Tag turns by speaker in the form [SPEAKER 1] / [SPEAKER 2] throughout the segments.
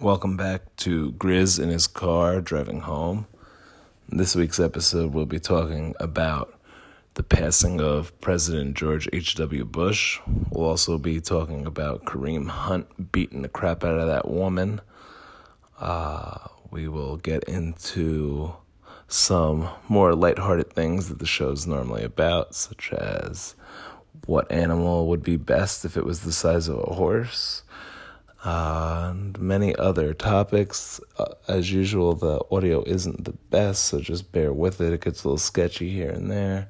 [SPEAKER 1] Welcome back to Grizz in his car driving home. In this week's episode, we'll be talking about the passing of President George H.W. Bush. We'll also be talking about Kareem Hunt beating the crap out of that woman. Uh, we will get into some more lighthearted things that the show's normally about, such as what animal would be best if it was the size of a horse and many other topics. Uh, as usual, the audio isn't the best, so just bear with it. It gets a little sketchy here and there,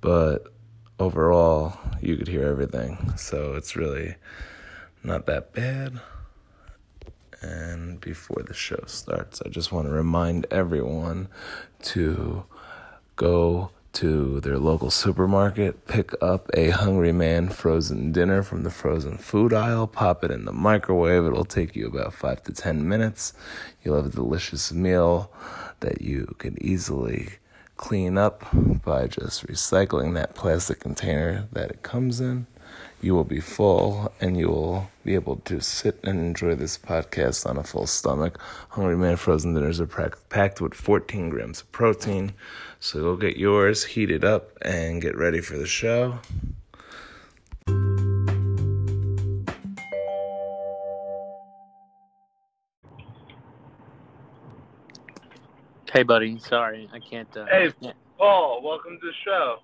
[SPEAKER 1] but overall, you could hear everything, so it's really not that bad. And before the show starts, I just want to remind everyone to go to their local supermarket, pick up a Hungry Man frozen dinner from the frozen food aisle, pop it in the microwave. It'll take you about five to ten minutes. You'll have a delicious meal that you can easily clean up by just recycling that plastic container that it comes in. You will be full and you will be able to sit and enjoy this podcast on a full stomach. Hungry Man frozen dinners are pack- packed with 14 grams of protein. So go get yours, heat it up, and get ready for the show.
[SPEAKER 2] Hey, buddy. Sorry, I can't. Uh,
[SPEAKER 3] Hey.
[SPEAKER 2] yeah.
[SPEAKER 3] Paul, welcome to the show.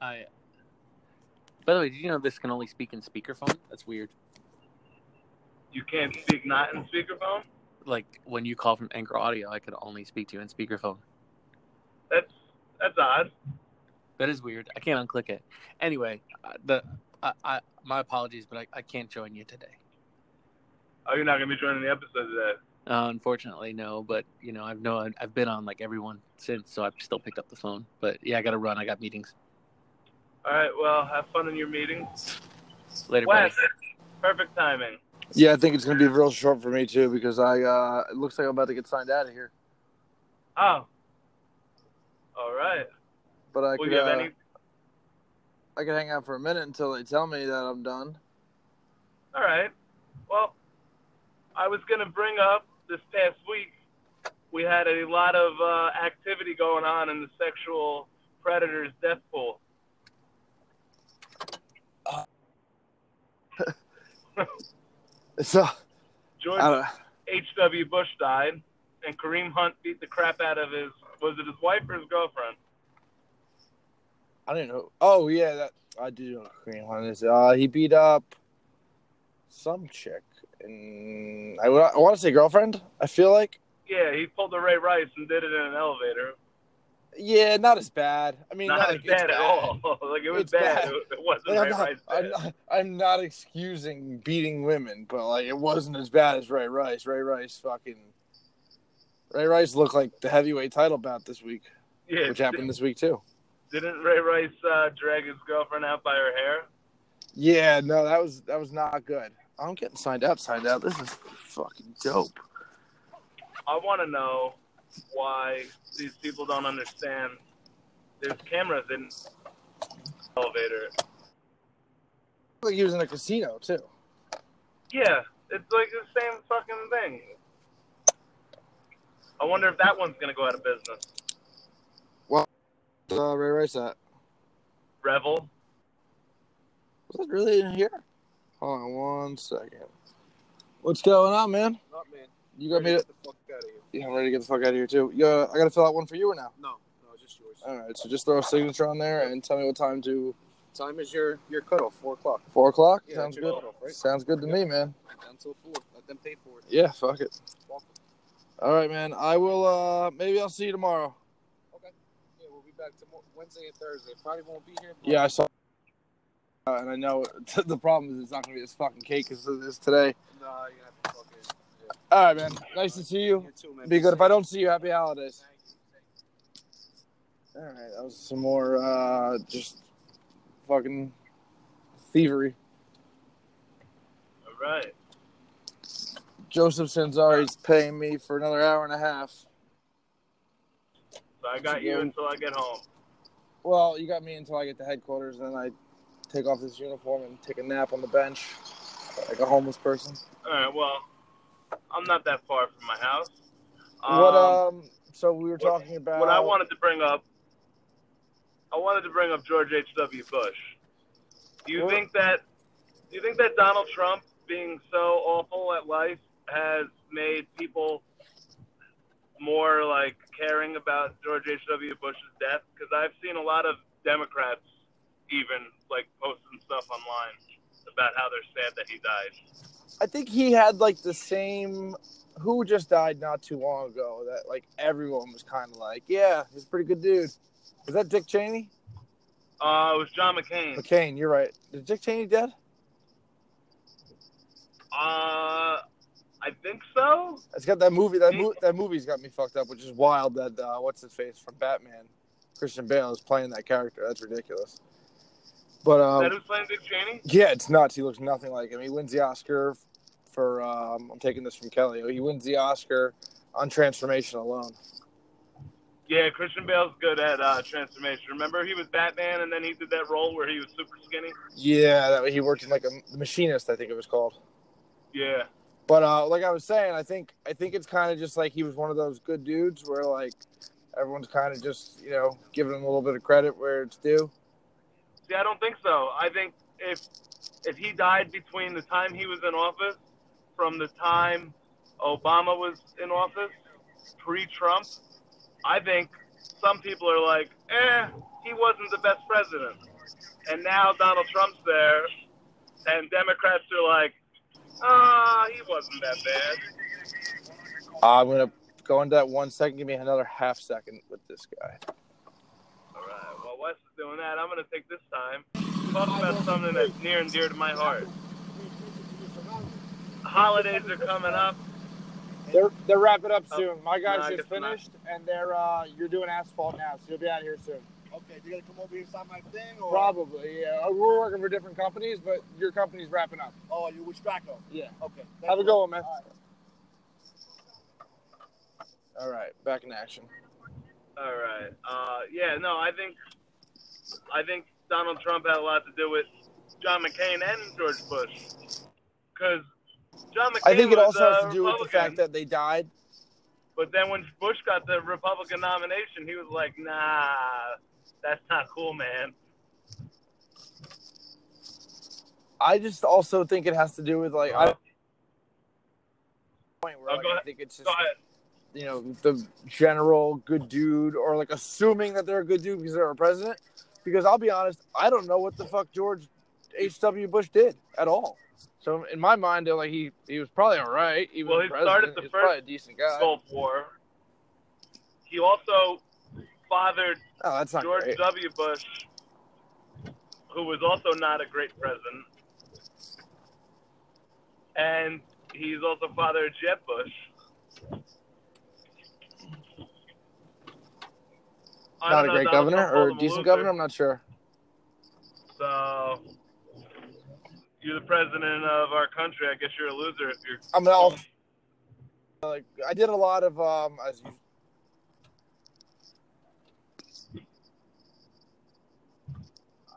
[SPEAKER 2] I. By the way, did you know this can only speak in speakerphone? That's weird.
[SPEAKER 3] You can't speak not in speakerphone?
[SPEAKER 2] Like when you call from Anchor Audio, I could only speak to you in speakerphone.
[SPEAKER 3] That's that's odd.
[SPEAKER 2] That is weird. I can't unclick it. Anyway, uh, the I, I my apologies, but I, I can't join you today.
[SPEAKER 3] Oh, you're not gonna be joining the episode today.
[SPEAKER 2] Uh, unfortunately, no. But you know, I've no, I've been on like everyone since, so I've still picked up the phone. But yeah, I got to run. I got meetings
[SPEAKER 3] All right, well, have fun in your meetings.
[SPEAKER 2] later. buddy.
[SPEAKER 3] Wes, perfect timing.
[SPEAKER 4] Yeah, I think it's going to be real short for me too because I uh, it looks like I'm about to get signed out of here.
[SPEAKER 3] Oh. All right.
[SPEAKER 4] But I
[SPEAKER 3] Well,
[SPEAKER 4] could
[SPEAKER 3] you have
[SPEAKER 4] uh,
[SPEAKER 3] any?
[SPEAKER 4] I could hang out for a minute until they tell me that I'm done.
[SPEAKER 3] All right. Well, I was gonna bring up this past week. We had a lot of uh, activity going on in the sexual predators death pool.
[SPEAKER 4] So
[SPEAKER 3] George
[SPEAKER 4] I don't,
[SPEAKER 3] H.W. Bush died, and Kareem Hunt beat the crap out of his was it his wife or his girlfriend?
[SPEAKER 4] I don't know. Oh yeah, that I do know Korean Hunters. Uh, he beat up some chick, and I, wa- I want to say girlfriend. I feel like
[SPEAKER 3] Yeah, he pulled the Ray Rice and did it in an elevator.
[SPEAKER 4] yeah, not as bad. I mean,
[SPEAKER 3] Not,
[SPEAKER 4] like,
[SPEAKER 3] as
[SPEAKER 4] it's
[SPEAKER 3] bad, at all. like it was
[SPEAKER 4] It's
[SPEAKER 3] bad.
[SPEAKER 4] bad.
[SPEAKER 3] It, it wasn't
[SPEAKER 4] Like, I'm,
[SPEAKER 3] Ray
[SPEAKER 4] not,
[SPEAKER 3] Rice.
[SPEAKER 4] I'm,
[SPEAKER 3] bad.
[SPEAKER 4] not, I'm not excusing beating women, but like it wasn't as bad as Ray Rice. Ray Rice fucking Ray Rice looked like the heavyweight title bout this week,
[SPEAKER 3] yeah,
[SPEAKER 4] which happened this week too.
[SPEAKER 3] Did, didn't Ray Rice uh, drag his girlfriend out by her hair?
[SPEAKER 4] Yeah, no, that was that was not good. I'm getting signed out, signed out. This is fucking dope.
[SPEAKER 3] I want to know why these people don't understand. There's cameras in the elevator.
[SPEAKER 4] Like he was in a casino too.
[SPEAKER 3] Yeah, it's like the same fucking thing. I wonder if that one's gonna go out of business.
[SPEAKER 4] Uh, Ray Rice, at?
[SPEAKER 3] Revel.
[SPEAKER 4] was that really in here? Hold on one second. What's going on, man?
[SPEAKER 5] Not man.
[SPEAKER 4] You got me. To,
[SPEAKER 5] Get the fuck out of here.
[SPEAKER 4] yeah, I'm ready to get the fuck out of here too. Yeah, I gotta fill out one for you or now.
[SPEAKER 5] No, no, just yours.
[SPEAKER 4] All right, so just throw a signature on there and tell me what time to.
[SPEAKER 5] Time is your your cutoff, four o'clock.
[SPEAKER 4] Four o'clock.
[SPEAKER 5] Yeah,
[SPEAKER 4] Sounds
[SPEAKER 5] two
[SPEAKER 4] good.
[SPEAKER 5] o'clock, right?
[SPEAKER 4] Sounds good to me, man.
[SPEAKER 5] Down till four. Let them pay for it.
[SPEAKER 4] Yeah, fuck it.
[SPEAKER 5] Welcome.
[SPEAKER 4] All right, man. I will. uh Maybe I'll see you tomorrow.
[SPEAKER 5] Yeah, we'll be back tomorrow, Wednesday and Thursday. Probably won't be here. But
[SPEAKER 4] Yeah, I saw. Uh, and I know the problem is it's not gonna be as fucking cake as it is today.
[SPEAKER 5] Nah, you're gonna have to fucking.
[SPEAKER 4] All right, man. Nice to see you.
[SPEAKER 5] You too, man.
[SPEAKER 4] Be good. If I don't see you, happy holidays.
[SPEAKER 5] Thank you. Thank you.
[SPEAKER 4] All right, that was some more uh just fucking thievery.
[SPEAKER 3] All right.
[SPEAKER 4] Joseph Sanzari's paying me for another hour and a half.
[SPEAKER 3] So I got you until I get home.
[SPEAKER 4] Well, you got me until I get to headquarters, and then I take off this uniform and take a nap on the bench like a homeless person.
[SPEAKER 3] All right. Well, I'm not that far from my house.
[SPEAKER 4] what?
[SPEAKER 3] Um,
[SPEAKER 4] Um. So we were
[SPEAKER 3] what-
[SPEAKER 4] talking about
[SPEAKER 3] what I wanted to bring up, I wanted to bring up George H. W. Bush. Do you
[SPEAKER 4] What?
[SPEAKER 3] think that? Do you think that Donald Trump being so awful at life has made people more like caring about George H. W. Bush's death? Because I've seen a lot of Democrats even like posting stuff online about how they're sad that he died.
[SPEAKER 4] I think he had like the same. Who just died not too long ago? That like everyone was kind of like, yeah, he's a pretty good dude. Was that Dick Cheney?
[SPEAKER 3] Uh, it was John McCain.
[SPEAKER 4] McCain, you're right. Is Dick Cheney dead?
[SPEAKER 3] Uh, I think so.
[SPEAKER 4] It's got that movie.
[SPEAKER 3] Hmm.
[SPEAKER 4] That mo- that movie's got me fucked up, which is wild. That uh, what's his face from Batman, Christian Bale is playing that character. That's ridiculous. But
[SPEAKER 3] Is
[SPEAKER 4] um,
[SPEAKER 3] that who's playing Dick Cheney?
[SPEAKER 4] yeah, it's nuts. He looks nothing like him. He wins the Oscar for. Um, I'm taking this from Kelly. He wins the Oscar on transformation alone.
[SPEAKER 3] Yeah, Christian Bale's good at uh, transformation. Remember, he was Batman, and then he did that role where he was super skinny.
[SPEAKER 4] Yeah, that, he worked in like a machinist. I think it was called.
[SPEAKER 3] Yeah,
[SPEAKER 4] But uh, like I was saying, I think I think it's kind of just like he was one of those good dudes where like everyone's kind of just you know giving him a little bit of credit where it's due.
[SPEAKER 3] see, I don't think so. I think if if he died between the time he was in office from the time Obama was in office, pre-Trump, I think some people are like, eh, he wasn't the best president, and now Donald Trump's there, and Democrats are like, ah, he wasn't that bad.
[SPEAKER 4] I'm gonna go into that one second. Give me another half second with this guy.
[SPEAKER 3] All right. Well, Wes is doing that. I'm going to take this time to talk about something that's near and dear to my heart. Holidays are coming up.
[SPEAKER 5] They're they're wrapping up
[SPEAKER 3] Oh,
[SPEAKER 5] soon. My
[SPEAKER 3] no,
[SPEAKER 5] guys
[SPEAKER 3] I
[SPEAKER 5] just
[SPEAKER 3] guess not.
[SPEAKER 5] finished, and they're uh, you're doing asphalt now, so you'll be out here soon. Okay, you're gonna come over here sign my thing, or
[SPEAKER 4] Probably, yeah. Uh, We're working for different companies, but your company's wrapping up.
[SPEAKER 5] oh, you with Straco?
[SPEAKER 4] Yeah.
[SPEAKER 5] Okay.
[SPEAKER 4] Have a
[SPEAKER 5] go.
[SPEAKER 4] go, one, man. All right, back in action.
[SPEAKER 3] All right. Uh, yeah. No, I think I think Donald Trump had a lot to do with John McCain and George Bush, because John McCain.
[SPEAKER 4] I think it
[SPEAKER 3] was
[SPEAKER 4] also
[SPEAKER 3] a
[SPEAKER 4] has to do with the
[SPEAKER 3] Republican,
[SPEAKER 4] fact that they died.
[SPEAKER 3] But then when Bush got the Republican nomination, he was like, "Nah, that's not cool, man."
[SPEAKER 4] I just also think it has to do with like I point where
[SPEAKER 3] Oh,
[SPEAKER 4] like,
[SPEAKER 3] Uh, go
[SPEAKER 4] I
[SPEAKER 3] ahead.
[SPEAKER 4] think it's just
[SPEAKER 3] So I,
[SPEAKER 4] you know the general good dude or like assuming that they're a good dude because they're a president. Because I'll be honest, I don't know what the fuck George H. W. Bush did at all. So in my mind, they're like he he was probably all right. He was
[SPEAKER 3] Well, he
[SPEAKER 4] president.
[SPEAKER 3] started the
[SPEAKER 4] He's
[SPEAKER 3] first
[SPEAKER 4] probably a decent guy.
[SPEAKER 3] Gulf War. He also fathered
[SPEAKER 4] Oh, that's not
[SPEAKER 3] George
[SPEAKER 4] great.
[SPEAKER 3] W. Bush, who was also not a great president. And he's also fathered Jeb Bush. I
[SPEAKER 4] Not
[SPEAKER 3] don't
[SPEAKER 4] a
[SPEAKER 3] know
[SPEAKER 4] great
[SPEAKER 3] Donald
[SPEAKER 4] governor
[SPEAKER 3] Trump
[SPEAKER 4] or a
[SPEAKER 3] called him
[SPEAKER 4] decent
[SPEAKER 3] loser,
[SPEAKER 4] governor. I'm not sure.
[SPEAKER 3] So you're the president of our country. I guess you're a loser if you're
[SPEAKER 4] I'm all like I did a lot of um as you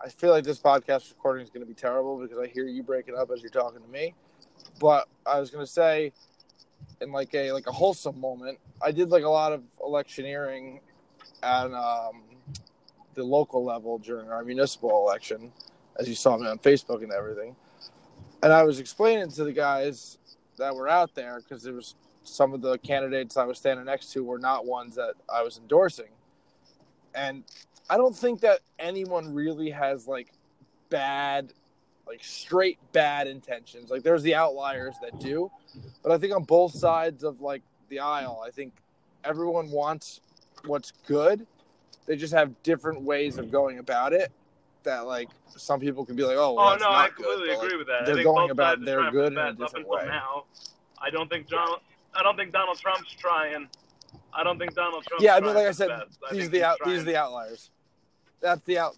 [SPEAKER 4] I feel like this podcast recording is going to be terrible because I hear you breaking up as you're talking to me. But I was going to say in like a like a wholesome moment, I did like a lot of electioneering at um the local level during our municipal election as you saw me on Facebook and everything. And I was explaining to the guys that were out there because there was some of the candidates I was standing next to were not ones that I was endorsing. And I don't think that anyone really has like bad, like straight bad intentions. Like there's the outliers that do, but I think on both sides of like the aisle, I think everyone wants what's good. They just have different ways of going about it that like some people can be like, oh, well,
[SPEAKER 3] Oh
[SPEAKER 4] that's
[SPEAKER 3] no,
[SPEAKER 4] not
[SPEAKER 3] I completely
[SPEAKER 4] good, but, like,
[SPEAKER 3] agree with that.
[SPEAKER 4] they're
[SPEAKER 3] I think
[SPEAKER 4] going
[SPEAKER 3] both
[SPEAKER 4] about
[SPEAKER 3] sides are
[SPEAKER 4] their
[SPEAKER 3] trying
[SPEAKER 4] good in
[SPEAKER 3] their
[SPEAKER 4] a
[SPEAKER 3] best up
[SPEAKER 4] different
[SPEAKER 3] until
[SPEAKER 4] way.
[SPEAKER 3] Now, I don't think Donald. I don't think Donald Trump's trying. I don't think Donald Trump.
[SPEAKER 4] Yeah, I mean, like I said,
[SPEAKER 3] he's
[SPEAKER 4] these are the out, these are the outliers. That's the out.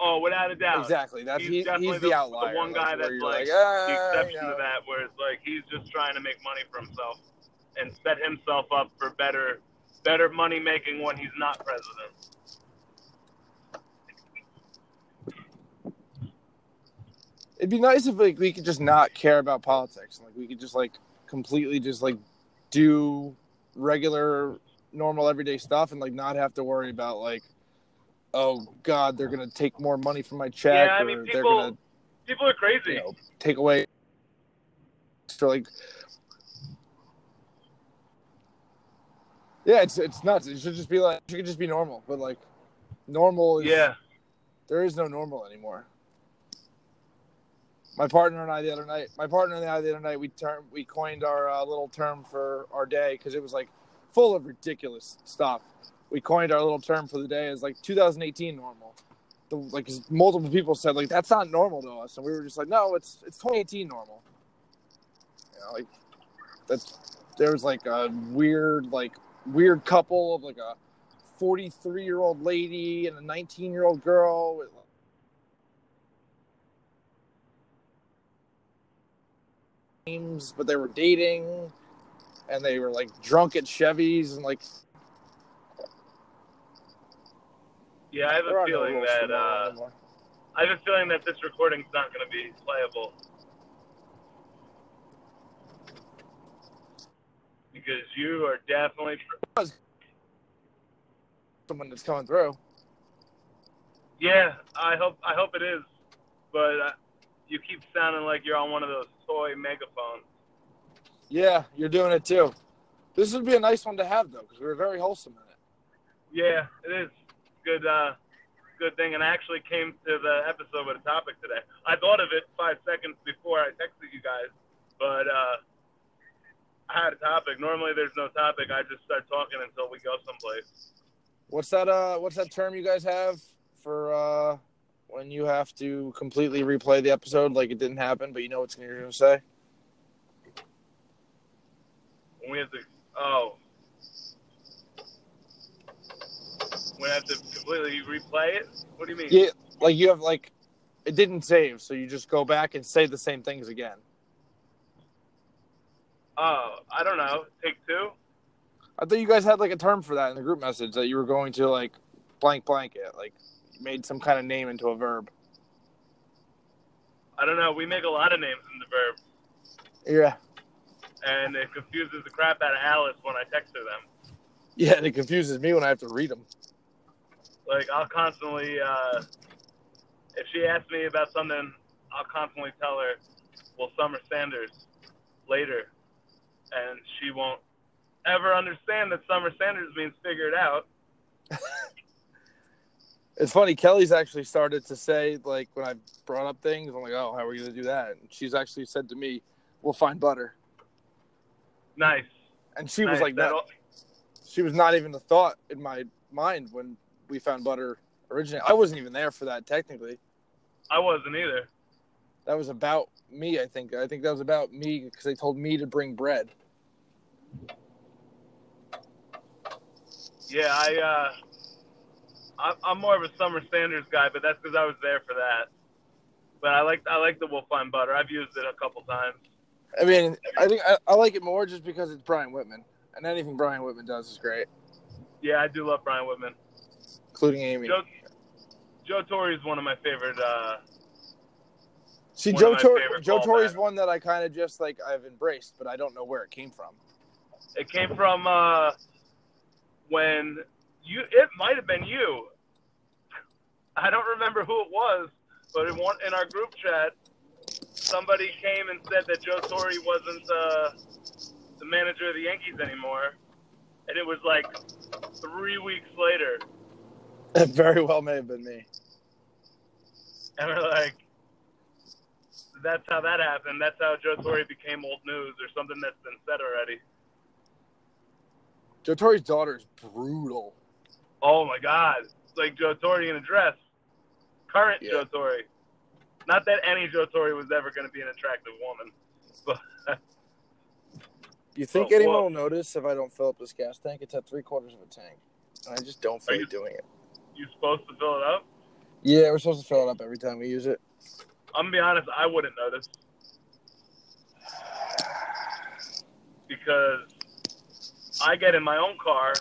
[SPEAKER 3] Oh, without a doubt,
[SPEAKER 4] Exactly. That's
[SPEAKER 3] He's
[SPEAKER 4] he,
[SPEAKER 3] definitely
[SPEAKER 4] he's
[SPEAKER 3] the-
[SPEAKER 4] the
[SPEAKER 3] the
[SPEAKER 4] outlier.
[SPEAKER 3] one guy
[SPEAKER 4] where
[SPEAKER 3] that's
[SPEAKER 4] you're
[SPEAKER 3] like,
[SPEAKER 4] ah,
[SPEAKER 3] The exception
[SPEAKER 4] yeah.
[SPEAKER 3] to that, where it's like he's just trying to make money for himself and set himself up for better, better money making when he's not president.
[SPEAKER 4] It'd be nice if like we could just not care about politics. Like we could just like, 'cause completely just like do regular, normal, everyday stuff and like not have to worry about like, oh God, they're gonna take more money from my check
[SPEAKER 3] Yeah, I
[SPEAKER 4] or
[SPEAKER 3] mean,
[SPEAKER 4] they're
[SPEAKER 3] people-
[SPEAKER 4] gonna
[SPEAKER 3] People are crazy.
[SPEAKER 4] you know take away. So like, yeah, it's it's nuts. It should just be like it should just be normal, but like normal is
[SPEAKER 3] yeah.
[SPEAKER 4] there is no normal anymore. My partner and I the other night, my partner and I the other night, we term we coined our uh, little term for our day because it was like full of ridiculous stuff. We coined our little term for the day as like 2018 normal. The, like 'cause multiple people said like that's not normal to us, and we were just like, no, it's it's 2018 normal. You know, like that's there was like a weird like weird couple of like a 43 year old lady and a 19 year old girl with names, but they were dating and they were like drunk at Chevy's and like
[SPEAKER 3] Yeah, I have
[SPEAKER 4] there
[SPEAKER 3] a
[SPEAKER 4] are no
[SPEAKER 3] feeling
[SPEAKER 4] rules for
[SPEAKER 3] that
[SPEAKER 4] normal
[SPEAKER 3] uh,
[SPEAKER 4] anymore.
[SPEAKER 3] I have a feeling that this recording's not going to be playable because you are definitely.
[SPEAKER 4] someone that's coming through.
[SPEAKER 3] Yeah, I hope I hope it is, but uh, you keep sounding like you're on one of those toy megaphones.
[SPEAKER 4] Yeah, you're doing it too. This would be a nice one to have though because we were very wholesome in it.
[SPEAKER 3] Yeah, it is good. Uh, good thing, and I actually came to the episode with a topic today. I thought of it five seconds before I texted you guys, but uh, I had a topic. Normally, there's no topic. I just start talking until we go someplace.
[SPEAKER 4] What's that? Uh, what's that term you guys have for uh, when you have to completely replay the episode like it didn't happen, but you know what's you're gonna say?
[SPEAKER 3] When we have to, oh, when I have to completely replay it. What do you mean?
[SPEAKER 4] Yeah, like you have like it didn't save, so you just go back and say the same things again.
[SPEAKER 3] Oh, I don't know. Take two.
[SPEAKER 4] I thought you guys had like a term for that in the group message that you were going to like blank blank it, like you made some kind of name into a verb.
[SPEAKER 3] I don't know. We make a lot of names in the verb,
[SPEAKER 4] Yeah,
[SPEAKER 3] and it confuses the crap out of Alice when I text her them.
[SPEAKER 4] yeah, and it confuses me when I have to read them.
[SPEAKER 3] like I'll constantly uh, if she asks me about something, I'll constantly tell her, "Well, Summer Sanders later," and she won't ever understand that Summer Sanders means figure it out.
[SPEAKER 4] It's funny. Kelly's actually started to say like when I brought up things, I'm like, oh, how are we gonna do that? And she's actually said to me, "We'll find butter,"
[SPEAKER 3] Nice.
[SPEAKER 4] and she was
[SPEAKER 3] Nice.
[SPEAKER 4] like,
[SPEAKER 3] that.
[SPEAKER 4] no,
[SPEAKER 3] al-
[SPEAKER 4] she was not even a thought in my mind when we found butter originally. I wasn't even there for that technically.
[SPEAKER 3] I wasn't either.
[SPEAKER 4] That was about me, I think. I think that was about me because they told me to bring bread.
[SPEAKER 3] Yeah, I. Uh, I- I'm more of a Summer Sanders guy, but that's because I was there for that. But I like I like the Wolf Fine Butter. I've used it a couple times.
[SPEAKER 4] I mean, I think I, I like it more just because it's Brian Whitman, and anything Brian Whitman does is great,
[SPEAKER 3] Yeah, I do love Brian Whitman.
[SPEAKER 4] including Amy.
[SPEAKER 3] Joe, Joe Torre is one of my favorite. Uh,
[SPEAKER 4] See,
[SPEAKER 3] one
[SPEAKER 4] Joe
[SPEAKER 3] of my
[SPEAKER 4] Tor-
[SPEAKER 3] favorite
[SPEAKER 4] Joe
[SPEAKER 3] callbacks.
[SPEAKER 4] Torre's one that I kind of just like I've embraced, but I don't know where it came from.
[SPEAKER 3] It came from uh, when you. It might have been you. I don't remember who it was, but in, one, in our group chat, somebody came and said that Joe Torre wasn't uh, the manager of the Yankees anymore, and it was like three weeks later,
[SPEAKER 4] It very well may have been me.
[SPEAKER 3] and we're like, "That's how that happened. That's how Joe Torre became old news, or something that's been said already."
[SPEAKER 4] Joe Torre's daughter is brutal.
[SPEAKER 3] Oh my God! It's like Joe Torre in a dress. Current
[SPEAKER 4] Yeah.
[SPEAKER 3] Joe Torre. Not that any Joe Torre was ever going to be an attractive woman.
[SPEAKER 4] You think
[SPEAKER 3] Well,
[SPEAKER 4] anyone
[SPEAKER 3] well-
[SPEAKER 4] will notice if I don't fill up this gas tank? It's at three quarters of a tank, and I just don't feel
[SPEAKER 3] Are you-
[SPEAKER 4] like doing it.
[SPEAKER 3] You supposed to fill it up?
[SPEAKER 4] Yeah, we're supposed to fill it up every time we use it.
[SPEAKER 3] I'm gonna be honest. I wouldn't notice because I get in my own car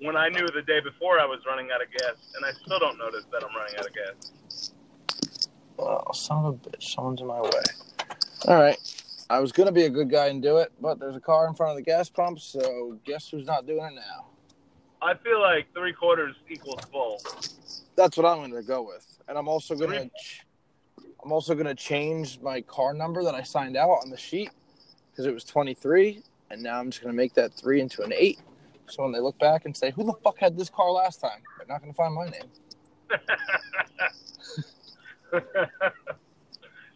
[SPEAKER 3] when I knew the day before I was running out of gas, and I still don't notice that I'm running out of gas.
[SPEAKER 4] Oh, son of a bitch! Someone's in my way. All right, I was gonna be a good guy and do it, but there's a car in front of the gas pump, so guess who's not doing it now?
[SPEAKER 3] I feel like three quarters equals full.
[SPEAKER 4] That's what I'm gonna go with, and I'm also gonna, ch- I'm also gonna change my car number that I signed out on the sheet because it was 23, and now I'm just gonna make that three into an eight. So when they look back and say, "Who the fuck had this car last time?" They're not gonna find my name.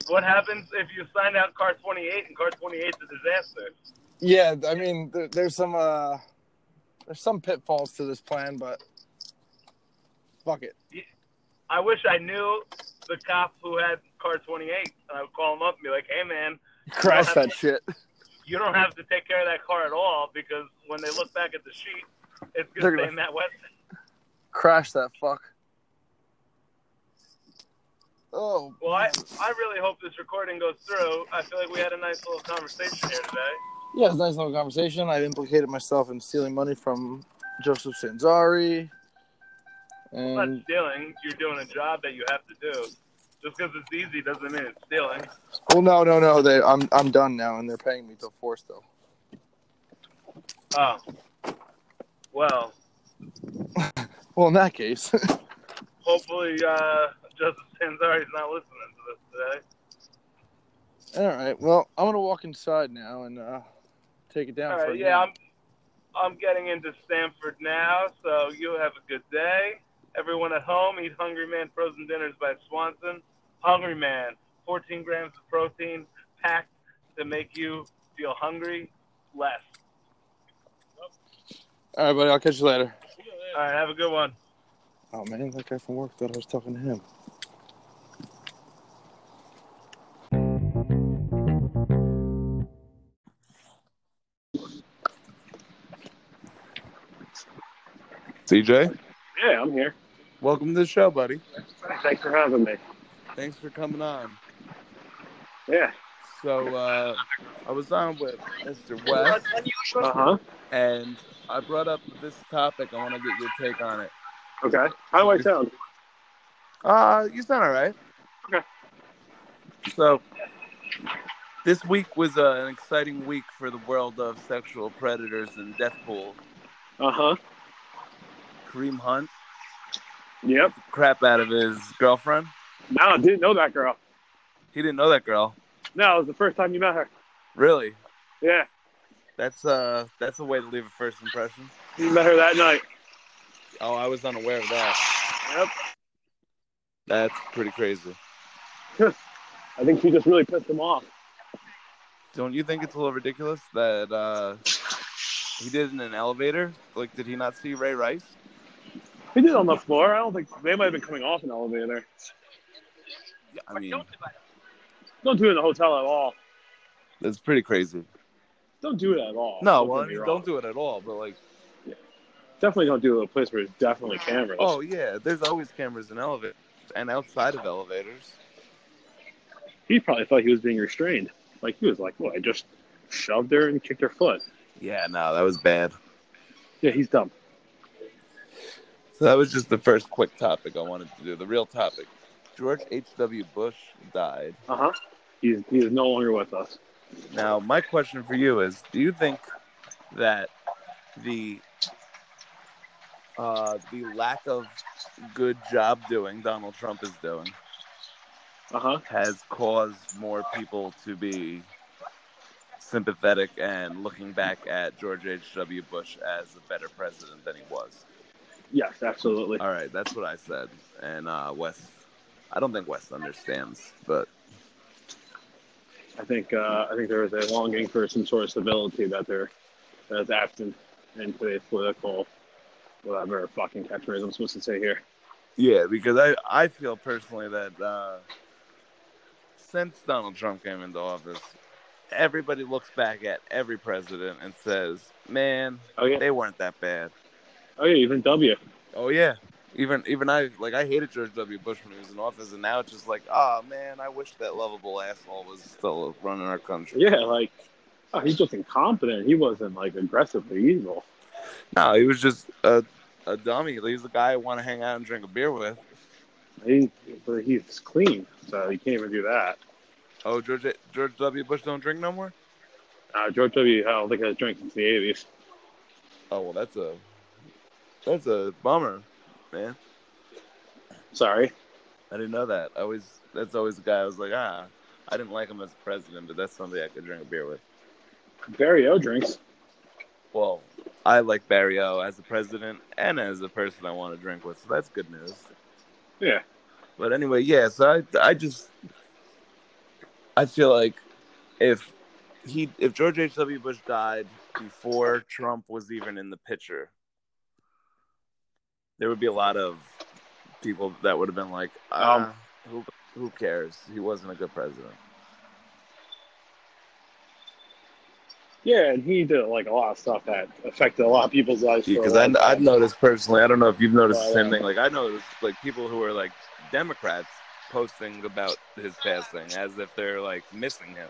[SPEAKER 3] what happens if you sign out car 28 and car 28's a disaster?
[SPEAKER 4] Yeah, I mean, there, there's some, uh, there's some pitfalls to this plan, but fuck it.
[SPEAKER 3] I wish I knew the cop who had car 28. And I would call him up and be like, hey, man,
[SPEAKER 4] Crash that shit.
[SPEAKER 3] you don't have to take care of that car at all because when they look back at the sheet, it's going
[SPEAKER 4] They're
[SPEAKER 3] to
[SPEAKER 4] gonna-
[SPEAKER 3] say Matt Weston.
[SPEAKER 4] Crash that fuck. Oh,
[SPEAKER 3] Well, I, I really hope this recording goes through. I feel like we had a nice little conversation here today.
[SPEAKER 4] Yeah, it's a nice little conversation. I implicated myself in stealing money from Joseph Sanzari.
[SPEAKER 3] It's
[SPEAKER 4] And
[SPEAKER 3] not stealing. You're doing a job that you have to do. Just because it's easy doesn't mean it's stealing.
[SPEAKER 4] well, no, no, no. They, I'm I'm done now, and they're paying me till four still.
[SPEAKER 3] Oh. Well,
[SPEAKER 4] Well, in that case,
[SPEAKER 3] hopefully uh, Justice Sanzari's not listening to this today.
[SPEAKER 4] all right. Well, I'm gonna walk inside now and uh, take it down
[SPEAKER 3] All
[SPEAKER 4] for
[SPEAKER 3] right,
[SPEAKER 4] a
[SPEAKER 3] Uh, yeah,
[SPEAKER 4] nap.
[SPEAKER 3] I'm, I'm getting into Stanford now, so you have a good day. Everyone at home, eat Hungry Man frozen dinners by Swanson. Hungry Man, 14 grams of protein packed to make you feel hungry less.
[SPEAKER 4] All right, buddy. I'll catch you later.
[SPEAKER 3] All right, have a good one.
[SPEAKER 4] Oh man, that guy from work thought I was talking to him.
[SPEAKER 6] CJ,
[SPEAKER 7] Yeah, I'm here.
[SPEAKER 6] welcome to the show, buddy.
[SPEAKER 7] Thanks for having me.
[SPEAKER 6] Thanks for coming on.
[SPEAKER 7] Yeah.
[SPEAKER 6] So uh, I was on with Mr. West,
[SPEAKER 7] Uh huh.
[SPEAKER 6] and I brought up this topic. I want to get your take on it.
[SPEAKER 7] Okay. How do I sound?
[SPEAKER 6] Uh, you sound all right.
[SPEAKER 7] Okay.
[SPEAKER 6] So, this week was uh, an exciting week for the world of sexual predators and death pool.
[SPEAKER 7] Uh huh.
[SPEAKER 6] Kareem Hunt,
[SPEAKER 7] Yep.
[SPEAKER 6] crap out of his girlfriend.
[SPEAKER 7] No, I didn't know that girl.
[SPEAKER 6] He didn't know that girl.
[SPEAKER 7] No, it was the first time you met her.
[SPEAKER 6] Really?
[SPEAKER 7] Yeah.
[SPEAKER 6] That's uh, that's a way to leave a first impression.
[SPEAKER 7] You met her that night.
[SPEAKER 6] Oh, I was unaware of that.
[SPEAKER 7] Yep.
[SPEAKER 6] That's pretty crazy.
[SPEAKER 7] I think she just really pissed him off.
[SPEAKER 6] Don't you think it's a little ridiculous that uh, he did it in an elevator? Like, did he not see Ray Rice?
[SPEAKER 7] He did it on the floor. I don't think they might have been coming off an elevator.
[SPEAKER 6] Yeah, I mean,
[SPEAKER 7] Don't do it in the hotel at all.
[SPEAKER 6] that's pretty crazy.
[SPEAKER 7] Don't do it at all.
[SPEAKER 6] No,
[SPEAKER 7] Don't
[SPEAKER 6] well,
[SPEAKER 7] get me wrong.
[SPEAKER 6] don't do it at all. But like,
[SPEAKER 7] Definitely don't do it at a place where there's definitely cameras.
[SPEAKER 6] oh yeah, there's always cameras in elevators and outside of elevators.
[SPEAKER 7] He probably thought he was being restrained. Like he was like, "Well, I just shoved her and kicked her foot."
[SPEAKER 6] Yeah, no, that was bad.
[SPEAKER 7] Yeah, he's dumb.
[SPEAKER 6] So that was just the first quick topic I wanted to do. The real topic: George H. W. Bush died.
[SPEAKER 7] Uh huh. He's he is no longer with us.
[SPEAKER 6] Now, my question for you is: Do you think that the uh, the lack of good job doing Donald Trump is doing
[SPEAKER 7] Uh
[SPEAKER 6] Uh-huh.
[SPEAKER 7] huh.
[SPEAKER 6] has caused more people to be sympathetic and looking back at George H.W. Bush as a better president than he was.
[SPEAKER 7] Yes, absolutely.
[SPEAKER 6] All right, that's what I said. And uh, Wes, I don't think Wes understands, but
[SPEAKER 7] I think uh, I think there is a longing for some sort of stability that there that is absent in today's political whatever fucking catchphrase I'm supposed to say here.
[SPEAKER 6] yeah, because I, I feel personally that uh, since Donald Trump came into office, everybody looks back at every president and says, man,
[SPEAKER 7] Oh yeah,
[SPEAKER 6] they weren't that bad.
[SPEAKER 7] oh yeah, even W.
[SPEAKER 6] Oh yeah. Even even I like I hated George W. Bush when he was in office, and now it's just like, oh man, I wish that lovable asshole was still running our country.
[SPEAKER 7] Yeah, like oh, he's just incompetent. He wasn't like aggressively evil.
[SPEAKER 6] No, he was just a a dummy. He was the guy I want to hang out and drink a beer with.
[SPEAKER 7] He but he's clean, so he can't even do that.
[SPEAKER 6] Oh, George George W. Bush don't drink no more.
[SPEAKER 7] Uh, George W. I don't think has drank since the eighties.
[SPEAKER 6] Oh well, that's a that's a bummer, man.
[SPEAKER 7] Sorry.
[SPEAKER 6] I didn't know that. I always that's always the guy I was like ah, I didn't like him as president, but that's somebody I could drink a beer with.
[SPEAKER 7] Barry O drinks.
[SPEAKER 6] Well, I like Barry O as a president and as a person I want to drink with, so that's good news.
[SPEAKER 7] Yeah.
[SPEAKER 6] But anyway, yeah, so I I just I feel like if he if George H. W. Bush died before Trump was even in the picture, there would be a lot of people that would have been like, um,
[SPEAKER 7] Um,
[SPEAKER 6] who who cares? He wasn't a good president.
[SPEAKER 7] Yeah, and he did like a lot of stuff that affected a lot of people's lives. for a
[SPEAKER 6] because I
[SPEAKER 7] long
[SPEAKER 6] I've
[SPEAKER 7] time.
[SPEAKER 6] noticed personally. I don't know if you've noticed the
[SPEAKER 7] Yeah,
[SPEAKER 6] same
[SPEAKER 7] yeah.
[SPEAKER 6] thing. Like I noticed like people who are like Democrats posting about his passing as if they're like missing him.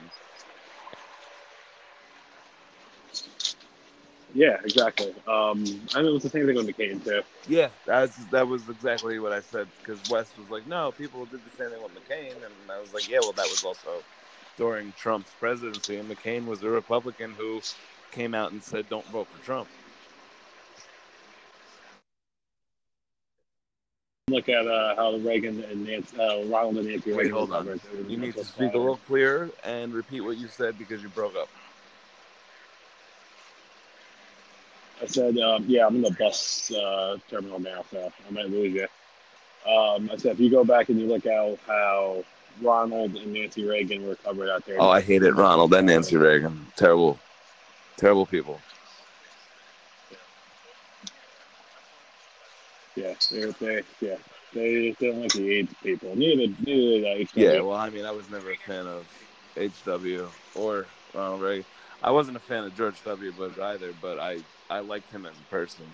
[SPEAKER 7] Yeah, exactly. Um, I mean, it was the same thing with McCain too.
[SPEAKER 6] Yeah, that's that was exactly what I said because West was like, no, people did the same thing with McCain, and I was like, yeah, well, that was also during Trump's presidency, and McCain was a Republican who came out and said, don't vote for Trump.
[SPEAKER 7] Look at uh, how Reagan and Nancy, uh, Ronald and Nancy.
[SPEAKER 6] Wait,
[SPEAKER 7] Reagan
[SPEAKER 6] hold on.
[SPEAKER 7] governed. It was
[SPEAKER 6] You need to
[SPEAKER 7] just
[SPEAKER 6] speak a
[SPEAKER 7] fine.
[SPEAKER 6] little clearer and repeat what you said because you broke up.
[SPEAKER 7] I said, um, yeah, I'm in the bus uh, terminal now, so I might lose you. Um, I said, if you go back and you look out how Ronald and Nancy Reagan were covered out there.
[SPEAKER 6] Oh, I hated Ronald and Nancy Reagan. Terrible, terrible people.
[SPEAKER 7] yeah, they, they, yeah, they just didn't like the AIDS people. Neither, neither did I.
[SPEAKER 6] Yeah, well, I mean, I was never a fan of HW or Ronald Reagan. I wasn't a fan of George W. Bush either, but I I liked him as a person.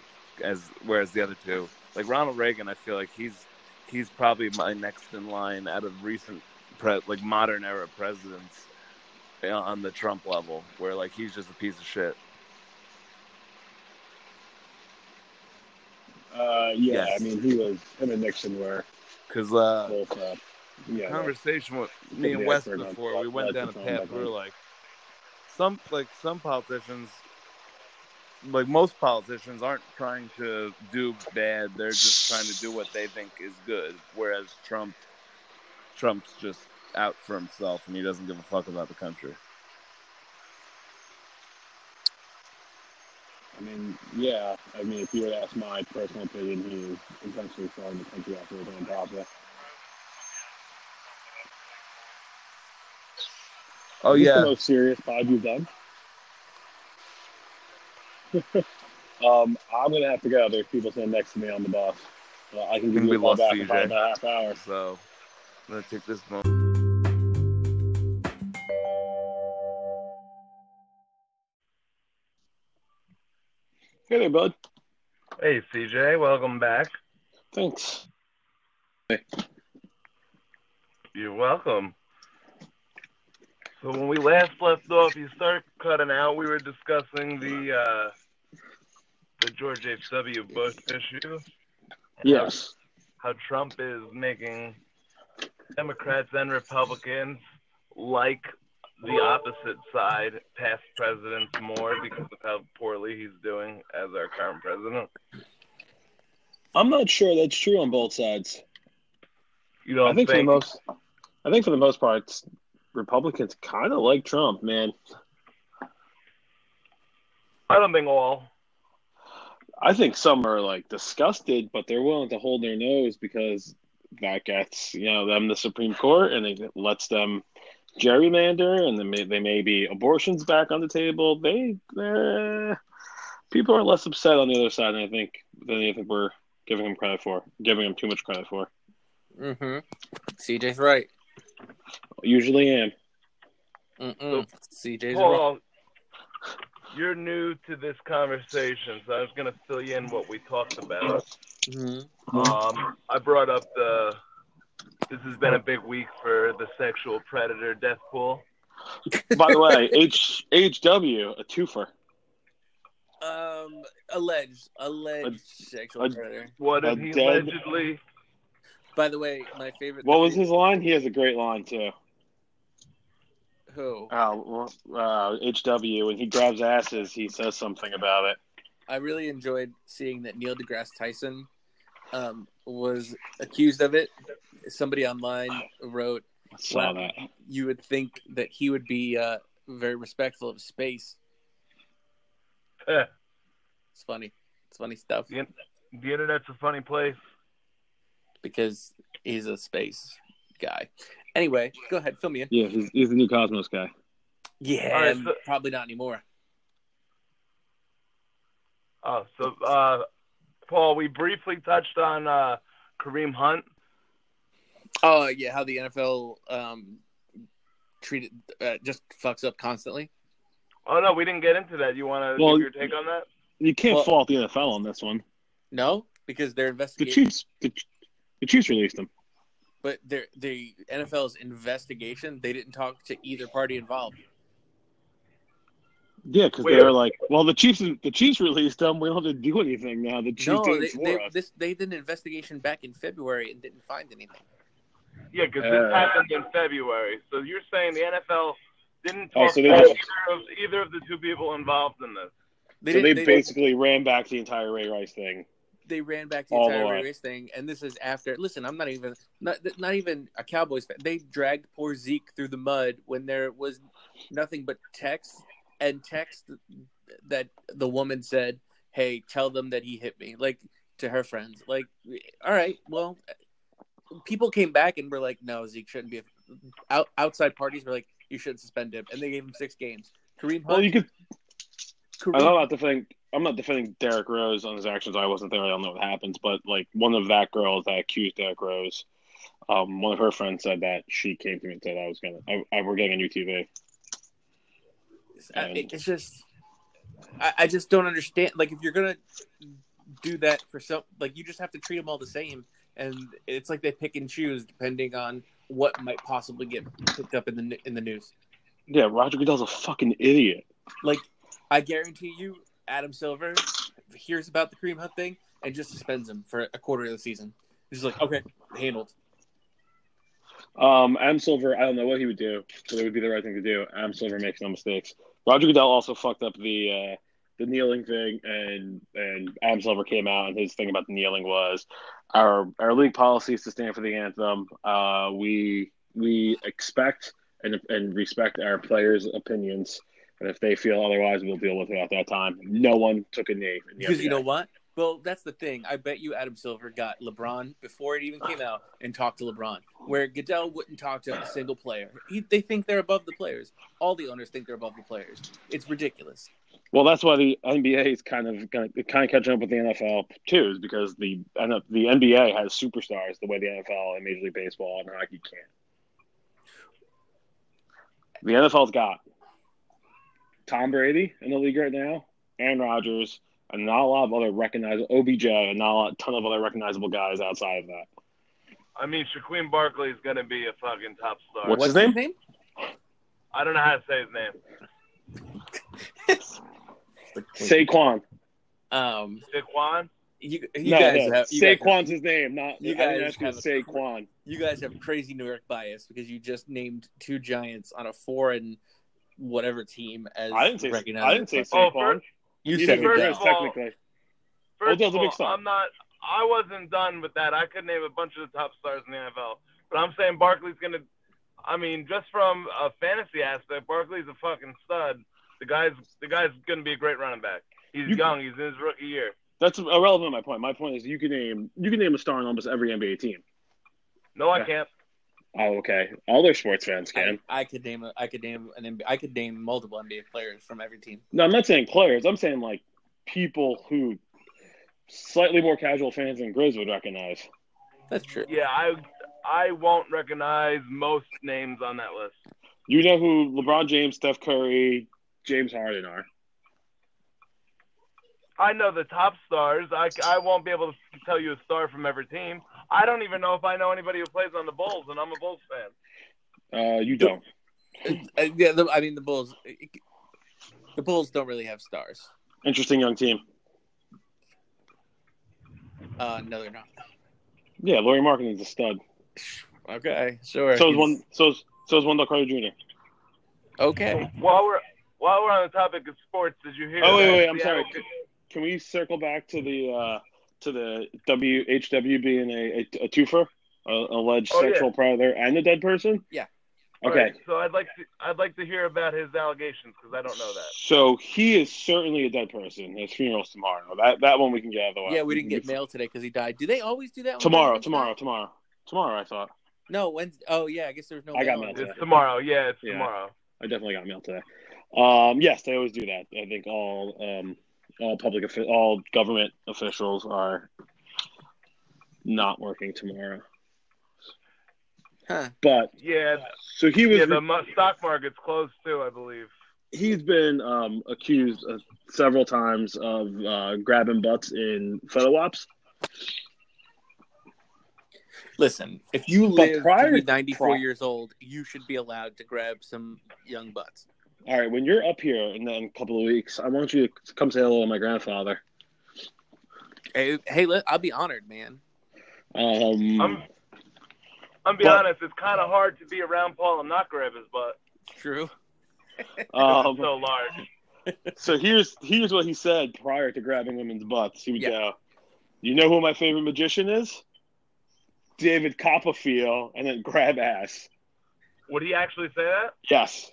[SPEAKER 6] As whereas the other two, like Ronald Reagan, I feel like he's he's probably my next in line out of recent pre, like modern era presidents you know, on the Trump level, where like he's just a piece of shit.
[SPEAKER 7] uh, yeah,
[SPEAKER 6] Yes.
[SPEAKER 7] I mean, he was him and Nixon were
[SPEAKER 6] Because uh,
[SPEAKER 7] both. Uh, yeah,
[SPEAKER 6] conversation with
[SPEAKER 7] Could
[SPEAKER 6] me
[SPEAKER 7] be
[SPEAKER 6] and Wes
[SPEAKER 7] expert on
[SPEAKER 6] before we went down a
[SPEAKER 7] politics and all
[SPEAKER 6] path.
[SPEAKER 7] that.
[SPEAKER 6] We were like, some like some politicians, like most politicians, aren't trying to do bad. They're just trying to do what they think is good. Whereas Trump, Trump's just out for himself and he doesn't give a fuck about the country.
[SPEAKER 7] I mean, yeah. I mean, if you would ask my personal opinion, he is intentionally throwing the country off his own process.
[SPEAKER 6] Oh
[SPEAKER 7] Is this the
[SPEAKER 6] yeah,
[SPEAKER 7] most serious pod you've done. um, I'm gonna have to go. There's people sitting next to me on the bus. Uh, I can give
[SPEAKER 6] think
[SPEAKER 7] you
[SPEAKER 6] we
[SPEAKER 7] a call
[SPEAKER 6] lost
[SPEAKER 7] back
[SPEAKER 6] CJ.
[SPEAKER 7] in probably about a half hour.
[SPEAKER 6] so I'm gonna take this moment.
[SPEAKER 7] Hey there, bud.
[SPEAKER 3] Uh, Hey, CJ, welcome back.
[SPEAKER 7] Thanks.
[SPEAKER 3] You're welcome. So when we last left off, you start cutting out. We were discussing the uh, the George H. W. Bush issue.
[SPEAKER 7] Yes.
[SPEAKER 3] How Trump is making Democrats and Republicans like the opposite side, past presidents more because of how poorly he's doing as our current president.
[SPEAKER 7] I'm not sure that's true on both sides.
[SPEAKER 3] You don't
[SPEAKER 7] I think, for the most, I think for the most part, Republicans kind of like Trump, man.
[SPEAKER 3] I don't think all.
[SPEAKER 7] I think some are like disgusted, but they're willing to hold their nose because that gets you know them the Supreme Court, and it lets them gerrymander, and then may, they may be abortions back on the table. They they're- people are less upset on the other side, than I think than I think we're giving them credit for, giving them too much credit for.
[SPEAKER 2] Mm-hmm. CJ's right.
[SPEAKER 7] Usually am.
[SPEAKER 2] Mm-mm. CJ's right.
[SPEAKER 3] Paul, you're new to this conversation, so I was going to fill you in what we talked about.
[SPEAKER 2] Mhm.
[SPEAKER 3] Um, I brought up the. This has been a big week for the sexual predator death pool.
[SPEAKER 7] By the way, H HW a twofer.
[SPEAKER 2] Um, alleged, alleged sexual
[SPEAKER 7] a-
[SPEAKER 2] predator.
[SPEAKER 3] What
[SPEAKER 7] A
[SPEAKER 3] did he
[SPEAKER 7] dead-
[SPEAKER 3] allegedly?
[SPEAKER 2] By the way, my favorite.
[SPEAKER 7] What was his line? He has a great line too.
[SPEAKER 3] Who?
[SPEAKER 7] Oh, well, uh, HW, and he grabs asses. He says something about it.
[SPEAKER 2] I really enjoyed seeing that Neil deGrasse Tyson um, was accused of it. Somebody online wrote,
[SPEAKER 7] I saw
[SPEAKER 2] Wow.
[SPEAKER 7] that.
[SPEAKER 2] "You would think that he would be uh, very respectful of space."
[SPEAKER 3] Eh.
[SPEAKER 2] It's funny. It's funny stuff
[SPEAKER 3] Yeah. The internet's a funny place.
[SPEAKER 2] because he's a space guy. Anyway, go ahead, fill me in.
[SPEAKER 7] Yeah, he's, he's the new Cosmos guy.
[SPEAKER 2] Yeah,
[SPEAKER 3] All right, so-
[SPEAKER 2] probably not anymore.
[SPEAKER 3] Oh, so uh, Paul, we briefly touched on uh, Kareem Hunt.
[SPEAKER 2] Oh yeah, how the NFL um, treated uh, just fucks up constantly.
[SPEAKER 3] Oh no, we didn't get into that. You want to
[SPEAKER 7] Well,
[SPEAKER 3] give your take on that?
[SPEAKER 7] You can't
[SPEAKER 2] Well-
[SPEAKER 7] fault the NFL on this one.
[SPEAKER 2] No, because they're
[SPEAKER 7] The
[SPEAKER 2] investigating.
[SPEAKER 7] Chiefs, the, the Chiefs released him.
[SPEAKER 2] but their the NFL's investigation, they didn't talk to either party involved.
[SPEAKER 7] Yeah, because
[SPEAKER 3] Wait.
[SPEAKER 7] they were like, well, the Chiefs, the Chiefs released him. We don't have to do anything now. The Chiefs
[SPEAKER 2] No,
[SPEAKER 7] did
[SPEAKER 2] they,
[SPEAKER 7] it for
[SPEAKER 2] they,
[SPEAKER 7] us.
[SPEAKER 2] this, they did an investigation back in February and didn't find anything.
[SPEAKER 3] Yeah, because
[SPEAKER 7] Uh.
[SPEAKER 3] this happened in February. So you're saying the NFL didn't
[SPEAKER 7] Oh,
[SPEAKER 3] talk to
[SPEAKER 7] so they
[SPEAKER 3] either
[SPEAKER 7] just-
[SPEAKER 3] of, either of the two people involved in this.
[SPEAKER 2] They
[SPEAKER 7] so
[SPEAKER 2] didn't-
[SPEAKER 7] they,
[SPEAKER 2] they, didn't-
[SPEAKER 7] basically ran back the entire Ray Rice thing.
[SPEAKER 2] they ran back the
[SPEAKER 7] all
[SPEAKER 2] entire
[SPEAKER 7] the way.
[SPEAKER 2] Ray Rice thing, and this is after. Listen, I'm not even not not even a Cowboys fan. They dragged poor Zeke through the mud when there was nothing but text and text that the woman said, "Hey, tell them that he hit me," like to her friends. Like, all right, well, people came back and were like, "No, Zeke shouldn't be." Out, outside parties were like, "You shouldn't suspend him," and they gave him six games. Kareem Hunt.
[SPEAKER 7] Well, you could.
[SPEAKER 2] Kareem-
[SPEAKER 7] I'm not defending. I'm not defending Derek Rose on his actions. I wasn't there. I don't know what happens, but like one of that girls that accused Derek Rose, um, one of her friends said that she came to me and said I was gonna. I, I, we're getting a new TV.
[SPEAKER 2] I-
[SPEAKER 7] And-
[SPEAKER 2] it- it's just I, I just don't understand like if you're gonna do that for some like you just have to treat them all the same and it's like they pick and choose depending on what might possibly get picked up in the n- in the news
[SPEAKER 7] Yeah, Roger Goodell's a fucking idiot.
[SPEAKER 2] like i guarantee you adam silver hears about the cream hunt thing and just suspends him for a quarter of the season he's like okay handled
[SPEAKER 7] Um, Adam Silver, I don't know what he would do, but it would be the right thing to do. Adam Silver makes no mistakes. Roger Goodell also fucked up the uh, the kneeling thing, and and Adam Silver came out and his thing about the kneeling was our our league policy is to stand for the anthem. Uh, we we expect and and respect our players' opinions, and if they feel otherwise, we'll deal with it at that time. No one took a knee in the
[SPEAKER 2] because you
[SPEAKER 7] NBA.
[SPEAKER 2] know what well that's the thing i bet you adam silver got lebron before it even came out and talked to lebron where goodell wouldn't talk to a single player he, they think they're above the players all the owners think they're above the players it's ridiculous
[SPEAKER 7] Well, that's why the NBA is kind of kind of, kind of catching up with the NFL too, is because the and the NBA has superstars the way the NFL and Major League Baseball and hockey can't. The NFL's got Tom Brady in the league right now, Aaron Rodgers, and not a lot of other recognizable OBJ, and not a lot, ton of other recognizable guys outside of that.
[SPEAKER 3] I mean, Shaquem Barkley is going to be a fucking top star.
[SPEAKER 7] What's his name?
[SPEAKER 3] I don't know how to say his name.
[SPEAKER 7] Saquon.
[SPEAKER 2] um
[SPEAKER 3] Saquon?
[SPEAKER 2] you, you
[SPEAKER 7] No,
[SPEAKER 2] guys
[SPEAKER 7] no,
[SPEAKER 2] have you guys,
[SPEAKER 7] Saquon's his name. Not
[SPEAKER 2] you
[SPEAKER 7] I didn't
[SPEAKER 2] guys
[SPEAKER 7] ask you
[SPEAKER 2] have
[SPEAKER 7] to Saquon.
[SPEAKER 2] you guys have crazy new york bias because you just named two giants on a foreign whatever team as
[SPEAKER 7] I didn't say.
[SPEAKER 2] recognized
[SPEAKER 7] I didn't say
[SPEAKER 2] fucking-
[SPEAKER 3] Oh,
[SPEAKER 7] Saquon.
[SPEAKER 3] first-
[SPEAKER 2] you
[SPEAKER 7] You
[SPEAKER 2] said
[SPEAKER 7] said
[SPEAKER 2] Goodell.
[SPEAKER 3] first
[SPEAKER 7] Burgess
[SPEAKER 3] of all-
[SPEAKER 7] technically.
[SPEAKER 3] First of
[SPEAKER 7] Odell's a big
[SPEAKER 3] all,
[SPEAKER 7] star.
[SPEAKER 3] I'm not. I wasn't done with that. I could name a bunch of the top stars in the NFL, but I'm saying Barkley's going to. I mean, just from a fantasy aspect, Barkley's a fucking stud. The guy's the guy's going to be a great running back. He's
[SPEAKER 7] You-
[SPEAKER 3] young. He's in his rookie year.
[SPEAKER 7] That's irrelevant. to My point. My point is you can name you can name a star on almost every NBA team.
[SPEAKER 3] No, I
[SPEAKER 7] Yeah.
[SPEAKER 3] can't.
[SPEAKER 7] Oh, okay. All their sports fans
[SPEAKER 2] I,
[SPEAKER 7] can.
[SPEAKER 2] I could name a, I could name an NBA, I could name multiple NBA players from every team.
[SPEAKER 7] No, I'm not saying players. I'm saying like people who slightly more casual fans than Grizz would recognize.
[SPEAKER 2] That's true.
[SPEAKER 3] Yeah, I I won't recognize most names on that list.
[SPEAKER 7] You know who LeBron James, Steph Curry, James Harden are.
[SPEAKER 3] I know the top stars. I, I won't be able to tell you a star from every team. I don't even know if I know anybody who plays on the Bulls, and I'm a Bulls fan.
[SPEAKER 7] Uh, you don't.
[SPEAKER 2] Uh, yeah, the, I mean the Bulls. uh, The Bulls don't really have stars.
[SPEAKER 7] Interesting young team.
[SPEAKER 2] Uh, no, they're not.
[SPEAKER 7] Yeah, Laurie Markkinen's a stud.
[SPEAKER 2] Okay, sure.
[SPEAKER 7] So is
[SPEAKER 2] He's-
[SPEAKER 7] one. So is, so is Wendell Carter Jr.
[SPEAKER 2] Okay.
[SPEAKER 3] While we're while we're on the topic of sports, did you hear?
[SPEAKER 7] Oh, wait,
[SPEAKER 3] that
[SPEAKER 7] wait, I'm
[SPEAKER 3] Seattle-
[SPEAKER 7] sorry. Can we circle back to the uh, to the WHW being a, a, a twofer, a, alleged
[SPEAKER 3] Oh, yeah.
[SPEAKER 7] sexual predator and a dead person?
[SPEAKER 2] Yeah.
[SPEAKER 3] All
[SPEAKER 7] Okay.
[SPEAKER 3] right, so I'd like to I'd like to hear about his allegations because I don't know that.
[SPEAKER 7] So he is certainly a dead person. His funeral's tomorrow. That that one we can get out of the way.
[SPEAKER 2] Yeah, we didn't get mail today because he died. Do they always do that? on
[SPEAKER 7] Oh, tomorrow.
[SPEAKER 2] Valentine's
[SPEAKER 7] Tomorrow.
[SPEAKER 2] Day?
[SPEAKER 7] Tomorrow. Tomorrow. I thought
[SPEAKER 2] No, Wednesday. Oh yeah, I guess there was no.
[SPEAKER 7] I got
[SPEAKER 2] mail.
[SPEAKER 7] mail.
[SPEAKER 3] It's tomorrow. Yeah, it's
[SPEAKER 7] Yeah.
[SPEAKER 3] tomorrow.
[SPEAKER 7] I definitely got mail today. Um, yes, they always do that. I think all um, all public offi- all government officials are not working tomorrow.
[SPEAKER 2] Huh.
[SPEAKER 7] But
[SPEAKER 3] Yeah,
[SPEAKER 7] so he was
[SPEAKER 3] yeah. The mo- stock market's closed too, I believe.
[SPEAKER 7] he's been um, accused of several times of uh, grabbing butts in photo ops.
[SPEAKER 2] Listen, if you
[SPEAKER 7] But
[SPEAKER 2] live
[SPEAKER 7] prior-
[SPEAKER 2] to be 94
[SPEAKER 7] prior-
[SPEAKER 2] years old, you should be allowed to grab some young butts.
[SPEAKER 7] All right, when you're up here in then a couple of weeks, I want you to come say hello to my grandfather.
[SPEAKER 2] Hey, hey, let- I'll be honored, man.
[SPEAKER 7] Um,
[SPEAKER 3] I'm I'm be
[SPEAKER 7] Well-
[SPEAKER 3] honest. It's kind of hard to be around Paul and not grab his butt.
[SPEAKER 2] True.
[SPEAKER 7] um,
[SPEAKER 3] It's so large.
[SPEAKER 7] so here's here's what he said prior to grabbing women's butts. He would
[SPEAKER 2] Yeah.
[SPEAKER 7] go, "You know who my favorite magician is? David Copperfield," and then grab ass.
[SPEAKER 3] Would he actually say that?
[SPEAKER 7] Yes,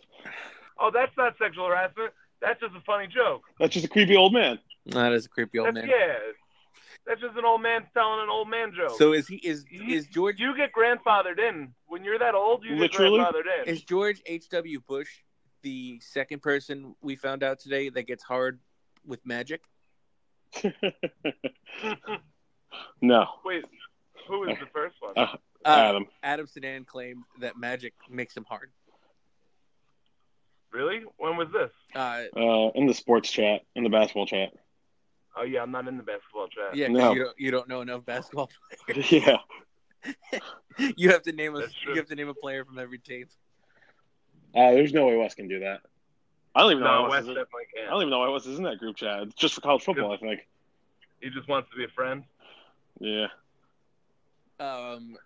[SPEAKER 3] Oh, that's not sexual harassment. That's just a funny joke.
[SPEAKER 7] that's just a creepy old man.
[SPEAKER 2] That is a creepy old
[SPEAKER 3] That's
[SPEAKER 2] man.
[SPEAKER 3] yeah. That's just an old man telling an old man joke.
[SPEAKER 2] So is he is
[SPEAKER 3] You-
[SPEAKER 2] is George
[SPEAKER 3] you get grandfathered in when you're that old. You
[SPEAKER 7] Literally?
[SPEAKER 3] get grandfathered in.
[SPEAKER 2] is George H. W. Bush the second person we found out today that gets hard with magic?
[SPEAKER 7] no,
[SPEAKER 3] Wait, who was the first one?
[SPEAKER 7] Uh,
[SPEAKER 2] Uh,
[SPEAKER 7] Adam.
[SPEAKER 2] Adam Sedan claimed that magic makes him hard.
[SPEAKER 3] Really? When was this?
[SPEAKER 2] Uh,
[SPEAKER 7] Uh, in the sports chat, in the basketball chat.
[SPEAKER 3] Oh yeah, I'm not in the basketball chat.
[SPEAKER 2] yeah, 'cause
[SPEAKER 7] No.
[SPEAKER 2] you don't you don't know enough basketball.
[SPEAKER 7] yeah.
[SPEAKER 2] you have to name a
[SPEAKER 3] That's true.
[SPEAKER 2] you have to name a player from every team.
[SPEAKER 7] Uh, there's no way West can do that. I don't even know.
[SPEAKER 3] No,
[SPEAKER 7] why
[SPEAKER 3] West
[SPEAKER 7] Wes is Oh. in,
[SPEAKER 3] definitely
[SPEAKER 7] I
[SPEAKER 3] can.
[SPEAKER 7] don't even know why Wes is in that group chat. It's just for college football, I think.
[SPEAKER 3] He just wants to be a friend.
[SPEAKER 7] Yeah.
[SPEAKER 2] Um,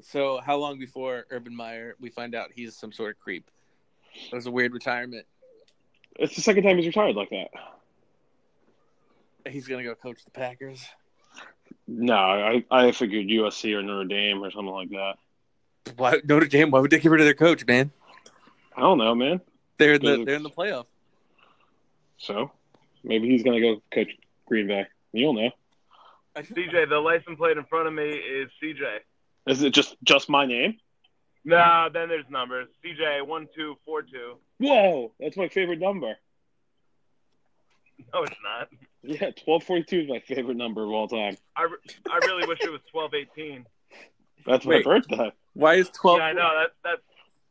[SPEAKER 2] so how long before Urban Meyer we find out he's some sort of creep? It was a weird retirement.
[SPEAKER 7] It's the second time he's retired like that.
[SPEAKER 2] He's gonna go coach the Packers.
[SPEAKER 7] No, I, I figured USC or Notre Dame or something like that.
[SPEAKER 2] Why Notre Dame? Why would they get rid of their coach, man?
[SPEAKER 7] I don't know, man.
[SPEAKER 2] They're in the
[SPEAKER 7] Dude.
[SPEAKER 2] they're in the playoff.
[SPEAKER 7] So maybe he's going to go coach Green Bay. You'll know.
[SPEAKER 3] CJ, the license plate in front of me is CJ.
[SPEAKER 7] Is it just just my name?
[SPEAKER 3] No, then there's numbers. CJ one two four two.
[SPEAKER 7] Whoa, that's my favorite number.
[SPEAKER 3] No, it's not.
[SPEAKER 7] Yeah, twelve forty two is my favorite number of all time.
[SPEAKER 3] I, re- I really wish it was twelve eighteen.
[SPEAKER 7] That's
[SPEAKER 2] Wait.
[SPEAKER 7] my birthday.
[SPEAKER 2] Why is twelve?
[SPEAKER 3] yeah, I know. That that's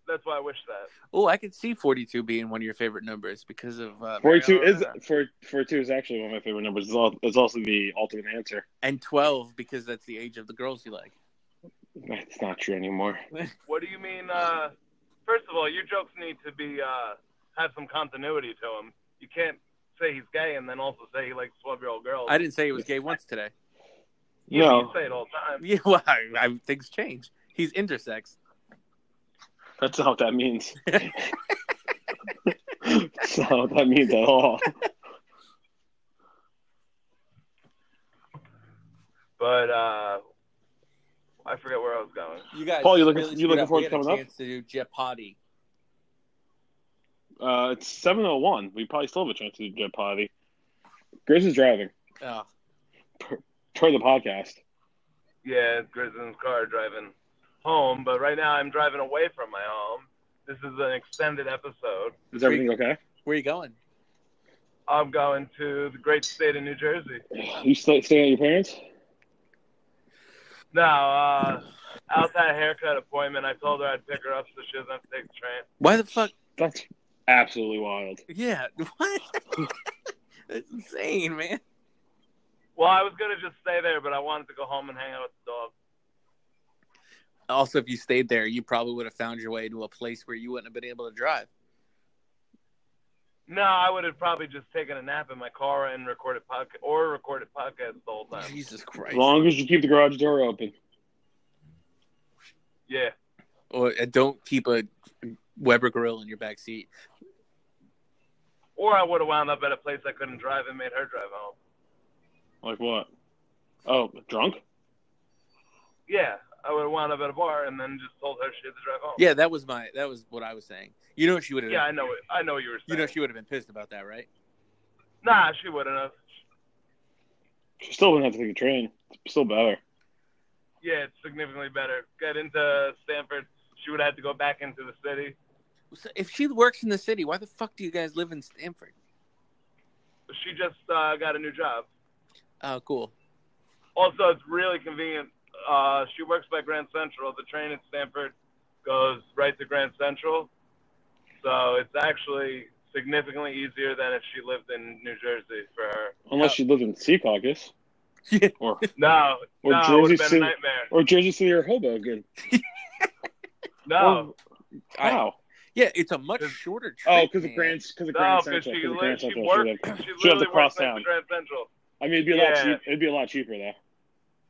[SPEAKER 3] that's why I wish that.
[SPEAKER 2] Oh, I could see forty-two being one of your favorite numbers because of uh,
[SPEAKER 7] Forty two is
[SPEAKER 2] Mariota.
[SPEAKER 7] for forty two is actually one of my favorite numbers. It's, all, it's also the ultimate answer.
[SPEAKER 2] and twelve because that's the age of the girls you like.
[SPEAKER 7] That's not true anymore.
[SPEAKER 3] What do you mean? Uh, first of all, your jokes need to be uh, have some continuity to them. You can't say he's gay and then also say he likes twelve year old girls.
[SPEAKER 2] I didn't say he was gay once today.
[SPEAKER 3] You know,
[SPEAKER 7] No.
[SPEAKER 3] you say it all the time.
[SPEAKER 2] Yeah, well, I, I, things change. He's intersex.
[SPEAKER 7] That's not what that means. That's not what that means at all.
[SPEAKER 3] But uh, I forget where I was going.
[SPEAKER 2] You guys,
[SPEAKER 7] Paul, you looking- you looking forward to coming up?
[SPEAKER 2] To do Jeopardy.
[SPEAKER 7] Uh, it's seven oh one. We probably still have a chance to do potty. Grizz is driving
[SPEAKER 2] Oh,
[SPEAKER 7] per the podcast.
[SPEAKER 3] Yeah, it's Grison's car driving home, but right now I'm driving away from my home. This is an extended episode.
[SPEAKER 7] Is everything okay?
[SPEAKER 2] where you going?
[SPEAKER 3] I'm going to the great state of New Jersey.
[SPEAKER 7] You stay, stay at your parents?
[SPEAKER 3] Now, uh, out that haircut appointment, I told her I'd pick her up so she doesn't have to take the train.
[SPEAKER 2] Why the fuck?
[SPEAKER 7] That's absolutely wild.
[SPEAKER 2] Yeah, what? That's insane, man.
[SPEAKER 3] Well, I was gonna just stay there, but I wanted to go home and hang out with the dog.
[SPEAKER 2] Also, if you stayed there, you probably would have found your way to a place where you wouldn't have been able to drive.
[SPEAKER 3] No, I would have probably just taken a nap in my car and recorded podcast or recorded podcast the whole time.
[SPEAKER 2] Jesus
[SPEAKER 7] As
[SPEAKER 2] Christ!
[SPEAKER 7] long as you keep the garage door open.
[SPEAKER 3] Yeah,
[SPEAKER 2] Or uh, don't keep a Weber grill in your back seat.
[SPEAKER 3] Or I would have wound up at a place I couldn't drive and made her drive home.
[SPEAKER 7] Like what? Oh, drunk?
[SPEAKER 3] Yeah, I would have wound up at a bar and then just told her she had to drive home.
[SPEAKER 2] Yeah, that was my that was what I was saying. You know she would have
[SPEAKER 3] Yeah, I know. It. I know what you were.
[SPEAKER 2] you
[SPEAKER 3] Saying.
[SPEAKER 2] know she would have been pissed about that, right?
[SPEAKER 3] Nah, she wouldn't have.
[SPEAKER 7] She still wouldn't have to take a train. It's still better.
[SPEAKER 3] Yeah, it's significantly better. Get into Stanford. She would have had to go back into the city.
[SPEAKER 2] So if she works in the city, why the fuck do you guys live in Stanford?
[SPEAKER 3] She just uh, got a new job.
[SPEAKER 2] Oh, cool.
[SPEAKER 3] Also, it's really convenient. Uh, she works by Grand Central. The train at Stanford goes right to Grand Central. So it's actually significantly easier than if she lived in New Jersey for her.
[SPEAKER 7] Unless she lived in Secaucus.
[SPEAKER 2] Yeah.
[SPEAKER 7] Or
[SPEAKER 3] No,
[SPEAKER 7] Or
[SPEAKER 3] no, it would
[SPEAKER 7] Jersey
[SPEAKER 3] have
[SPEAKER 7] City.
[SPEAKER 3] been a nightmare.
[SPEAKER 7] or Jersey City or Hoboken.
[SPEAKER 3] No,
[SPEAKER 2] I-
[SPEAKER 7] Wow.
[SPEAKER 2] Yeah, it's a much
[SPEAKER 3] It's-
[SPEAKER 2] shorter trip.
[SPEAKER 7] Oh, because of
[SPEAKER 2] man.
[SPEAKER 7] Grand because of
[SPEAKER 3] no,
[SPEAKER 7] Grand
[SPEAKER 3] because
[SPEAKER 7] Central.
[SPEAKER 3] she,
[SPEAKER 7] 'cause of
[SPEAKER 3] li-
[SPEAKER 7] Grand
[SPEAKER 3] she
[SPEAKER 7] Central.
[SPEAKER 3] worked.
[SPEAKER 7] should have-
[SPEAKER 3] She
[SPEAKER 7] should have
[SPEAKER 3] literally
[SPEAKER 7] to cross
[SPEAKER 3] works next
[SPEAKER 7] down.
[SPEAKER 3] to Grand Central.
[SPEAKER 7] I mean, it'd be a lot
[SPEAKER 3] Yeah.
[SPEAKER 7] cheap. It'd be a lot cheaper though.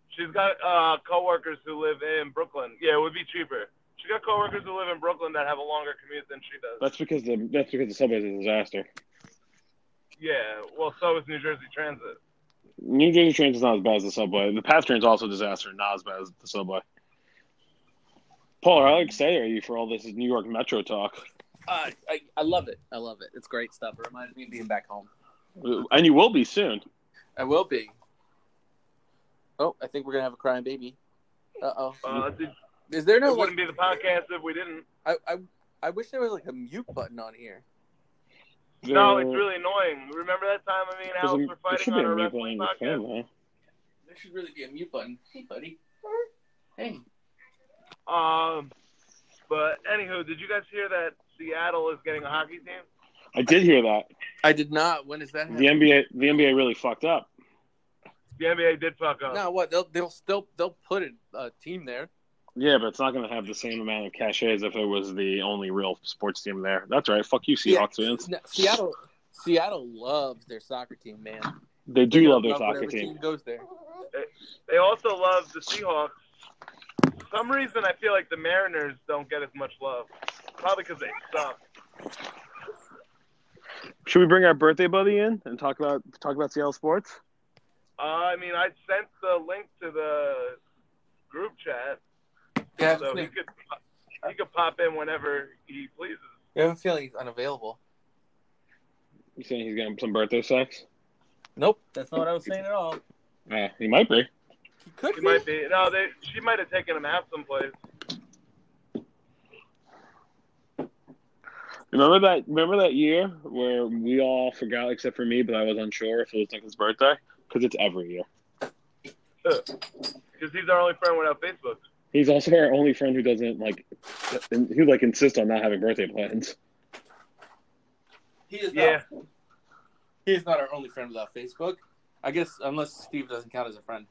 [SPEAKER 3] She's got uh, coworkers who live in Brooklyn. Yeah, it would be cheaper. She got coworkers who live in Brooklyn that have a longer commute than she does.
[SPEAKER 7] That's because the that's because the subway's a disaster.
[SPEAKER 3] yeah, well, so is New Jersey Transit.
[SPEAKER 7] New Jersey trains is not as bad as the subway. The PATH train's also a disaster, not as bad as the subway. Paul, how excited are you for all this New York Metro talk?
[SPEAKER 2] Uh, I, I love it. I love it. It's great stuff. It reminds me of being back home.
[SPEAKER 7] And you will be soon.
[SPEAKER 2] I will be. Oh, I think we're gonna have a crying baby. Uh oh.
[SPEAKER 3] Uh, it
[SPEAKER 2] Is there no
[SPEAKER 3] it
[SPEAKER 2] like,
[SPEAKER 3] wouldn't be the podcast if we didn't.
[SPEAKER 2] I, I I wish there was like a mute button on here.
[SPEAKER 3] No,
[SPEAKER 7] There-
[SPEAKER 3] it's really annoying. Remember that time me and
[SPEAKER 7] there's a-
[SPEAKER 3] Alex were
[SPEAKER 7] there
[SPEAKER 3] fighting
[SPEAKER 7] should
[SPEAKER 3] on
[SPEAKER 7] be
[SPEAKER 3] our
[SPEAKER 7] a
[SPEAKER 3] wrestling
[SPEAKER 7] replay on your
[SPEAKER 3] podcast?
[SPEAKER 7] phone, huh?
[SPEAKER 2] There should really be a mute button. Hey, buddy. Hey.
[SPEAKER 3] Um, but anywho, did you guys hear that Seattle is getting a hockey team?
[SPEAKER 7] I did hear that.
[SPEAKER 2] I did not. When is that?
[SPEAKER 7] The NBA, the NBA really fucked up.
[SPEAKER 3] The NBA did fuck up.
[SPEAKER 2] No, what they'll they'll still they'll put a, a team there.
[SPEAKER 7] Yeah, but it's not going to have the same amount of cachet as if it was the only real sports team there. That's right. Fuck you, Seahawks fans.
[SPEAKER 2] No, Seattle Seattle loves their soccer team, man.
[SPEAKER 7] They do
[SPEAKER 2] They
[SPEAKER 7] love their
[SPEAKER 2] love
[SPEAKER 7] soccer
[SPEAKER 2] whatever
[SPEAKER 7] team.
[SPEAKER 2] Goes there.
[SPEAKER 3] They also love the Seahawks. For some reason, I feel like the Mariners don't get as much love. Probably because they suck.
[SPEAKER 7] Should we bring our birthday buddy in and talk about talk about Seattle sports?
[SPEAKER 3] Uh, I mean, I sent the link to the group chat,
[SPEAKER 2] Yeah, I have, a
[SPEAKER 3] so he
[SPEAKER 2] feeling,
[SPEAKER 3] could he could pop in whenever he pleases.
[SPEAKER 2] I have a feeling he's unavailable.
[SPEAKER 7] You saying he's getting some birthday sex?
[SPEAKER 2] Nope, that's not what I was saying at all.
[SPEAKER 7] Yeah, he might be.
[SPEAKER 2] He could
[SPEAKER 3] He
[SPEAKER 2] be.
[SPEAKER 3] might be. No, they, she might have taken him out someplace.
[SPEAKER 7] Remember that? Remember that year where we all forgot, except for me, but I was unsure if it was Duncan's birthday because it's every year.
[SPEAKER 3] Because he's our only friend without Facebook.
[SPEAKER 7] He's also our only friend who doesn't like, who like insists on not having birthday plans.
[SPEAKER 2] He is
[SPEAKER 3] Yeah.
[SPEAKER 2] not. He is not our only friend without Facebook. I guess unless Steve doesn't count as a friend.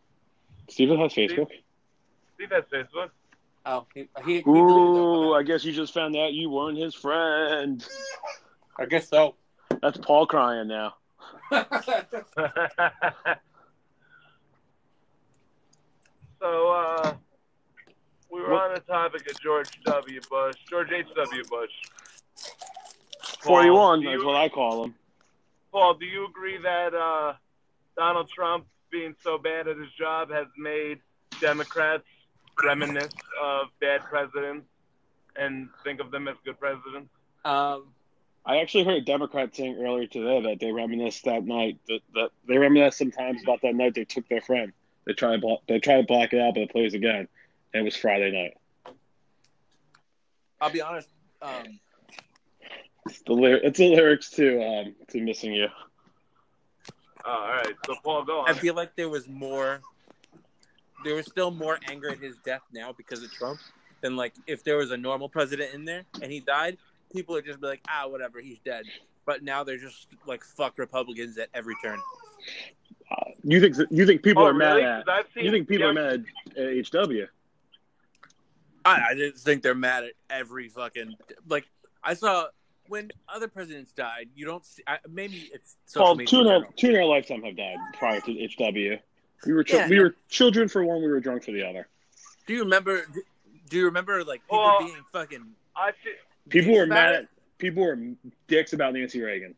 [SPEAKER 7] Steven has Facebook.
[SPEAKER 3] Steve has Facebook.
[SPEAKER 2] Oh, he. he, he
[SPEAKER 7] Ooh, I guess you just found out you weren't his friend.
[SPEAKER 2] I guess so.
[SPEAKER 7] That's Paul crying now.
[SPEAKER 3] so uh, we were on the topic of George W. Bush, George H. W. Bush. Paul,
[SPEAKER 7] Forty-one.
[SPEAKER 3] do
[SPEAKER 7] That's
[SPEAKER 3] you-
[SPEAKER 7] what I call him.
[SPEAKER 3] Paul, do you agree that uh, Donald Trump being so bad at his job has made Democrats reminisce of bad presidents and think of them as good presidents?
[SPEAKER 2] um,
[SPEAKER 7] I actually heard a Democrat saying earlier today that they reminisced that night that, that they reminisce sometimes about that night they took their friend. They try to block, they try to block it out, but it plays again. And it was Friday night.
[SPEAKER 2] I'll be honest. Um,
[SPEAKER 7] It's the lyri- it's the lyrics to um to missing you.
[SPEAKER 3] Oh, all right, so Paul, go on.
[SPEAKER 2] I feel like there was more. There was still more anger at his death now because of Trump than like if there was a normal president in there and he died, people would just be like, ah, whatever, he's dead. But now they're just like fuck Republicans at every turn.
[SPEAKER 7] Uh, you think you think people
[SPEAKER 3] oh,
[SPEAKER 7] are
[SPEAKER 3] really?
[SPEAKER 7] mad
[SPEAKER 3] 'Cause I've
[SPEAKER 7] at
[SPEAKER 3] seen,
[SPEAKER 7] you think people
[SPEAKER 3] yeah,
[SPEAKER 7] are mad at HW?
[SPEAKER 2] I, I just think they're mad at every fucking like I saw when other presidents died. You don't see I, maybe it's social
[SPEAKER 7] Well,
[SPEAKER 2] media
[SPEAKER 7] two in our
[SPEAKER 2] general.
[SPEAKER 7] two in our lifetime have died prior to HW. We were chil-
[SPEAKER 2] Yeah.
[SPEAKER 7] we were children for one, we were drunk for the other.
[SPEAKER 2] Do you remember? Do you remember like people
[SPEAKER 3] Well-
[SPEAKER 2] being fucking
[SPEAKER 3] I see,
[SPEAKER 7] People were
[SPEAKER 2] about
[SPEAKER 7] mad.
[SPEAKER 2] it?
[SPEAKER 7] At, people were dicks about Nancy Reagan.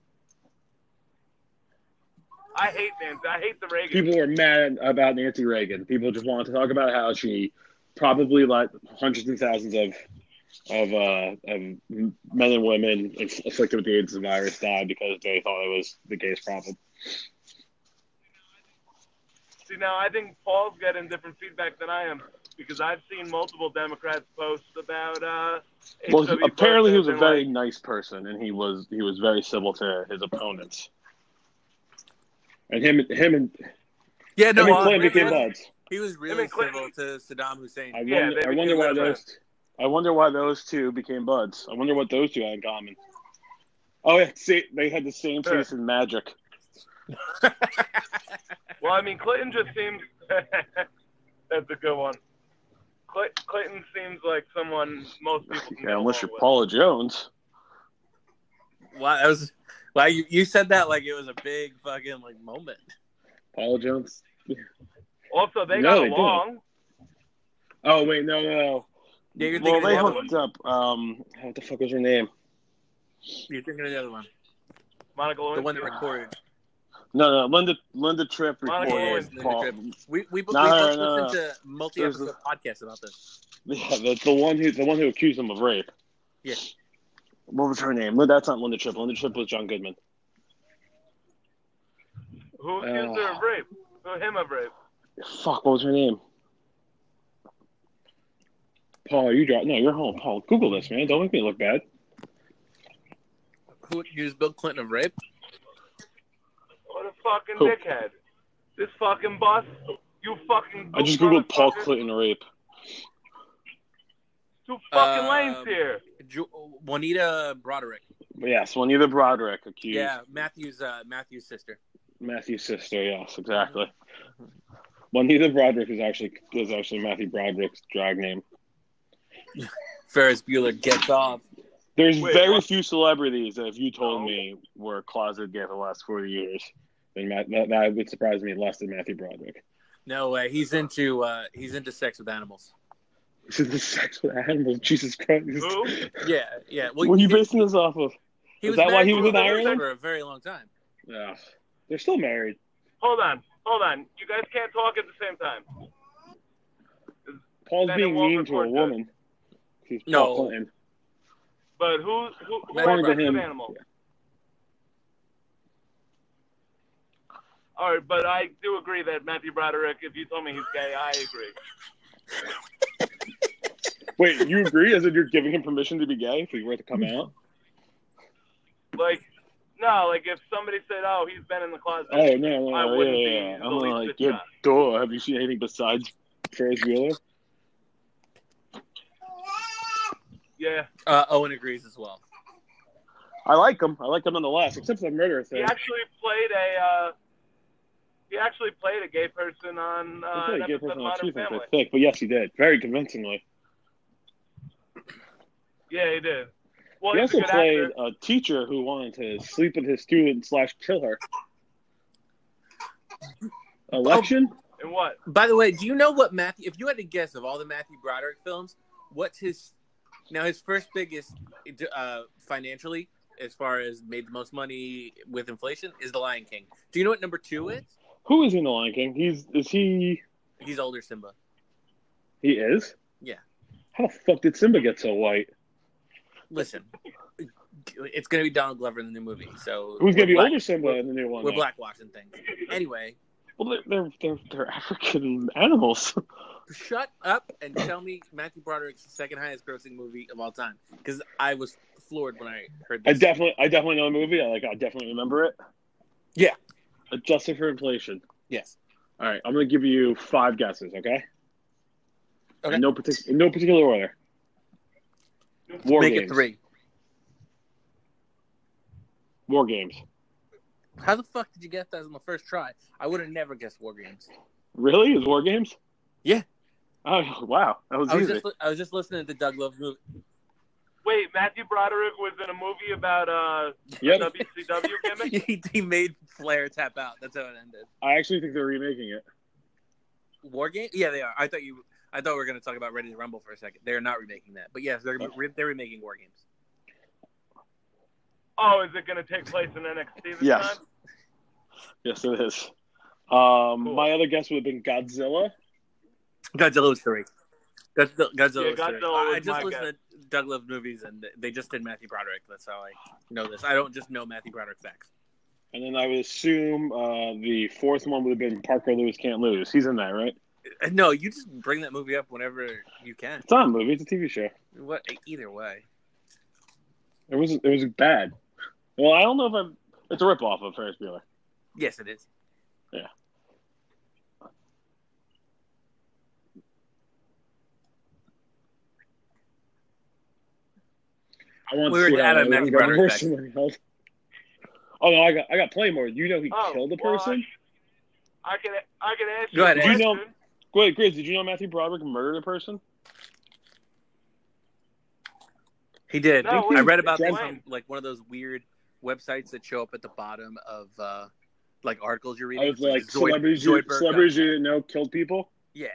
[SPEAKER 3] I hate Nancy. I hate the Reagan.
[SPEAKER 7] People were mad about Nancy Reagan. People just wanted to talk about how she probably let hundreds and thousands of of, uh, of men and women inf- afflicted with the AIDS virus die because they thought it was the gay's problem.
[SPEAKER 3] See, now I think Paul's getting different feedback than I am because I've seen multiple Democrats post about. Uh,
[SPEAKER 7] Well,
[SPEAKER 3] HIV
[SPEAKER 7] apparently he was
[SPEAKER 3] posts
[SPEAKER 7] a
[SPEAKER 3] and,
[SPEAKER 7] very
[SPEAKER 3] like,
[SPEAKER 7] nice person, and he was he was very civil to his opponents. And him, him, and
[SPEAKER 2] Yeah,
[SPEAKER 7] him and
[SPEAKER 2] uh,
[SPEAKER 7] Clinton
[SPEAKER 2] he
[SPEAKER 7] became
[SPEAKER 2] was-
[SPEAKER 7] buds.
[SPEAKER 2] He was
[SPEAKER 3] I
[SPEAKER 2] really
[SPEAKER 3] mean, Clinton-
[SPEAKER 2] civil to Saddam Hussein.
[SPEAKER 7] I
[SPEAKER 3] Yeah,
[SPEAKER 7] wonder,
[SPEAKER 3] they
[SPEAKER 7] I wonder
[SPEAKER 3] became
[SPEAKER 7] why
[SPEAKER 3] better
[SPEAKER 7] those. I wonder why those two became buds. I wonder what those two had in common. Oh yeah, see, they had the same
[SPEAKER 3] Sure.
[SPEAKER 7] taste in magic.
[SPEAKER 3] Well, I mean, Clinton just seems. that's a good one. Cl- Clinton seems like someone most people. Can
[SPEAKER 7] Yeah,
[SPEAKER 3] get along
[SPEAKER 7] unless you're
[SPEAKER 3] with.
[SPEAKER 7] Paula Jones.
[SPEAKER 2] Wow, that was wow. You, you said that like it was a big fucking like moment.
[SPEAKER 7] Paula Jones.
[SPEAKER 3] Also, they
[SPEAKER 7] No,
[SPEAKER 3] got
[SPEAKER 7] they didn't.
[SPEAKER 3] along.
[SPEAKER 7] Oh wait, no, no. no.
[SPEAKER 2] Yeah, you're
[SPEAKER 7] well,
[SPEAKER 2] thinking
[SPEAKER 7] they
[SPEAKER 2] of the other
[SPEAKER 7] hooked up. Um, what the fuck was her name?
[SPEAKER 2] You're thinking of the other one,
[SPEAKER 3] Monica
[SPEAKER 2] the
[SPEAKER 3] Lewinsky.
[SPEAKER 2] one that recorded.
[SPEAKER 7] No, no, Linda, Linda Tripp
[SPEAKER 3] Monica
[SPEAKER 7] reported.
[SPEAKER 2] Lewinsky.
[SPEAKER 7] Paul.
[SPEAKER 2] We we, we
[SPEAKER 7] No, no,
[SPEAKER 2] both
[SPEAKER 7] no,
[SPEAKER 2] listened to multi episode
[SPEAKER 7] There's
[SPEAKER 2] podcasts about this.
[SPEAKER 7] Yeah, the, the one who the one who accused him of rape.
[SPEAKER 2] Yeah.
[SPEAKER 7] What was her name? Well, That's not Linda Tripp. Linda Tripp was John Goodman. Uh,
[SPEAKER 3] Who accused her of rape? Who him of rape?
[SPEAKER 7] Fuck, what was her name? Paul, are you driving? No, you're home. Paul, Google this, man. Don't make me look bad.
[SPEAKER 2] Who accused Bill Clinton of rape?
[SPEAKER 3] What a fucking
[SPEAKER 7] Who?
[SPEAKER 3] dickhead! This fucking bus. You fucking.
[SPEAKER 7] I just googled Paul
[SPEAKER 3] motherfucker.
[SPEAKER 7] Clinton rape.
[SPEAKER 3] Two fucking
[SPEAKER 2] Um,
[SPEAKER 3] lanes here.
[SPEAKER 2] Ju- Juanita Broderick.
[SPEAKER 7] But yes, Juanita Broderick accused
[SPEAKER 2] Yeah, Matthew's uh, Matthew's sister.
[SPEAKER 7] Matthew's sister. Yes, exactly. Juanita Broderick is actually is actually Matthew Broderick's drag name.
[SPEAKER 2] Ferris Bueller gets off.
[SPEAKER 7] There's
[SPEAKER 3] Wait,
[SPEAKER 7] very
[SPEAKER 3] what?
[SPEAKER 7] few celebrities that if you told
[SPEAKER 3] Oh.
[SPEAKER 7] me were closeted gay for the last 40 years, then Matt, that, that would surprise me less than Matthew Broderick.
[SPEAKER 2] No way. He's into uh, he's into sex with animals.
[SPEAKER 7] This is the sex with animals. Jesus Christ.
[SPEAKER 3] Who?
[SPEAKER 2] Yeah, yeah.
[SPEAKER 7] What are you
[SPEAKER 2] he-
[SPEAKER 7] basing this off of?
[SPEAKER 2] he
[SPEAKER 7] is that why
[SPEAKER 2] married
[SPEAKER 7] he
[SPEAKER 2] to
[SPEAKER 7] was
[SPEAKER 2] a
[SPEAKER 7] in
[SPEAKER 2] woman
[SPEAKER 7] Ireland?
[SPEAKER 2] for a very long time?
[SPEAKER 7] Yeah. They're still married.
[SPEAKER 3] Hold on, hold on. You guys can't talk at the same time.
[SPEAKER 7] Paul's
[SPEAKER 3] Then it
[SPEAKER 7] being
[SPEAKER 3] won't
[SPEAKER 7] mean to a
[SPEAKER 3] report good.
[SPEAKER 7] woman. He's Paul
[SPEAKER 2] No.
[SPEAKER 7] Clinton.
[SPEAKER 3] But who? Who? who
[SPEAKER 7] According to
[SPEAKER 3] abducted
[SPEAKER 7] him-
[SPEAKER 3] an animal? All right, but I do agree that Matthew Broderick. If you told me he's gay, I agree.
[SPEAKER 7] Wait, you agree? As if you're giving him permission to be gay if he were to come out?
[SPEAKER 3] Like, no, like if somebody said, "Oh, he's been in the closet,"
[SPEAKER 7] Oh, no, no,
[SPEAKER 3] I
[SPEAKER 7] no. Yeah,
[SPEAKER 3] wouldn't
[SPEAKER 7] yeah,
[SPEAKER 3] be
[SPEAKER 7] yeah.
[SPEAKER 3] the
[SPEAKER 7] I'm
[SPEAKER 3] least
[SPEAKER 7] like,
[SPEAKER 3] bit
[SPEAKER 7] good
[SPEAKER 3] shocked.
[SPEAKER 7] door. Have you seen anything besides Ferris Bueller?
[SPEAKER 3] yeah,
[SPEAKER 2] Uh, Owen agrees as well.
[SPEAKER 7] I like him. I like him nonetheless, except for the murder
[SPEAKER 3] he
[SPEAKER 7] thing.
[SPEAKER 3] actually played a. Uh, he actually played a gay person on uh,
[SPEAKER 7] He played
[SPEAKER 3] an
[SPEAKER 7] a gay
[SPEAKER 3] episode of
[SPEAKER 7] person on
[SPEAKER 3] Modern
[SPEAKER 7] two things,
[SPEAKER 3] Family.
[SPEAKER 7] I think, but yes, he did very convincingly.
[SPEAKER 3] Yeah, he did. Well,
[SPEAKER 7] he
[SPEAKER 3] he's a
[SPEAKER 7] also
[SPEAKER 3] good
[SPEAKER 7] played
[SPEAKER 3] actor.
[SPEAKER 7] a teacher who wanted to sleep with his student slash kill her.
[SPEAKER 3] Oh.
[SPEAKER 7] Election?
[SPEAKER 3] And what?
[SPEAKER 2] By the way, do you know what Matthew? If you had to guess of all the Matthew Broderick films, what's his now his first biggest uh, financially, as far as made the most money with inflation, is The Lion King. Do you know what number two is?
[SPEAKER 7] Who is in the Lion King? He's is he?
[SPEAKER 2] He's older Simba.
[SPEAKER 7] He is.
[SPEAKER 2] Yeah.
[SPEAKER 7] How the fuck did Simba get so white?
[SPEAKER 2] Listen, it's going to be Donald Glover in the new movie, so
[SPEAKER 7] Who's
[SPEAKER 2] we're
[SPEAKER 7] gonna be
[SPEAKER 2] black-
[SPEAKER 7] older Simba in the new one?
[SPEAKER 2] We're
[SPEAKER 7] though?
[SPEAKER 2] blackwashing things. Anyway,
[SPEAKER 7] Well, they're they're they're, they're African animals.
[SPEAKER 2] shut up and tell me Matthew Broderick's the second highest grossing movie of all time because I was floored when I heard
[SPEAKER 7] I
[SPEAKER 2] this.
[SPEAKER 7] definitely I definitely know the movie. I like I definitely remember it.
[SPEAKER 2] Yeah.
[SPEAKER 7] Adjusted for inflation.
[SPEAKER 2] yes.
[SPEAKER 7] All right, I'm gonna give you five guesses, okay?
[SPEAKER 2] Okay.
[SPEAKER 7] In no particular, no particular order. War
[SPEAKER 2] Make
[SPEAKER 7] games.
[SPEAKER 2] it three.
[SPEAKER 7] War games.
[SPEAKER 2] How the fuck did you guess that on the first try? I would have never guessed War Games.
[SPEAKER 7] Really? Is war games?
[SPEAKER 2] Yeah.
[SPEAKER 7] Oh wow, that was,
[SPEAKER 2] I was
[SPEAKER 7] easy.
[SPEAKER 2] just li- I was just listening to Doug Love's movie.
[SPEAKER 3] Wait, Matthew Broderick was in a movie about uh,
[SPEAKER 7] Yep.
[SPEAKER 3] WCW gimmick.
[SPEAKER 2] he, he made Flair tap out. That's how it ended.
[SPEAKER 7] I actually think they're remaking it.
[SPEAKER 2] War Games? Yeah, they are. I thought you. I thought we were going to talk about Ready to Rumble for a second. They're not remaking that, but yes, they're re- they're remaking War Games.
[SPEAKER 3] Oh, is it going to take place in NXT this
[SPEAKER 7] Yes.
[SPEAKER 3] time?
[SPEAKER 7] Yes, it is. Um, My other guess would have been Godzilla.
[SPEAKER 2] Godzilla was three. Godzilla,
[SPEAKER 3] Yeah,
[SPEAKER 2] Godzilla was
[SPEAKER 3] Godzilla
[SPEAKER 2] three.
[SPEAKER 3] was
[SPEAKER 2] I
[SPEAKER 3] my
[SPEAKER 2] just listened to Doug Love movies, and they just did Matthew Broderick. That's how I know this. I don't just know Matthew Broderick facts.
[SPEAKER 7] And then I would assume uh, the fourth one would have been Parker Lewis Can't Lose. He's in that, right?
[SPEAKER 2] Uh, No, you just bring that movie up whenever you can.
[SPEAKER 7] It's not a movie. It's a TV show.
[SPEAKER 2] What? Either way.
[SPEAKER 7] It was it was bad. Well, I don't know if I'm. It's a ripoff of Ferris Bueller.
[SPEAKER 2] Yes, it is.
[SPEAKER 7] I want
[SPEAKER 2] We were
[SPEAKER 7] to see
[SPEAKER 2] at
[SPEAKER 7] how
[SPEAKER 2] a
[SPEAKER 7] that
[SPEAKER 2] Mac
[SPEAKER 7] was
[SPEAKER 2] Brother
[SPEAKER 7] done.
[SPEAKER 2] fact.
[SPEAKER 7] Oh no, I got I got Playmore. You know he
[SPEAKER 3] Oh,
[SPEAKER 7] killed a
[SPEAKER 3] well, I-
[SPEAKER 7] person.
[SPEAKER 3] I can I can ask
[SPEAKER 2] Go
[SPEAKER 3] you. a
[SPEAKER 2] ahead,
[SPEAKER 7] Ed. You know-
[SPEAKER 3] question.
[SPEAKER 7] Wait, Grizz, did you know Matthew Broderick murdered a person?
[SPEAKER 2] He did.
[SPEAKER 3] No,
[SPEAKER 2] I
[SPEAKER 3] wait,
[SPEAKER 2] read about this
[SPEAKER 3] Glenn.
[SPEAKER 2] on like one of those weird websites that show up at the bottom of uh, like articles you're reading.
[SPEAKER 7] Of
[SPEAKER 2] It's
[SPEAKER 7] like
[SPEAKER 2] Zoid-
[SPEAKER 7] celebrities, you,
[SPEAKER 2] Zoidberg
[SPEAKER 7] celebrities
[SPEAKER 2] got-
[SPEAKER 7] you didn't know killed people.
[SPEAKER 2] Yeah.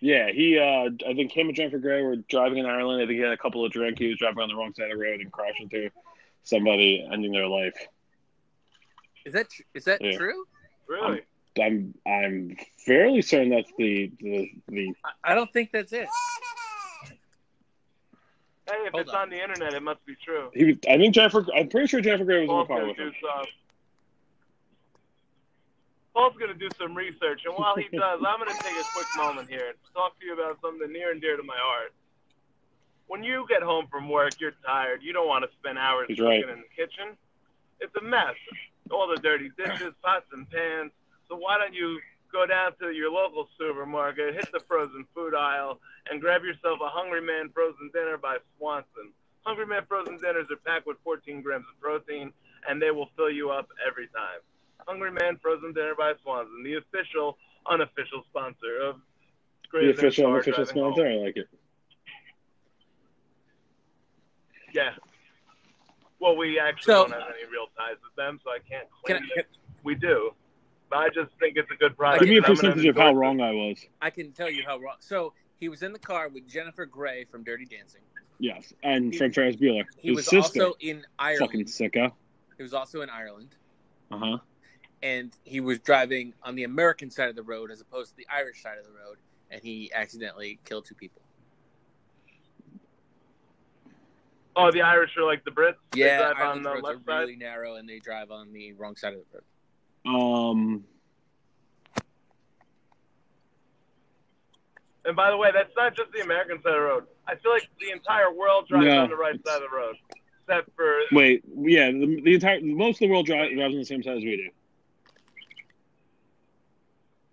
[SPEAKER 7] Yeah, he. Uh, I think him and Jennifer Grey were driving in Ireland. I think he had a couple of drink. He was driving on the wrong side of the road and crashed into somebody, ending their life.
[SPEAKER 2] Is that tr- is that
[SPEAKER 7] Yeah.
[SPEAKER 2] true?
[SPEAKER 3] Really?
[SPEAKER 7] I'm I'm fairly certain that's the the, the
[SPEAKER 2] I, I don't think that's it.
[SPEAKER 3] Hey, if
[SPEAKER 2] Hold
[SPEAKER 3] it's
[SPEAKER 2] on.
[SPEAKER 3] on. the internet, it must be true.
[SPEAKER 7] he was, I think Jennifer. I'm pretty sure Jennifer Grey was in the
[SPEAKER 3] Paul's
[SPEAKER 7] car
[SPEAKER 3] gonna
[SPEAKER 7] with
[SPEAKER 3] do
[SPEAKER 7] him.
[SPEAKER 3] some. Paul's gonna do some research, and while he does, I'm gonna take a quick moment here and talk to you about something near and dear to my heart. When you get home from work, you're tired. You don't want to spend hours
[SPEAKER 7] He's
[SPEAKER 3] cooking
[SPEAKER 7] right.
[SPEAKER 3] in the kitchen. It's a mess. All the dirty dishes, pots and pans. So why don't you go down to your local supermarket, hit the frozen food aisle, and grab yourself a Hungry Man frozen dinner by Swanson. Hungry Man frozen dinners are packed with 14 grams of protein, and they will fill you up every time. Hungry Man frozen dinner by Swanson, the official, unofficial sponsor of
[SPEAKER 7] The
[SPEAKER 3] Great
[SPEAKER 7] official
[SPEAKER 3] Car
[SPEAKER 7] unofficial
[SPEAKER 3] Driving Home.
[SPEAKER 7] sponsor. I like it.
[SPEAKER 3] Yeah. Well, we actually
[SPEAKER 2] So-
[SPEAKER 3] don't have any real ties with them, so I can't
[SPEAKER 2] Can
[SPEAKER 3] claim
[SPEAKER 2] I,
[SPEAKER 3] it. We do, but I just think it's a good product.
[SPEAKER 7] Give me a
[SPEAKER 3] and I'm gonna
[SPEAKER 7] percentage of how
[SPEAKER 3] endorse it.
[SPEAKER 7] wrong I was.
[SPEAKER 2] I can tell you how wrong. So he was in the car with Jennifer Grey from Dirty Dancing.
[SPEAKER 7] Yes, and
[SPEAKER 2] He-
[SPEAKER 7] from Ferris Bueller.
[SPEAKER 2] He
[SPEAKER 7] His
[SPEAKER 2] was
[SPEAKER 7] sister,
[SPEAKER 2] also in Ireland.
[SPEAKER 7] fucking sicko.
[SPEAKER 2] He was also in Ireland,
[SPEAKER 7] Uh huh.
[SPEAKER 2] and he was driving on the American side of the road as opposed to the Irish side of the road, and he accidentally killed two people.
[SPEAKER 3] Oh, the Irish are like the Brits. they
[SPEAKER 2] Yeah,
[SPEAKER 3] drive on
[SPEAKER 2] Ireland's
[SPEAKER 3] the
[SPEAKER 2] roads
[SPEAKER 3] left
[SPEAKER 2] are
[SPEAKER 3] side.
[SPEAKER 2] really narrow, and they drive on the wrong side of the road.
[SPEAKER 7] Um,
[SPEAKER 3] And by the way, that's not just the American side of the road. I feel like the entire world drives
[SPEAKER 7] No.
[SPEAKER 3] on the right side of the road, except for
[SPEAKER 7] wait, yeah, the, the entire most of the world drives, drives on the same side as we do.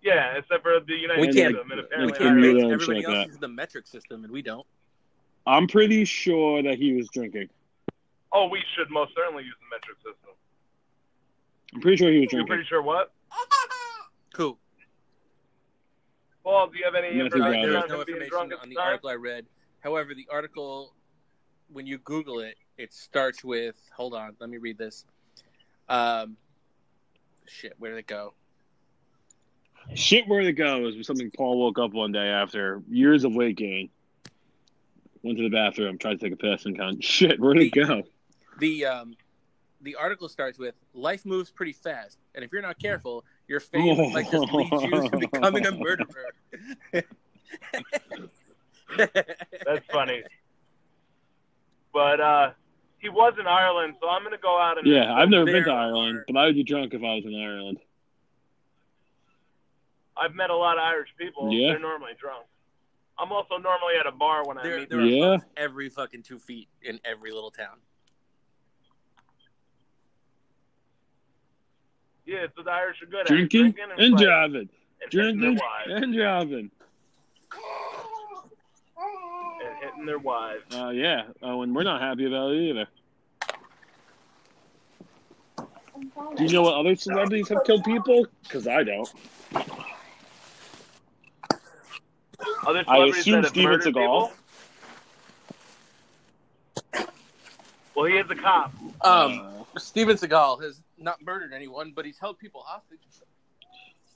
[SPEAKER 3] yeah, except for the United
[SPEAKER 2] We can't-
[SPEAKER 3] Kingdom. E And apparently,
[SPEAKER 7] like, in
[SPEAKER 3] Ireland.
[SPEAKER 7] Europe. don't
[SPEAKER 2] Everybody
[SPEAKER 7] check
[SPEAKER 2] else
[SPEAKER 7] that.
[SPEAKER 2] uses the metric system, and we don't.
[SPEAKER 7] I'm pretty sure that he was drinking.
[SPEAKER 3] oh, we should most certainly use the metric system.
[SPEAKER 7] I'm pretty sure he was
[SPEAKER 3] You're
[SPEAKER 7] drinking.
[SPEAKER 3] pretty sure what?
[SPEAKER 2] Cool.
[SPEAKER 3] Paul, do you have any
[SPEAKER 7] Nothing
[SPEAKER 2] Uh,
[SPEAKER 7] Right,
[SPEAKER 3] information
[SPEAKER 2] there
[SPEAKER 7] yeah.
[SPEAKER 2] is
[SPEAKER 3] on
[SPEAKER 2] no
[SPEAKER 3] him being
[SPEAKER 2] information
[SPEAKER 3] drunk at
[SPEAKER 2] on
[SPEAKER 3] the
[SPEAKER 2] the
[SPEAKER 3] time?
[SPEAKER 2] article I read. However, the article, when you Google it, it starts with hold on, let me read this. Um, shit, where did it go?
[SPEAKER 7] Shit, where to go is something Paul woke up one day after years of weight gain. Went to the bathroom, tried to take a piss, and kind of shit, where to go?
[SPEAKER 2] The um, the article starts with life moves pretty fast, and if you're not careful, your fame
[SPEAKER 7] Oh.
[SPEAKER 2] might just lead you to becoming a murderer.
[SPEAKER 3] That's funny. But uh, he was in Ireland, so I'm gonna go out and
[SPEAKER 7] Yeah, I've never been
[SPEAKER 2] There
[SPEAKER 7] to Ireland,
[SPEAKER 2] are-
[SPEAKER 7] but I would be drunk if I was in Ireland.
[SPEAKER 3] I've met a lot of Irish people.
[SPEAKER 7] Yeah.
[SPEAKER 3] They're normally drunk. I'm also normally at a bar when I
[SPEAKER 2] there,
[SPEAKER 3] meet.
[SPEAKER 2] there
[SPEAKER 7] Yeah.
[SPEAKER 2] are pubs every fucking two feet in every little town.
[SPEAKER 3] Yeah, so the Irish are good
[SPEAKER 7] Drinking
[SPEAKER 3] at drinking and,
[SPEAKER 7] and
[SPEAKER 3] fighting
[SPEAKER 7] driving,
[SPEAKER 3] and hitting
[SPEAKER 7] drinking
[SPEAKER 3] their wives.
[SPEAKER 7] and driving.
[SPEAKER 3] and hitting their wives.
[SPEAKER 7] Uh, yeah. Oh, and we're not happy about it either. Do you know what other celebrities have killed people? Because I don't.
[SPEAKER 3] Other
[SPEAKER 7] I
[SPEAKER 3] celebrities
[SPEAKER 7] assume
[SPEAKER 3] that have
[SPEAKER 7] Steven
[SPEAKER 3] murdered
[SPEAKER 7] Seagal.
[SPEAKER 3] people. Well, he is a cop.
[SPEAKER 2] Um,
[SPEAKER 3] Oh.
[SPEAKER 2] Steven Seagal has not murdered anyone, but he's held people hostage.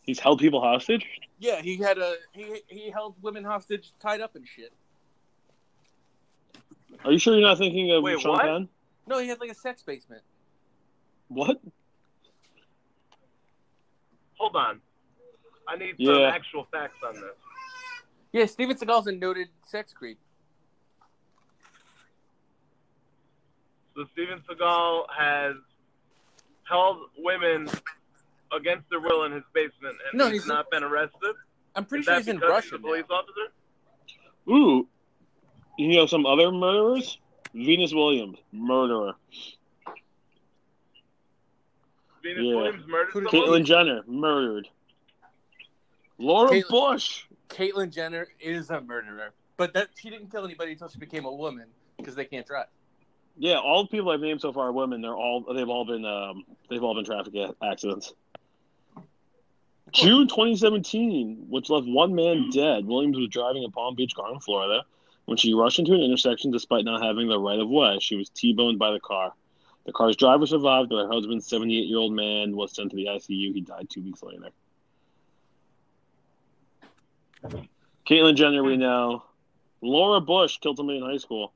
[SPEAKER 7] He's held people hostage.
[SPEAKER 2] Yeah, he had a he he held women hostage, tied up and shit.
[SPEAKER 7] Are you sure you're not thinking of
[SPEAKER 3] Wait,
[SPEAKER 7] Sean
[SPEAKER 3] what?
[SPEAKER 7] Penn?
[SPEAKER 2] No, he had like a sex basement.
[SPEAKER 7] What?
[SPEAKER 3] Hold on. I need
[SPEAKER 7] Yeah.
[SPEAKER 3] some actual facts on this.
[SPEAKER 2] Yeah, Steven Seagal's a noted sex creep.
[SPEAKER 3] So Steven Seagal has held women against their will in his basement, and
[SPEAKER 2] No,
[SPEAKER 3] he's,
[SPEAKER 2] he's-
[SPEAKER 3] not been arrested.
[SPEAKER 2] I'm pretty
[SPEAKER 3] Is
[SPEAKER 2] sure
[SPEAKER 3] that
[SPEAKER 2] he's in
[SPEAKER 3] because
[SPEAKER 2] Russia.
[SPEAKER 3] a police
[SPEAKER 2] now.
[SPEAKER 3] officer.
[SPEAKER 7] Ooh, you know some other murderers? Venus Williams, murderer.
[SPEAKER 3] Venus
[SPEAKER 7] Yeah.
[SPEAKER 3] Williams murdered
[SPEAKER 2] Who did-
[SPEAKER 3] someone.
[SPEAKER 7] Caitlyn Jenner, murdered. Laura
[SPEAKER 2] Caitlyn-
[SPEAKER 7] Bush.
[SPEAKER 2] Caitlyn Jenner is a murderer, but that she didn't kill anybody until she became a woman because they can't drive.
[SPEAKER 7] Yeah, all the people I've named so far are women. They're all they've all been um, they've all been traffic a- accidents. June 2017, which left one man dead. Williams was driving in Palm Beach Garden, Florida, when she rushed into an intersection despite not having the right of way. She was T-boned by the car. The car's driver survived, but her husband, 78-year-old man, was sent to the ICU. He died two weeks later. Caitlyn Jenner, we know. Laura Bush killed somebody in high school.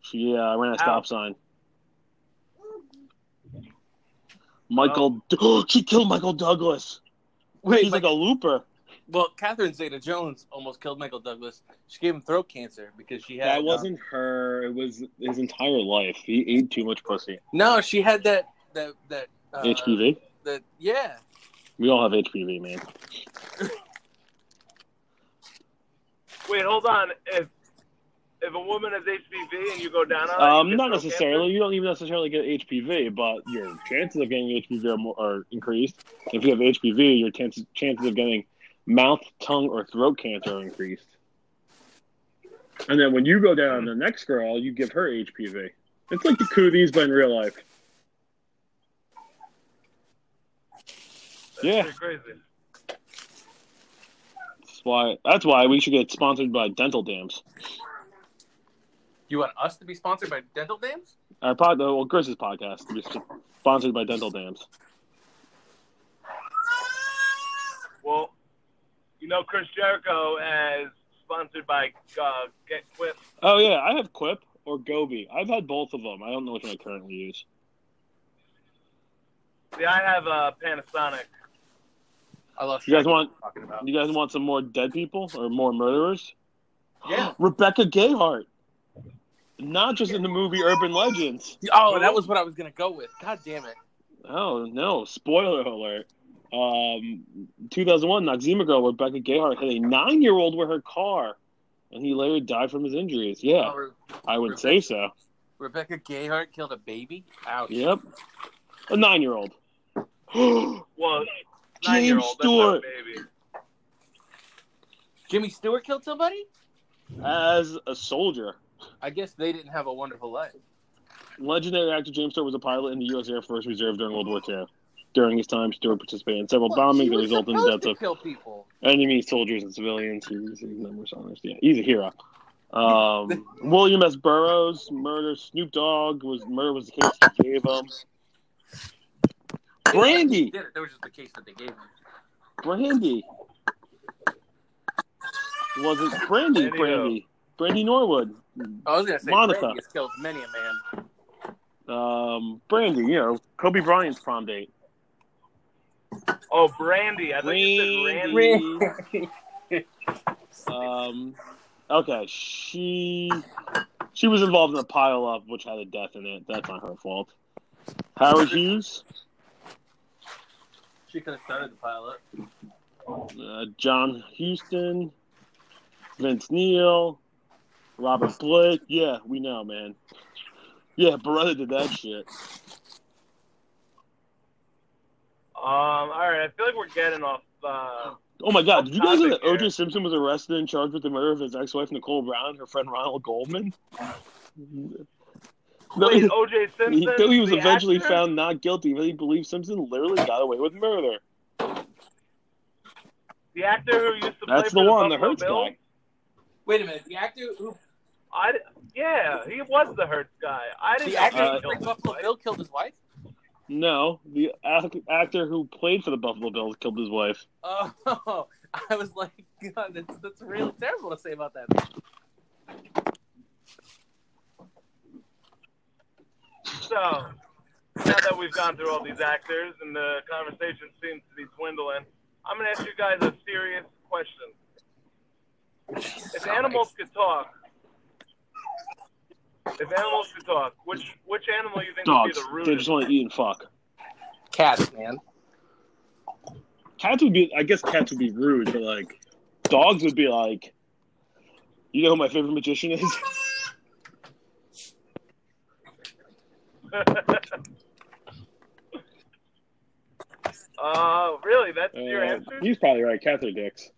[SPEAKER 7] She uh, ran a stop sign. Michael, she killed Michael Douglas.
[SPEAKER 2] Wait,
[SPEAKER 7] He's like a looper.
[SPEAKER 2] well, Catherine Zeta-Jones almost killed Michael Douglas. She gave him throat cancer because she had uh,
[SPEAKER 7] that wasn't her. It was his entire life. He ate too much pussy.
[SPEAKER 2] no, she had that that that uh,
[SPEAKER 7] HPV.
[SPEAKER 2] That yeah,
[SPEAKER 7] We all have HPV, man.
[SPEAKER 3] Wait, hold on. If if a woman has HPV and you go down on her, you
[SPEAKER 7] Um,
[SPEAKER 3] get
[SPEAKER 7] not
[SPEAKER 3] throat
[SPEAKER 7] necessarily. You don't even necessarily get HPV, but your chances of getting HPV are, more, are increased. If you have HPV, your chances chances of getting mouth, tongue, or throat cancer are increased. And then when you go down on the next girl, you give her HPV. It's like the cooties, but in real life.
[SPEAKER 3] cancer?
[SPEAKER 7] Yeah,
[SPEAKER 3] That's pretty crazy.
[SPEAKER 7] that's why. That's why we should get sponsored by dental dams.
[SPEAKER 2] you want us to be sponsored by dental dams?
[SPEAKER 7] Our pod, well, Chris's podcast is sponsored by dental dams.
[SPEAKER 3] Well, you know Chris Jericho as sponsored by uh, Get Quip.
[SPEAKER 7] Oh yeah, I have Quip or Gobi. I've had both of them. I don't know which one I currently use.
[SPEAKER 3] See, I have uh, Panasonic.
[SPEAKER 2] I love
[SPEAKER 7] You guys want
[SPEAKER 2] talking about.
[SPEAKER 7] You guys want some more dead people or more murderers?
[SPEAKER 2] Yeah.
[SPEAKER 7] Rebecca Gayhart. Not just in the movie Urban Legends.
[SPEAKER 2] Oh, that was what I was gonna go with. God damn it!
[SPEAKER 7] Oh no, spoiler alert. Um 2001 Noxzema girl Rebecca Gayhart hit a 9-year-old with her car and he later died from his injuries. Yeah,
[SPEAKER 2] Oh, Re-
[SPEAKER 7] I would say so.
[SPEAKER 2] Rebecca Gayhart killed a baby. Ouch.
[SPEAKER 7] Yep. A 9-year-old.
[SPEAKER 3] Well,
[SPEAKER 7] James
[SPEAKER 3] nine year old. That's no
[SPEAKER 7] Stewart.
[SPEAKER 3] baby.
[SPEAKER 2] Jimmy Stewart killed somebody.
[SPEAKER 7] As a soldier,
[SPEAKER 2] I guess they didn't have a wonderful life.
[SPEAKER 7] Legendary actor James Stewart was a pilot in the U.S. Air Force Reserve during World War II. During his time, Stewart participated in several
[SPEAKER 2] Well,
[SPEAKER 7] bombings
[SPEAKER 2] she
[SPEAKER 7] that
[SPEAKER 2] was
[SPEAKER 7] resulted in the
[SPEAKER 2] supposed
[SPEAKER 7] deaths
[SPEAKER 2] to
[SPEAKER 7] of
[SPEAKER 2] kill people.
[SPEAKER 7] enemy soldiers and civilians. He received numerous honors. Yeah, he's a hero. Um, William S. Burroughs murder. Snoop Dogg was murder was the case he gave him.
[SPEAKER 2] They didn't
[SPEAKER 7] Brandy.
[SPEAKER 2] actually did it. That was just the case that they gave him.
[SPEAKER 7] Brandy was it
[SPEAKER 3] Brandy
[SPEAKER 7] Brandy?
[SPEAKER 3] who?
[SPEAKER 7] Brandy. Brandy Norwood.
[SPEAKER 2] Oh, I was gonna say
[SPEAKER 7] Monica.
[SPEAKER 2] Brandy has killed many a man.
[SPEAKER 7] Um, Brandy. You know Kobe Bryant's prom date.
[SPEAKER 3] Oh, Brandy. I thought you said Randy.
[SPEAKER 7] Um, okay, she she was involved in a pile up which had a death in it. That's not her fault. Howard Hughes,
[SPEAKER 2] She could have started the pilot.
[SPEAKER 7] uh, John Houston, Vince Neal, Robert Blake. Yeah, we know, man. Yeah, brother did that shit.
[SPEAKER 3] Um, all right. I feel like we're getting off. Uh,
[SPEAKER 7] Oh my god, did you guys know that
[SPEAKER 3] Topic here.
[SPEAKER 7] O.J. Simpson was arrested and charged with the murder of his ex-wife Nicole Brown, and her friend Ronald Goldman? No,
[SPEAKER 3] wait, OJ Simpson.
[SPEAKER 7] He, though he was
[SPEAKER 3] the
[SPEAKER 7] eventually
[SPEAKER 3] actor?
[SPEAKER 7] found not guilty, but he believed Simpson literally got away with murder.
[SPEAKER 3] The actor who used to
[SPEAKER 7] That's
[SPEAKER 3] play
[SPEAKER 7] the
[SPEAKER 3] for
[SPEAKER 7] one,
[SPEAKER 3] the
[SPEAKER 7] the
[SPEAKER 3] Buffalo
[SPEAKER 7] Hurts
[SPEAKER 3] Bills?
[SPEAKER 7] guy.
[SPEAKER 2] Wait a minute. The actor who
[SPEAKER 3] I yeah, he was the Hurts guy. I didn't.
[SPEAKER 2] the
[SPEAKER 3] know
[SPEAKER 2] actor
[SPEAKER 3] he
[SPEAKER 7] Uh,
[SPEAKER 2] who played
[SPEAKER 3] killed his
[SPEAKER 2] Buffalo
[SPEAKER 3] wife.
[SPEAKER 2] Bill killed his wife.
[SPEAKER 7] No, the ac- actor who played for the Buffalo Bills killed his wife.
[SPEAKER 2] Oh, I was like, God, that's, that's real terrible to say about that.
[SPEAKER 3] So, now that we've gone through all these actors and the conversation seems to be dwindling, I'm going to ask you guys a serious question. If animals could talk, if animals could talk, which which animal you think
[SPEAKER 7] Dogs.
[SPEAKER 3] would be
[SPEAKER 7] They
[SPEAKER 3] the
[SPEAKER 7] just
[SPEAKER 3] rudest?
[SPEAKER 7] want to eat and fuck.
[SPEAKER 2] Cats, man.
[SPEAKER 7] Cats would be. I guess cats would be rude, but like, dogs would be like. You know who my favorite magician is?
[SPEAKER 3] uh, really? That's your
[SPEAKER 7] Uh,
[SPEAKER 3] answer?
[SPEAKER 7] he's probably right. Cats are dicks.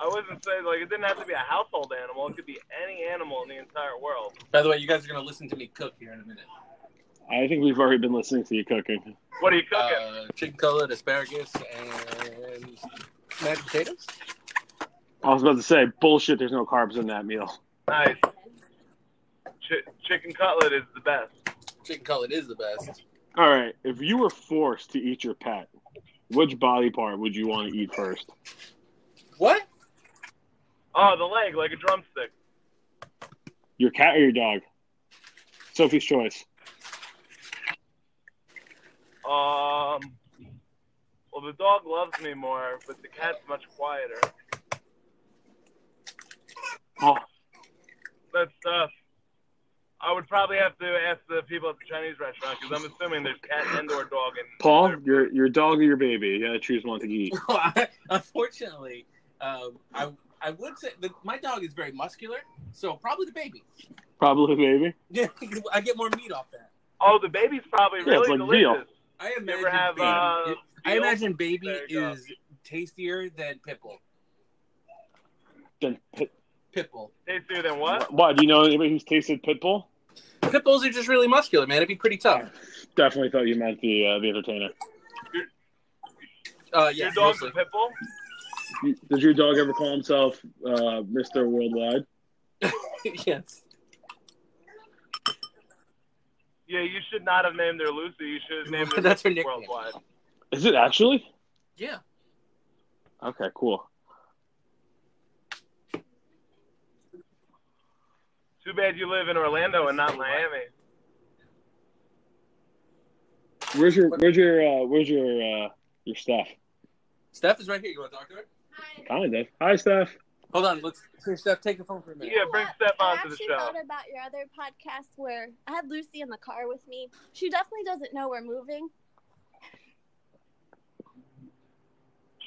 [SPEAKER 3] I wasn't saying like it didn't have to be a household animal. It could be any animal in the entire world.
[SPEAKER 2] By the way, you guys are gonna listen to me cook here in a minute.
[SPEAKER 7] I think we've already been listening to you cooking.
[SPEAKER 3] What are you cooking?
[SPEAKER 2] Uh, chicken colored asparagus and mashed potatoes.
[SPEAKER 7] I was about to say bullshit. There's no carbs in that meal.
[SPEAKER 3] nice. Ch- chicken cutlet is the best.
[SPEAKER 2] Chicken colored is the best.
[SPEAKER 7] All right. If you were forced to eat your pet, which body part would you want to eat first?
[SPEAKER 2] What?
[SPEAKER 3] Oh, the leg like a drumstick.
[SPEAKER 7] Your cat or your dog? Sophie's choice.
[SPEAKER 3] Um. Well, the dog loves me more, but the cat's much quieter.
[SPEAKER 7] Oh,
[SPEAKER 3] That's tough. I would probably have to ask the people at the Chinese restaurant because I'm assuming there's cat and or dog in.
[SPEAKER 7] Paul, your your dog or your baby? You gotta choose one to eat.
[SPEAKER 2] Well, I, unfortunately, um, I I would say that my dog is very muscular, so probably the baby.
[SPEAKER 7] Probably the baby.
[SPEAKER 2] Yeah, I get more meat off that.
[SPEAKER 3] Oh, the baby's probably
[SPEAKER 7] Yeah, it's
[SPEAKER 3] really
[SPEAKER 7] like veal.
[SPEAKER 3] delicious.
[SPEAKER 2] I
[SPEAKER 3] You
[SPEAKER 2] imagine
[SPEAKER 3] ever have?
[SPEAKER 2] baby,
[SPEAKER 3] Uh,
[SPEAKER 2] I
[SPEAKER 3] veal?
[SPEAKER 2] imagine baby
[SPEAKER 3] There you go.
[SPEAKER 2] is tastier than pitbull.
[SPEAKER 7] Then pit,
[SPEAKER 2] Pitbull.
[SPEAKER 3] tastier than what?
[SPEAKER 7] why? Do you know anybody who's tasted pit bull?
[SPEAKER 2] Pitbulls are just really muscular, man. It'd be pretty tough.
[SPEAKER 7] Definitely thought you meant the uh, the entertainer.
[SPEAKER 2] Uh, yeah,
[SPEAKER 3] Your dog's
[SPEAKER 2] mostly.
[SPEAKER 3] a pit bull.
[SPEAKER 7] You- Does your dog ever call himself uh, Mister Worldwide?
[SPEAKER 2] yes.
[SPEAKER 3] Yeah, you should not have named her Lucy. You should have named her
[SPEAKER 2] That's her nickname.
[SPEAKER 3] Worldwide.
[SPEAKER 7] Is it actually?
[SPEAKER 2] Yeah.
[SPEAKER 7] Okay, cool.
[SPEAKER 3] Too bad you live in Orlando and not Miami.
[SPEAKER 7] Where's your where's your uh, where's your uh, your stuff?
[SPEAKER 2] Steph is right here. You want to talk to her?
[SPEAKER 7] Kind of. Hi, Steph.
[SPEAKER 2] Hold on. Let's here, Steph. Take the phone for a minute.
[SPEAKER 3] Yeah, bring Steph
[SPEAKER 8] I
[SPEAKER 3] onto the
[SPEAKER 8] actually
[SPEAKER 3] show.
[SPEAKER 8] thought about your other podcast where I had Lucy in the car with me. She definitely doesn't know we're moving.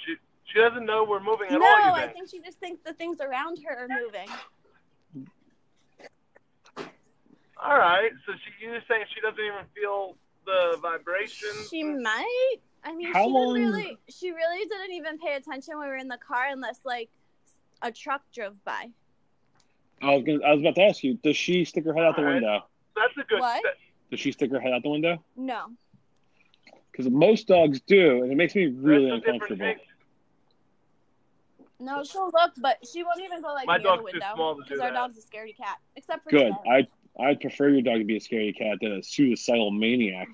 [SPEAKER 3] She she doesn't know we're moving at
[SPEAKER 8] no,
[SPEAKER 3] all. You
[SPEAKER 8] I
[SPEAKER 3] think?
[SPEAKER 8] think she just thinks the things around her are moving.
[SPEAKER 3] All right. So she you're saying she doesn't even feel the vibrations.
[SPEAKER 8] She might. I mean,
[SPEAKER 7] How
[SPEAKER 8] she
[SPEAKER 7] long-
[SPEAKER 8] didn't really. She really didn't even pay attention when we were in the car, unless like a truck drove by.
[SPEAKER 7] I was gonna, I was about to ask you. Does she stick her head out the
[SPEAKER 3] All right.
[SPEAKER 7] window?
[SPEAKER 3] That's a good.
[SPEAKER 8] What?
[SPEAKER 3] that-
[SPEAKER 7] Does she stick her head out the window?
[SPEAKER 8] No,
[SPEAKER 7] Because most dogs do, and it makes me really
[SPEAKER 3] that's a different
[SPEAKER 7] uncomfortable.
[SPEAKER 3] thing.
[SPEAKER 8] no, she'll look, but she won't even go like
[SPEAKER 3] My
[SPEAKER 8] near the
[SPEAKER 3] dog's too
[SPEAKER 8] window
[SPEAKER 3] small to do
[SPEAKER 8] because our
[SPEAKER 3] that.
[SPEAKER 8] dog's a scaredy cat. Except for
[SPEAKER 7] Good.
[SPEAKER 8] today.
[SPEAKER 7] I I prefer your dog to be a scary cat than a suicidal maniac.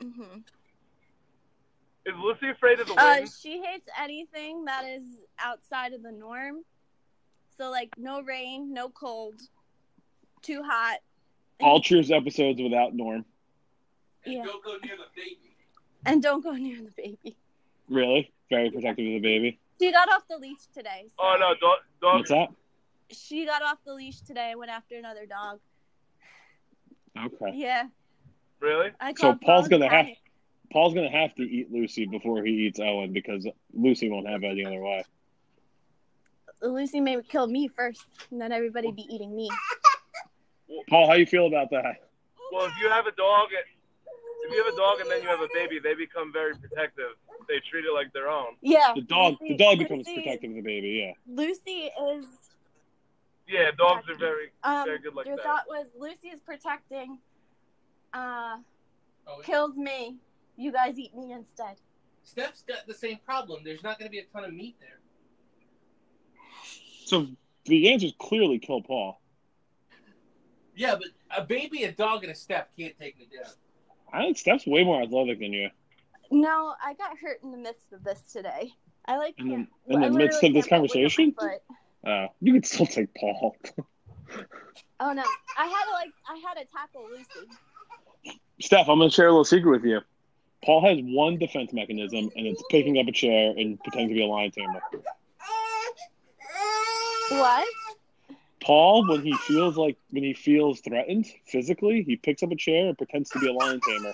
[SPEAKER 8] hmm
[SPEAKER 3] Is Lucy afraid of the
[SPEAKER 8] Uh,
[SPEAKER 3] wind?
[SPEAKER 8] she hates anything that is outside of the norm. So like no rain, no cold, too hot.
[SPEAKER 7] All Cheers episodes without Norm.
[SPEAKER 8] Yeah.
[SPEAKER 2] Don't go near the baby.
[SPEAKER 8] And don't go near the baby.
[SPEAKER 7] Really? Very protective of the baby.
[SPEAKER 8] She got off the leash today. So
[SPEAKER 3] oh no, dog. dog
[SPEAKER 7] What's that?
[SPEAKER 8] She got off the leash today and went after another dog.
[SPEAKER 7] Okay.
[SPEAKER 8] Yeah.
[SPEAKER 3] really?
[SPEAKER 8] I
[SPEAKER 7] So
[SPEAKER 8] called
[SPEAKER 7] Paul's
[SPEAKER 8] Paul
[SPEAKER 7] gonna have
[SPEAKER 8] Panic.
[SPEAKER 7] Paul's gonna have to eat Lucy before he eats Owen because Lucy won't have any other way.
[SPEAKER 8] Lucy may kill me first, and then everybody be eating me.
[SPEAKER 7] Paul, how you feel about that?
[SPEAKER 3] Well, if you have a dog, if you have a dog and then you have a baby, they become very protective. They treat it like their own.
[SPEAKER 8] Yeah.
[SPEAKER 7] The dog
[SPEAKER 8] Lucy-
[SPEAKER 7] the dog becomes
[SPEAKER 8] Lucy-
[SPEAKER 7] protective of the baby,
[SPEAKER 8] Lucy is
[SPEAKER 3] Yeah, dogs are very.
[SPEAKER 8] um
[SPEAKER 3] Very good like
[SPEAKER 8] your
[SPEAKER 3] that.
[SPEAKER 8] thought was Lucy is protecting uh
[SPEAKER 2] Oh, yeah.
[SPEAKER 8] kills me. You guys eat me instead.
[SPEAKER 2] Steph's got the same problem. There's not going to be a ton of meat there.
[SPEAKER 7] yeah. So the answer's clearly kill Paul.
[SPEAKER 2] Yeah, but a baby, a dog, and a Steph can't take me down.
[SPEAKER 7] I think Steph's way more athletic than you.
[SPEAKER 8] No, I got hurt in the midst of this today. I like
[SPEAKER 7] In the-
[SPEAKER 8] can't-
[SPEAKER 7] in the
[SPEAKER 8] I
[SPEAKER 7] midst of
[SPEAKER 8] literally
[SPEAKER 7] this
[SPEAKER 8] can't put weight on my
[SPEAKER 7] conversation?
[SPEAKER 8] foot.
[SPEAKER 7] Uh, you could still take Paul.
[SPEAKER 8] Oh no, I had to like I had to tackle Lucy.
[SPEAKER 7] Steph, I'm going to share a little secret with you. Paul has one defense mechanism, and it's picking up a chair and pretending to be a lion tamer.
[SPEAKER 8] What?
[SPEAKER 7] Paul, when he feels like when he feels threatened physically, he picks up a chair and pretends to be a lion tamer.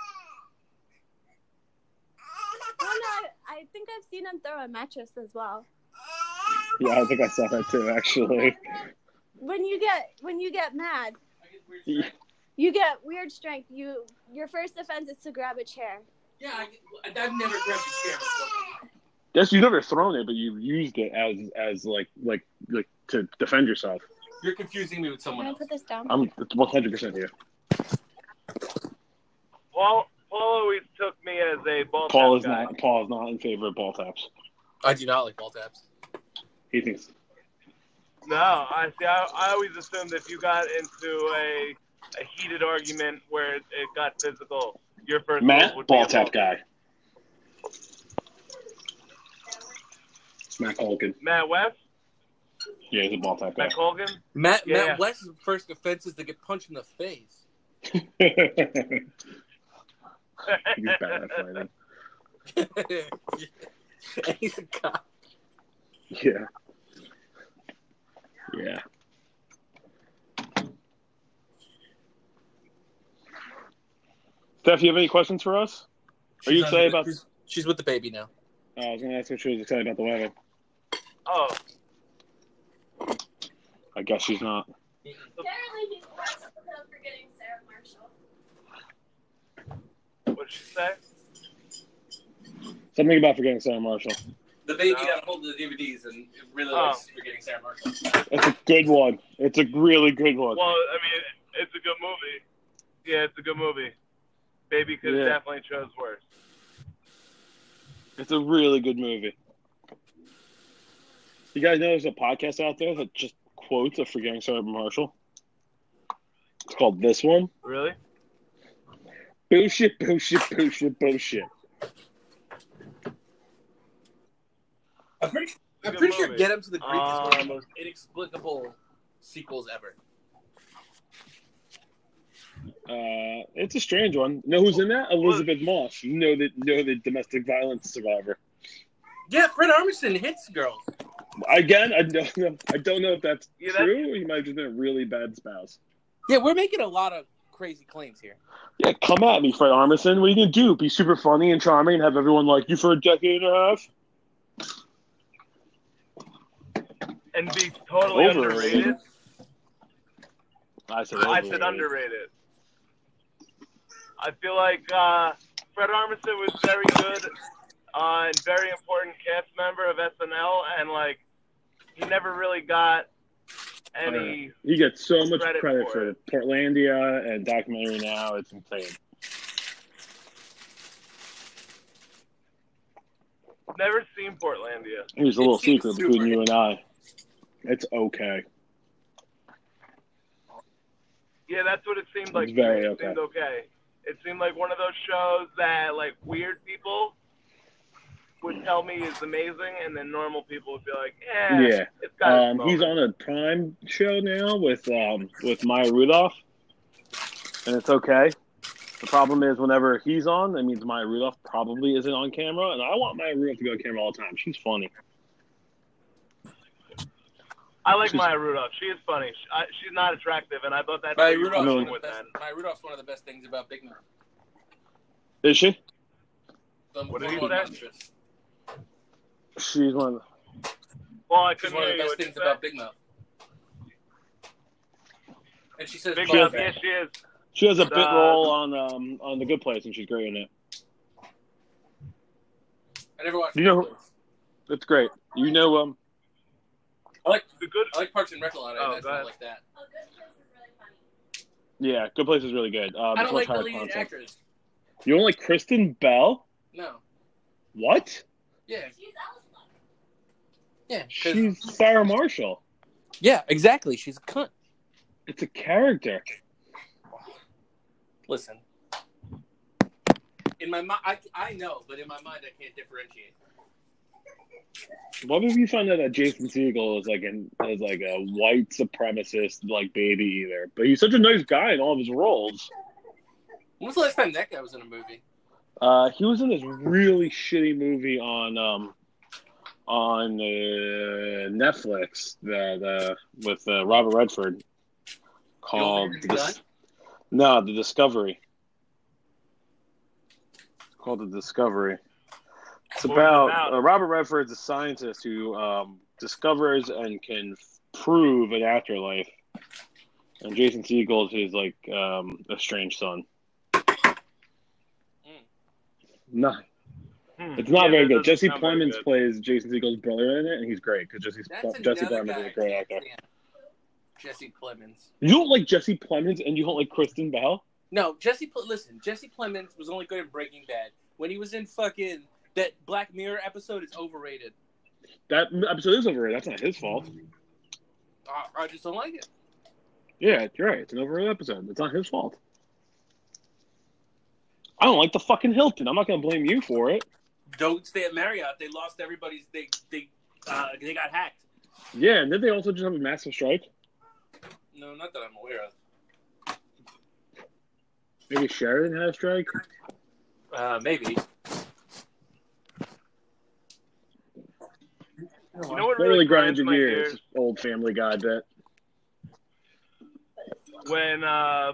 [SPEAKER 8] Oh no, I, I think I've seen him throw a mattress as well.
[SPEAKER 7] Yeah, I think I saw that too, actually.
[SPEAKER 8] When you get when you get mad,
[SPEAKER 7] Yeah.
[SPEAKER 8] you get weird strength. You your first defense is to grab a chair.
[SPEAKER 2] Yeah, I, I've never grabbed a chair before.
[SPEAKER 7] Yes, you've never thrown it, but you've used it as as like like like to defend yourself.
[SPEAKER 2] You're confusing me with
[SPEAKER 8] Can
[SPEAKER 2] someone
[SPEAKER 8] I
[SPEAKER 2] else.
[SPEAKER 8] put this down?
[SPEAKER 7] I'm 100 percent here.
[SPEAKER 3] Paul, Paul always took me as a ball tap
[SPEAKER 7] Paul is
[SPEAKER 3] guy.
[SPEAKER 7] not Paul is not in favor of ball taps.
[SPEAKER 2] I do not like ball taps.
[SPEAKER 7] He thinks
[SPEAKER 3] No, I see. I, I always assumed if you got into a, a heated argument where it, it got physical, your first
[SPEAKER 7] Matt
[SPEAKER 3] move would
[SPEAKER 7] ball
[SPEAKER 3] be a
[SPEAKER 7] tap guy. Matt Colgan.
[SPEAKER 3] Matt West,
[SPEAKER 7] Yeah, he's a ball tap guy.
[SPEAKER 3] Matt Colgan.
[SPEAKER 2] Matt
[SPEAKER 3] Yeah.
[SPEAKER 2] Matt West's first offense is to get punched in the face.
[SPEAKER 7] he's bad at fighting.
[SPEAKER 2] and he's a cop.
[SPEAKER 7] Yeah. Yeah. Steph, you have any questions for us? Are you
[SPEAKER 2] She's
[SPEAKER 7] excited
[SPEAKER 2] on-
[SPEAKER 7] about-
[SPEAKER 2] She's, she's with the baby now.
[SPEAKER 7] Uh, I was going to ask if she was excited about the weather.
[SPEAKER 3] Oh,
[SPEAKER 7] I guess she's not.
[SPEAKER 8] Apparently he's for getting Sarah Marshall.
[SPEAKER 3] what did she say?
[SPEAKER 7] Something about forgetting Sarah Marshall.
[SPEAKER 2] The baby
[SPEAKER 3] No.
[SPEAKER 2] got a hold of the DVDs and it really
[SPEAKER 3] Oh.
[SPEAKER 2] likes forgetting Sarah Marshall.
[SPEAKER 7] It's a good one. It's a really good one.
[SPEAKER 3] Well, I mean, it's a good movie. Yeah, it's a good movie. Baby could have
[SPEAKER 7] Yeah.
[SPEAKER 3] definitely chose worse.
[SPEAKER 7] It's a really good movie. You guys know there's a podcast out there that just quotes a forgetting Sarah Marshall. It's called this one.
[SPEAKER 3] Really?
[SPEAKER 7] Bullshit, bullshit, bullshit, bullshit.
[SPEAKER 2] I'm pretty, I'm
[SPEAKER 3] Good
[SPEAKER 2] pretty sure
[SPEAKER 3] movie.
[SPEAKER 2] Get Him to the Greek is one of
[SPEAKER 3] Um,
[SPEAKER 2] the most inexplicable sequels ever.
[SPEAKER 7] Uh, it's a strange one. Know who's in that? Elizabeth Moss. You know that. Know the domestic violence survivor.
[SPEAKER 2] Yeah, Fred Armisen hits girls.
[SPEAKER 7] Again, I don't know. I don't know if that's
[SPEAKER 3] Yeah, that-
[SPEAKER 7] true. Or he might have just been a really bad spouse.
[SPEAKER 2] Yeah, we're making a lot of crazy claims here.
[SPEAKER 7] Yeah, come at me, Fred Armisen. What are you gonna do? Be super funny and charming and have everyone like you for a decade and a half?
[SPEAKER 3] And be totally
[SPEAKER 7] Overrated.
[SPEAKER 3] underrated.
[SPEAKER 7] I said.
[SPEAKER 3] I said underrated. I feel like uh, Fred Armisen was very good uh, and very important cast member of SNL, and like he never really got any.
[SPEAKER 7] He gets so much
[SPEAKER 3] Credit
[SPEAKER 7] credit,
[SPEAKER 3] for
[SPEAKER 7] for, it. Portlandia and documentary now. It's insane.
[SPEAKER 3] Never seen Portlandia.
[SPEAKER 7] Here's a
[SPEAKER 2] It
[SPEAKER 7] little
[SPEAKER 2] seems
[SPEAKER 7] secret
[SPEAKER 2] super-
[SPEAKER 7] between you and I. It's okay.
[SPEAKER 3] Yeah, that's what it seemed like.
[SPEAKER 7] It's
[SPEAKER 3] to me.
[SPEAKER 7] very
[SPEAKER 3] it
[SPEAKER 7] okay.
[SPEAKER 3] seemed okay. It seemed like one of those shows that like weird people would tell me is amazing, and then normal people would be like, "Yeah,
[SPEAKER 7] Yeah.
[SPEAKER 3] it's got." its
[SPEAKER 7] Um, he's
[SPEAKER 3] moments."
[SPEAKER 7] on a prime show now with um, with Maya Rudolph, and it's okay. The problem is whenever he's on, that means Maya Rudolph probably isn't on camera, and I want Maya Rudolph to go on camera all the time. She's funny.
[SPEAKER 3] I like
[SPEAKER 7] She's-
[SPEAKER 3] Maya Rudolph. She is funny. She, I, she's not attractive, and I thought that's
[SPEAKER 2] Maya
[SPEAKER 3] what you were
[SPEAKER 2] Rudolph's,
[SPEAKER 7] No.
[SPEAKER 2] one
[SPEAKER 3] going
[SPEAKER 2] of the
[SPEAKER 3] with
[SPEAKER 2] best,
[SPEAKER 3] that.
[SPEAKER 2] Maya Rudolph's one of the best things about Big Mouth.
[SPEAKER 7] Is she?
[SPEAKER 2] The
[SPEAKER 3] What
[SPEAKER 2] one
[SPEAKER 3] did he
[SPEAKER 2] on
[SPEAKER 3] say?
[SPEAKER 2] Monsters.
[SPEAKER 7] She's one. Of
[SPEAKER 3] Well, I
[SPEAKER 2] She's
[SPEAKER 3] couldn't
[SPEAKER 2] one of
[SPEAKER 3] hear
[SPEAKER 2] the best
[SPEAKER 3] you. What you
[SPEAKER 2] things
[SPEAKER 3] said.
[SPEAKER 2] about Big Mouth. And she says,
[SPEAKER 3] Big
[SPEAKER 2] "Fuck
[SPEAKER 3] Mouth,
[SPEAKER 2] that."
[SPEAKER 3] yeah, she is.
[SPEAKER 7] she has a bit
[SPEAKER 3] Uh,
[SPEAKER 7] role on um, on The Good Place, and she's great in it.
[SPEAKER 2] I never watched.
[SPEAKER 7] You know-
[SPEAKER 2] Big Mouth.
[SPEAKER 7] It's great. You know, um,
[SPEAKER 2] I like
[SPEAKER 3] The good.
[SPEAKER 2] I like Parks and Rec a lot. I
[SPEAKER 3] Oh,
[SPEAKER 2] that's
[SPEAKER 3] go ahead.
[SPEAKER 2] not like that.
[SPEAKER 8] Oh, good place is really funny.
[SPEAKER 7] yeah, Good Place is really good. Um,
[SPEAKER 2] I
[SPEAKER 7] it's
[SPEAKER 2] don't
[SPEAKER 7] much
[SPEAKER 2] like the
[SPEAKER 7] higher
[SPEAKER 2] leading
[SPEAKER 7] concept.
[SPEAKER 2] actress.
[SPEAKER 7] You don't like Kristen Bell?
[SPEAKER 2] No.
[SPEAKER 7] What?
[SPEAKER 2] Yeah.
[SPEAKER 8] She's Elsa.
[SPEAKER 2] Yeah. 'cause-
[SPEAKER 7] She's Sarah Marshall.
[SPEAKER 2] yeah. Exactly. She's a cunt.
[SPEAKER 7] It's a character.
[SPEAKER 2] Listen. In my mind, I, I know, but in my mind, I can't differentiate.
[SPEAKER 7] What if you find out that Jason Siegel is like an is like a white supremacist like baby either? But he's such a nice guy in all of his roles.
[SPEAKER 2] When was the last time that guy was in a movie?
[SPEAKER 7] Uh, he was in this really shitty movie on um on uh, Netflix that uh, with uh, Robert Redford called
[SPEAKER 2] You'll Figure It
[SPEAKER 7] Dis- No, The Discovery. It's called The Discovery. It's
[SPEAKER 3] What was it
[SPEAKER 7] about
[SPEAKER 3] about?
[SPEAKER 7] uh, Robert Redford's a scientist who um, discovers and can prove an afterlife, and Jason Segel is his like um, estranged son. No,
[SPEAKER 3] Hmm.
[SPEAKER 7] it's not
[SPEAKER 3] Yeah, that
[SPEAKER 7] very good.
[SPEAKER 3] doesn't
[SPEAKER 7] Jesse
[SPEAKER 3] sound very
[SPEAKER 7] Plemons
[SPEAKER 3] good.
[SPEAKER 7] plays Jason Segel's brother in it, and he's great because Jesse
[SPEAKER 2] That's
[SPEAKER 7] Jesse
[SPEAKER 2] another
[SPEAKER 7] Plemons is
[SPEAKER 2] guy
[SPEAKER 7] a great
[SPEAKER 2] I
[SPEAKER 7] actor.
[SPEAKER 2] can't stand. Jesse Plemons.
[SPEAKER 7] You don't like Jesse Plemons, and you don't like Kristen Bell.
[SPEAKER 2] No, Jesse. Ple- Listen, Jesse Plemons was only good in Breaking Bad. When he was in fucking that Black Mirror episode, it's overrated.
[SPEAKER 7] That episode is overrated. That's not his fault.
[SPEAKER 2] I, I just don't like it.
[SPEAKER 7] Yeah, you're right. It's an overrated episode. It's not his fault. I don't like the fucking Hilton. I'm not gonna blame you for it.
[SPEAKER 2] Don't stay at Marriott. They lost everybody's. They they uh, they got hacked.
[SPEAKER 7] Yeah, and then they also just have a massive strike.
[SPEAKER 2] No, not that I'm aware of.
[SPEAKER 7] Maybe Sheridan had a strike.
[SPEAKER 2] Uh, maybe.
[SPEAKER 3] You know what
[SPEAKER 7] That really grinds your
[SPEAKER 3] my
[SPEAKER 7] gears, old Family Guy bit.
[SPEAKER 3] When uh,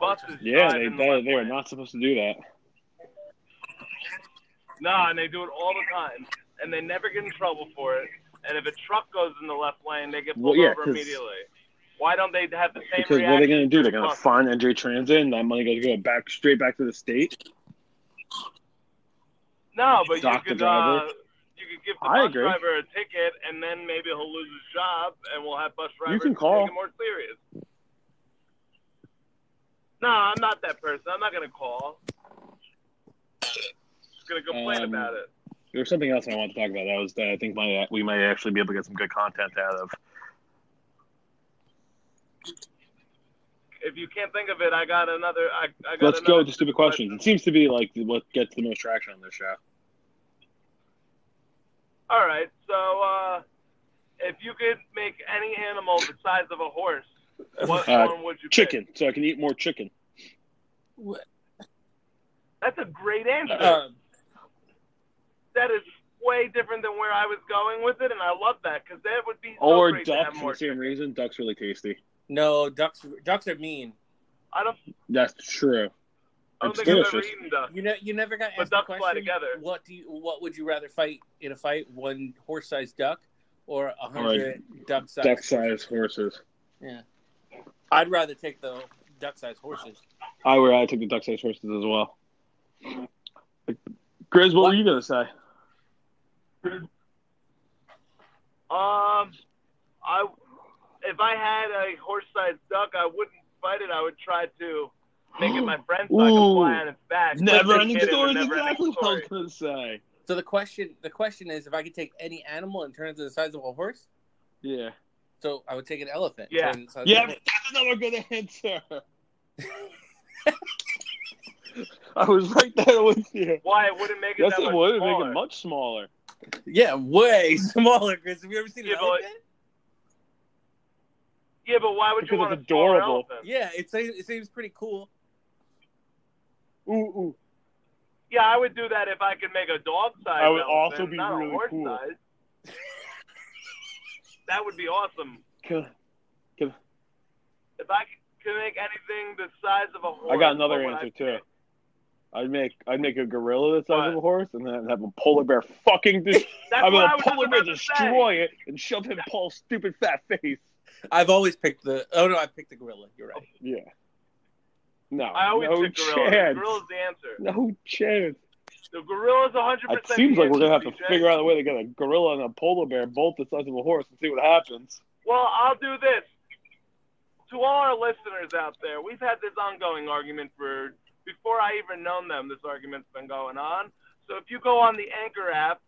[SPEAKER 3] buses
[SPEAKER 7] Yeah,
[SPEAKER 3] drive
[SPEAKER 7] they
[SPEAKER 3] in the
[SPEAKER 7] they,
[SPEAKER 3] left
[SPEAKER 7] they are
[SPEAKER 3] lane.
[SPEAKER 7] not supposed to do that.
[SPEAKER 3] Nah, and they do it all the time, and they never get in trouble for it. And if a truck goes in the left lane, they get
[SPEAKER 7] Well,
[SPEAKER 3] pulled
[SPEAKER 7] yeah,
[SPEAKER 3] over
[SPEAKER 7] 'cause-
[SPEAKER 3] immediately. Why don't they have the same
[SPEAKER 7] Because what
[SPEAKER 3] reaction?
[SPEAKER 7] are they gonna do? They're gonna
[SPEAKER 3] Fuck.
[SPEAKER 7] fine NJ Transit, and that money goes go back straight back to the state.
[SPEAKER 3] No, but you
[SPEAKER 7] Dock the
[SPEAKER 3] could uh,
[SPEAKER 7] driver?
[SPEAKER 3] you could give the
[SPEAKER 7] I
[SPEAKER 3] bus
[SPEAKER 7] agree.
[SPEAKER 3] driver a ticket, and then maybe he'll lose his job, and we'll have bus drivers
[SPEAKER 7] can call.
[SPEAKER 3] take it more serious. No, I'm not that person. I'm not gonna call. Just gonna complain
[SPEAKER 7] Um,
[SPEAKER 3] about it.
[SPEAKER 7] There was something else I wanted to talk about. That was that I think my we might actually be able to get some good content out of.
[SPEAKER 3] If you can't think of it, I got another. I, I got
[SPEAKER 7] Let's
[SPEAKER 3] another
[SPEAKER 7] go with the stupid questions. It seems to be like what gets the most traction on this show.
[SPEAKER 3] All right. So, uh, if you could make any animal the size of a horse, what
[SPEAKER 7] Uh,
[SPEAKER 3] form would you pick?
[SPEAKER 7] Chicken, so I can eat more chicken.
[SPEAKER 3] That's a great answer.
[SPEAKER 7] Uh,
[SPEAKER 2] Um,
[SPEAKER 3] that is way different than where I was going with it, and I love that because that would be so
[SPEAKER 7] or
[SPEAKER 3] great to
[SPEAKER 7] duck
[SPEAKER 3] have
[SPEAKER 7] for
[SPEAKER 3] more.
[SPEAKER 7] the same reason. Duck's really tasty.
[SPEAKER 2] no, ducks. Ducks are mean.
[SPEAKER 3] I don't.
[SPEAKER 7] That's true.
[SPEAKER 3] I don't
[SPEAKER 7] It's
[SPEAKER 3] think I've ever
[SPEAKER 7] delicious.
[SPEAKER 3] eaten duck.
[SPEAKER 2] You know, you never got
[SPEAKER 3] But
[SPEAKER 2] asked the
[SPEAKER 3] ducks fly
[SPEAKER 2] question.
[SPEAKER 3] together.
[SPEAKER 2] What do you? What would you rather fight in a fight? One horse-sized duck or a
[SPEAKER 7] Or
[SPEAKER 2] hundred duck-sized?
[SPEAKER 7] Duck sized horses.
[SPEAKER 2] I'd rather take the duck-sized horses.
[SPEAKER 7] I would I took the duck sized horses as well. Grizz, what, were you gonna say?
[SPEAKER 3] Um, I if I had a horse-sized duck, I wouldn't fight it. I would try to make it my friend so I could
[SPEAKER 7] Ooh.
[SPEAKER 3] fly on its back.
[SPEAKER 7] Never
[SPEAKER 3] Like they
[SPEAKER 7] ending
[SPEAKER 3] did in
[SPEAKER 7] story.
[SPEAKER 3] Never Ending
[SPEAKER 7] Exactly what I was
[SPEAKER 3] Story.
[SPEAKER 7] gonna say.
[SPEAKER 2] So the question, the question is, if I could take any animal and turn it to the size of a horse,
[SPEAKER 7] Yeah.
[SPEAKER 2] so I would take an elephant. turn
[SPEAKER 3] Yeah.
[SPEAKER 2] it to the size of a
[SPEAKER 7] Yeah,
[SPEAKER 2] horse.
[SPEAKER 7] that's another good answer. I was right there with you.
[SPEAKER 3] Why it wouldn't make it
[SPEAKER 7] Yes,
[SPEAKER 3] that
[SPEAKER 7] it
[SPEAKER 3] much
[SPEAKER 7] would make
[SPEAKER 3] smaller.
[SPEAKER 7] it much smaller.
[SPEAKER 2] yeah, way smaller, Chris. Have you ever seen an
[SPEAKER 3] Yeah, but-
[SPEAKER 2] elephant?
[SPEAKER 3] Yeah, but why would you
[SPEAKER 7] Because
[SPEAKER 3] want
[SPEAKER 7] it's
[SPEAKER 3] a smaller
[SPEAKER 7] adorable.
[SPEAKER 3] elephant?
[SPEAKER 2] Yeah, it seems, it seems pretty cool.
[SPEAKER 7] Ooh, ooh.
[SPEAKER 3] Yeah, I would do that if I could make a dog size.
[SPEAKER 7] That would also be
[SPEAKER 3] not
[SPEAKER 7] really
[SPEAKER 3] a horse
[SPEAKER 7] cool.
[SPEAKER 3] Size. that would be awesome.
[SPEAKER 7] Can-
[SPEAKER 3] If I could- could make anything the size of a horse,
[SPEAKER 7] I got another
[SPEAKER 3] what would I
[SPEAKER 7] answer too.
[SPEAKER 3] pick?
[SPEAKER 7] I'd make I'd make a gorilla the size
[SPEAKER 3] What?
[SPEAKER 7] of a horse, and then have a polar bear fucking. Dis-
[SPEAKER 3] That's
[SPEAKER 7] I'm
[SPEAKER 3] what I
[SPEAKER 7] gonna
[SPEAKER 3] was
[SPEAKER 7] polar bear
[SPEAKER 3] about to say.
[SPEAKER 7] destroy it and shove him in Paul's stupid fat face.
[SPEAKER 2] I've always picked the. Oh no, I picked the gorilla. You're right.
[SPEAKER 7] Yeah. No.
[SPEAKER 3] I always
[SPEAKER 7] no
[SPEAKER 3] pick gorilla.
[SPEAKER 7] chance.
[SPEAKER 3] Gorilla's the answer.
[SPEAKER 7] No chance.
[SPEAKER 3] The gorilla's 100.
[SPEAKER 7] It seems like we're gonna have to figure out a way to get a gorilla and a polar bear both the size of a horse and see what happens.
[SPEAKER 3] Well, I'll do this. To all our listeners out there, we've had this ongoing argument for before I even known them. This argument's been going on. So if you go on the Anchor app,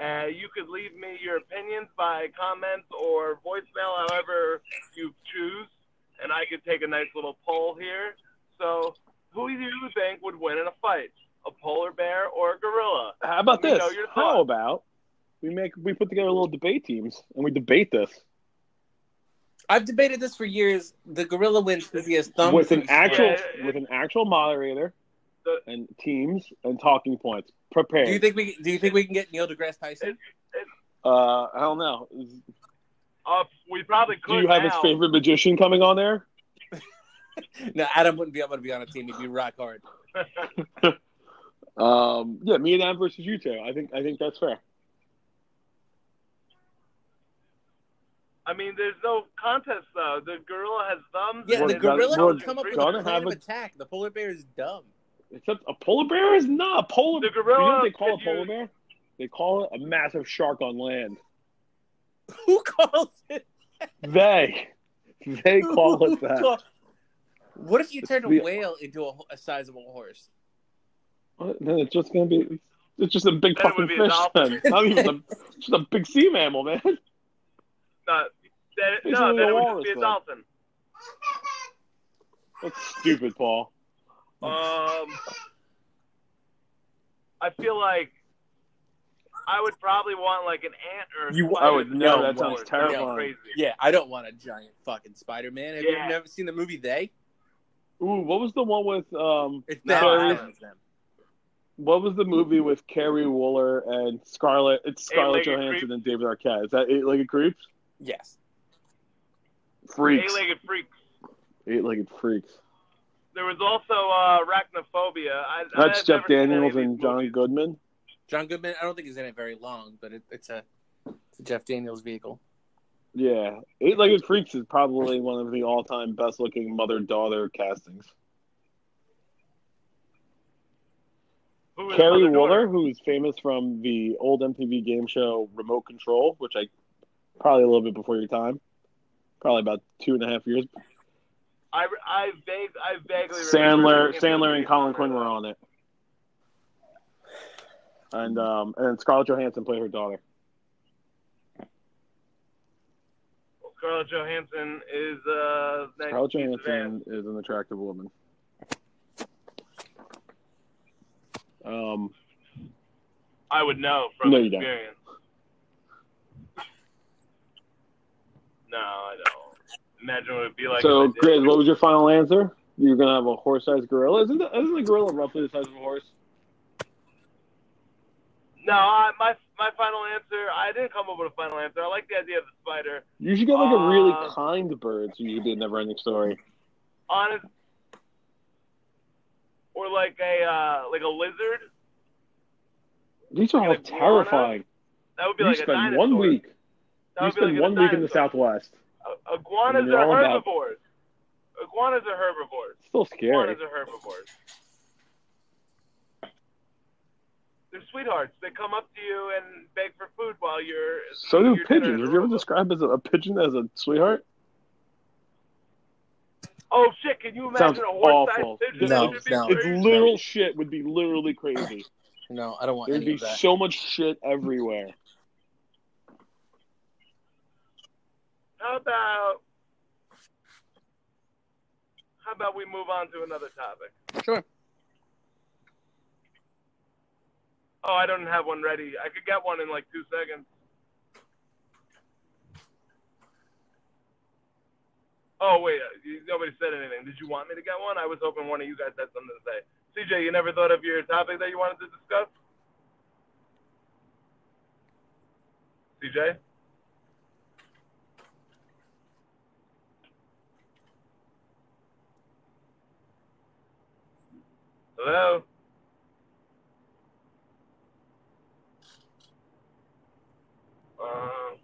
[SPEAKER 3] uh, you could leave me your opinions by comments or voicemail, however you choose, and I could take a nice little poll here. So, who do you think would win in a fight, a polar bear or a gorilla?
[SPEAKER 7] How
[SPEAKER 3] Let
[SPEAKER 7] about
[SPEAKER 3] me
[SPEAKER 7] this?
[SPEAKER 3] know your
[SPEAKER 7] How
[SPEAKER 3] thoughts.
[SPEAKER 7] about We make we put together little debate teams and we debate this
[SPEAKER 9] I've debated this for years. The gorilla wins because he has thumbs.
[SPEAKER 7] with an
[SPEAKER 9] and-
[SPEAKER 7] actual
[SPEAKER 3] Yeah.
[SPEAKER 7] with an actual moderator
[SPEAKER 3] The-
[SPEAKER 7] and teams and talking points. Prepare.
[SPEAKER 9] Do you think we do you think we can get Neil deGrasse Tyson?
[SPEAKER 7] uh, I don't know. Do
[SPEAKER 3] Uh, we probably could.
[SPEAKER 7] you have
[SPEAKER 3] now.
[SPEAKER 7] his favorite magician coming on there?
[SPEAKER 9] No, Adam wouldn't be able to be on a team. He'd be rock hard.
[SPEAKER 7] Um, yeah, me and Adam versus you two. I think I think that's fair.
[SPEAKER 3] I mean, there's no contest though. The gorilla has thumbs.
[SPEAKER 9] Yeah,
[SPEAKER 7] We're
[SPEAKER 9] the
[SPEAKER 7] gonna-
[SPEAKER 9] gorilla
[SPEAKER 7] we're
[SPEAKER 9] can come up with
[SPEAKER 7] gonna
[SPEAKER 9] a plan
[SPEAKER 7] have
[SPEAKER 9] of
[SPEAKER 7] a-
[SPEAKER 9] attack. The polar bear is dumb.
[SPEAKER 7] Except a polar bear is not a polar.
[SPEAKER 3] The
[SPEAKER 7] bear. you know
[SPEAKER 3] gorilla
[SPEAKER 7] what they call a
[SPEAKER 3] could
[SPEAKER 7] polar
[SPEAKER 3] use-
[SPEAKER 7] bear? They call it a massive shark on land.
[SPEAKER 9] Who calls it?
[SPEAKER 7] They they call
[SPEAKER 9] Who
[SPEAKER 7] it that.
[SPEAKER 9] call- What if you turned a
[SPEAKER 7] the-
[SPEAKER 9] whale into a, ho- a sizable horse?
[SPEAKER 7] What? Then it's just gonna be. It's just a
[SPEAKER 3] Then
[SPEAKER 7] big
[SPEAKER 3] it
[SPEAKER 7] fucking
[SPEAKER 3] would be a
[SPEAKER 7] fish. Then.
[SPEAKER 3] dolphin.
[SPEAKER 7] Not even a, it's just a big sea mammal, man.
[SPEAKER 3] Not, that,
[SPEAKER 7] He's
[SPEAKER 3] no,
[SPEAKER 7] only a
[SPEAKER 3] then it would just
[SPEAKER 7] walrus,
[SPEAKER 3] be a
[SPEAKER 7] though.
[SPEAKER 3] dolphin.
[SPEAKER 7] That's stupid, Paul.
[SPEAKER 3] Um, I feel like I would probably want like an ant or a
[SPEAKER 9] You-
[SPEAKER 3] spider
[SPEAKER 7] I would-
[SPEAKER 3] to
[SPEAKER 7] no,
[SPEAKER 3] go
[SPEAKER 7] that sounds
[SPEAKER 3] forward.
[SPEAKER 7] terrifying.
[SPEAKER 3] Crazy.
[SPEAKER 9] Yeah, I don't want a giant fucking Spider Man. Have
[SPEAKER 3] Yeah.
[SPEAKER 9] you never seen the movie They?
[SPEAKER 7] Ooh, what was the one with um?
[SPEAKER 9] It's
[SPEAKER 3] No,
[SPEAKER 9] them.
[SPEAKER 7] I
[SPEAKER 9] I
[SPEAKER 7] haven't.
[SPEAKER 9] love them.
[SPEAKER 7] What was the movie with Carrie Wooler and Scarlett? It's
[SPEAKER 3] Eight-Legged
[SPEAKER 7] Scarlett Johansson
[SPEAKER 3] Creep.
[SPEAKER 7] and David Arquette. Is that Eight Legged Creeps?
[SPEAKER 9] Yes.
[SPEAKER 7] Freaks.
[SPEAKER 3] Eight-legged freaks.
[SPEAKER 7] Eight Legged Freaks.
[SPEAKER 3] There was also uh, arachnophobia. I,
[SPEAKER 7] That's
[SPEAKER 3] I've never
[SPEAKER 7] Jeff
[SPEAKER 3] seen any
[SPEAKER 7] Daniels
[SPEAKER 3] of these
[SPEAKER 7] and John
[SPEAKER 3] movies.
[SPEAKER 7] Goodman.
[SPEAKER 9] John Goodman. I don't think he's in it very long, but it, it's a it's a Jeff Daniels vehicle.
[SPEAKER 7] Yeah, Eight Legged Freaks is probably one of the all-time best-looking mother-daughter castings.
[SPEAKER 3] Who was
[SPEAKER 7] Carrie
[SPEAKER 3] Mother
[SPEAKER 7] Wooler,
[SPEAKER 3] Daughter?
[SPEAKER 7] who's famous from the old MTV game show Remote Control, which I probably a little bit before your time, probably about two and a half years.
[SPEAKER 3] I, I, vague, I vaguely remember.
[SPEAKER 7] Sandler, Sandler, and Colin Quinn were on it, and um, and Scarlett Johansson played her daughter.
[SPEAKER 3] Scarlett Johansson is uh, nice
[SPEAKER 7] Scarlett
[SPEAKER 3] piece of ass.
[SPEAKER 7] Johansson is an attractive woman. Um,
[SPEAKER 3] I would know from
[SPEAKER 7] No, you don't.
[SPEAKER 3] experience. No, I don't. Imagine what it'd be like.
[SPEAKER 7] so
[SPEAKER 3] if I did.
[SPEAKER 7] Grizz, what was your final answer? You're gonna have a horse-sized gorilla. Isn't the, isn't the gorilla roughly the size of a horse?
[SPEAKER 3] No, I, my my final answer. I didn't come up with a final answer. I like the idea of the spider.
[SPEAKER 7] You should get like a really
[SPEAKER 3] Uh,
[SPEAKER 7] kind bird, so you could be a never-ending story.
[SPEAKER 3] Honest, or like a uh, like a lizard.
[SPEAKER 7] These are all
[SPEAKER 3] like,
[SPEAKER 7] terrifying.
[SPEAKER 3] That would be
[SPEAKER 7] You
[SPEAKER 3] like a
[SPEAKER 7] spend
[SPEAKER 3] dinosaur.
[SPEAKER 7] one week.
[SPEAKER 3] That
[SPEAKER 7] You
[SPEAKER 3] would be
[SPEAKER 7] spend
[SPEAKER 3] like
[SPEAKER 7] one
[SPEAKER 3] a
[SPEAKER 7] week in the
[SPEAKER 3] dinosaur.
[SPEAKER 7] Southwest.
[SPEAKER 3] Uh, Iguanas
[SPEAKER 7] and you're
[SPEAKER 3] are
[SPEAKER 7] all about-
[SPEAKER 3] herbivores. Iguanas are herbivores.
[SPEAKER 7] It's still scary.
[SPEAKER 3] Iguanas are herbivores. They're sweethearts. They come up to you and beg for food while you're.
[SPEAKER 7] So do
[SPEAKER 3] you're dinner
[SPEAKER 7] pigeons.
[SPEAKER 3] is
[SPEAKER 7] Would you ever
[SPEAKER 3] over.
[SPEAKER 7] describe as a, a pigeon as a sweetheart?
[SPEAKER 3] Oh shit! Can you
[SPEAKER 7] Sounds
[SPEAKER 3] imagine a horse-sized
[SPEAKER 7] awful.
[SPEAKER 3] pigeon?
[SPEAKER 9] No,
[SPEAKER 3] Wouldn't it be
[SPEAKER 9] no.
[SPEAKER 7] It's
[SPEAKER 3] crazy?
[SPEAKER 7] literal shit would be literally crazy.
[SPEAKER 9] No, I don't want
[SPEAKER 7] There'd
[SPEAKER 9] any
[SPEAKER 7] be
[SPEAKER 9] of that.
[SPEAKER 7] so much shit everywhere.
[SPEAKER 3] How about how about we move on to another topic?
[SPEAKER 9] Sure.
[SPEAKER 3] Oh, I don't have one ready. I could get one in like two seconds. Oh wait, uh, you- nobody said anything. Did you want me to get one? I was hoping one of you guys had something to say. CJ, you never thought of your topic that you wanted to discuss? CJ? Hello? Um,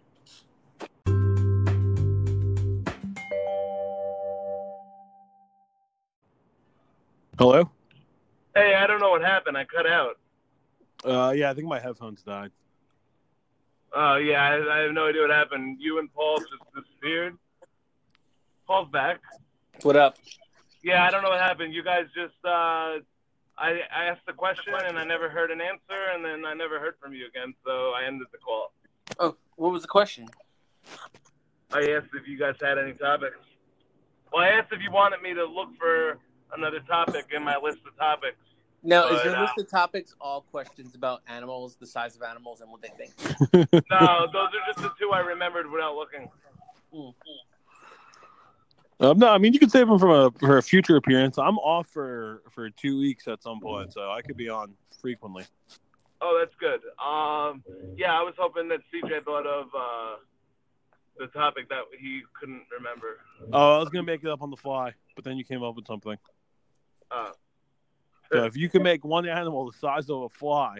[SPEAKER 10] Hello?
[SPEAKER 3] hey, I don't know what happened. I cut out.
[SPEAKER 10] Uh, yeah, I think my headphones died.
[SPEAKER 3] Oh, yeah, I, I have no idea what happened. You and Paul just disappeared. Paul's back.
[SPEAKER 9] What up?
[SPEAKER 3] Yeah, I don't know what happened. You guys just, uh, I, I asked the question and I never heard an answer, and then I never heard from you again, so I ended the call.
[SPEAKER 9] Oh, what was the question?
[SPEAKER 3] I asked if you guys had any topics. Well, I asked if you wanted me to look for another topic in my list of topics.
[SPEAKER 2] Now,
[SPEAKER 3] But,
[SPEAKER 2] is your
[SPEAKER 3] uh,
[SPEAKER 2] list of topics all questions about animals, the size of animals, and what they think?
[SPEAKER 3] No, those are just the two I remembered without looking.
[SPEAKER 10] Um, no, I mean you could save them from a for a future appearance. I'm off for for two weeks at some point, so I could be on frequently.
[SPEAKER 3] Oh, that's good. Um, yeah, I was hoping that CJ thought of uh, the topic that he couldn't remember.
[SPEAKER 10] Oh, I was gonna make it up on the fly, but then you came up with something.
[SPEAKER 3] Uh,
[SPEAKER 10] So if you could make one animal the size of a fly,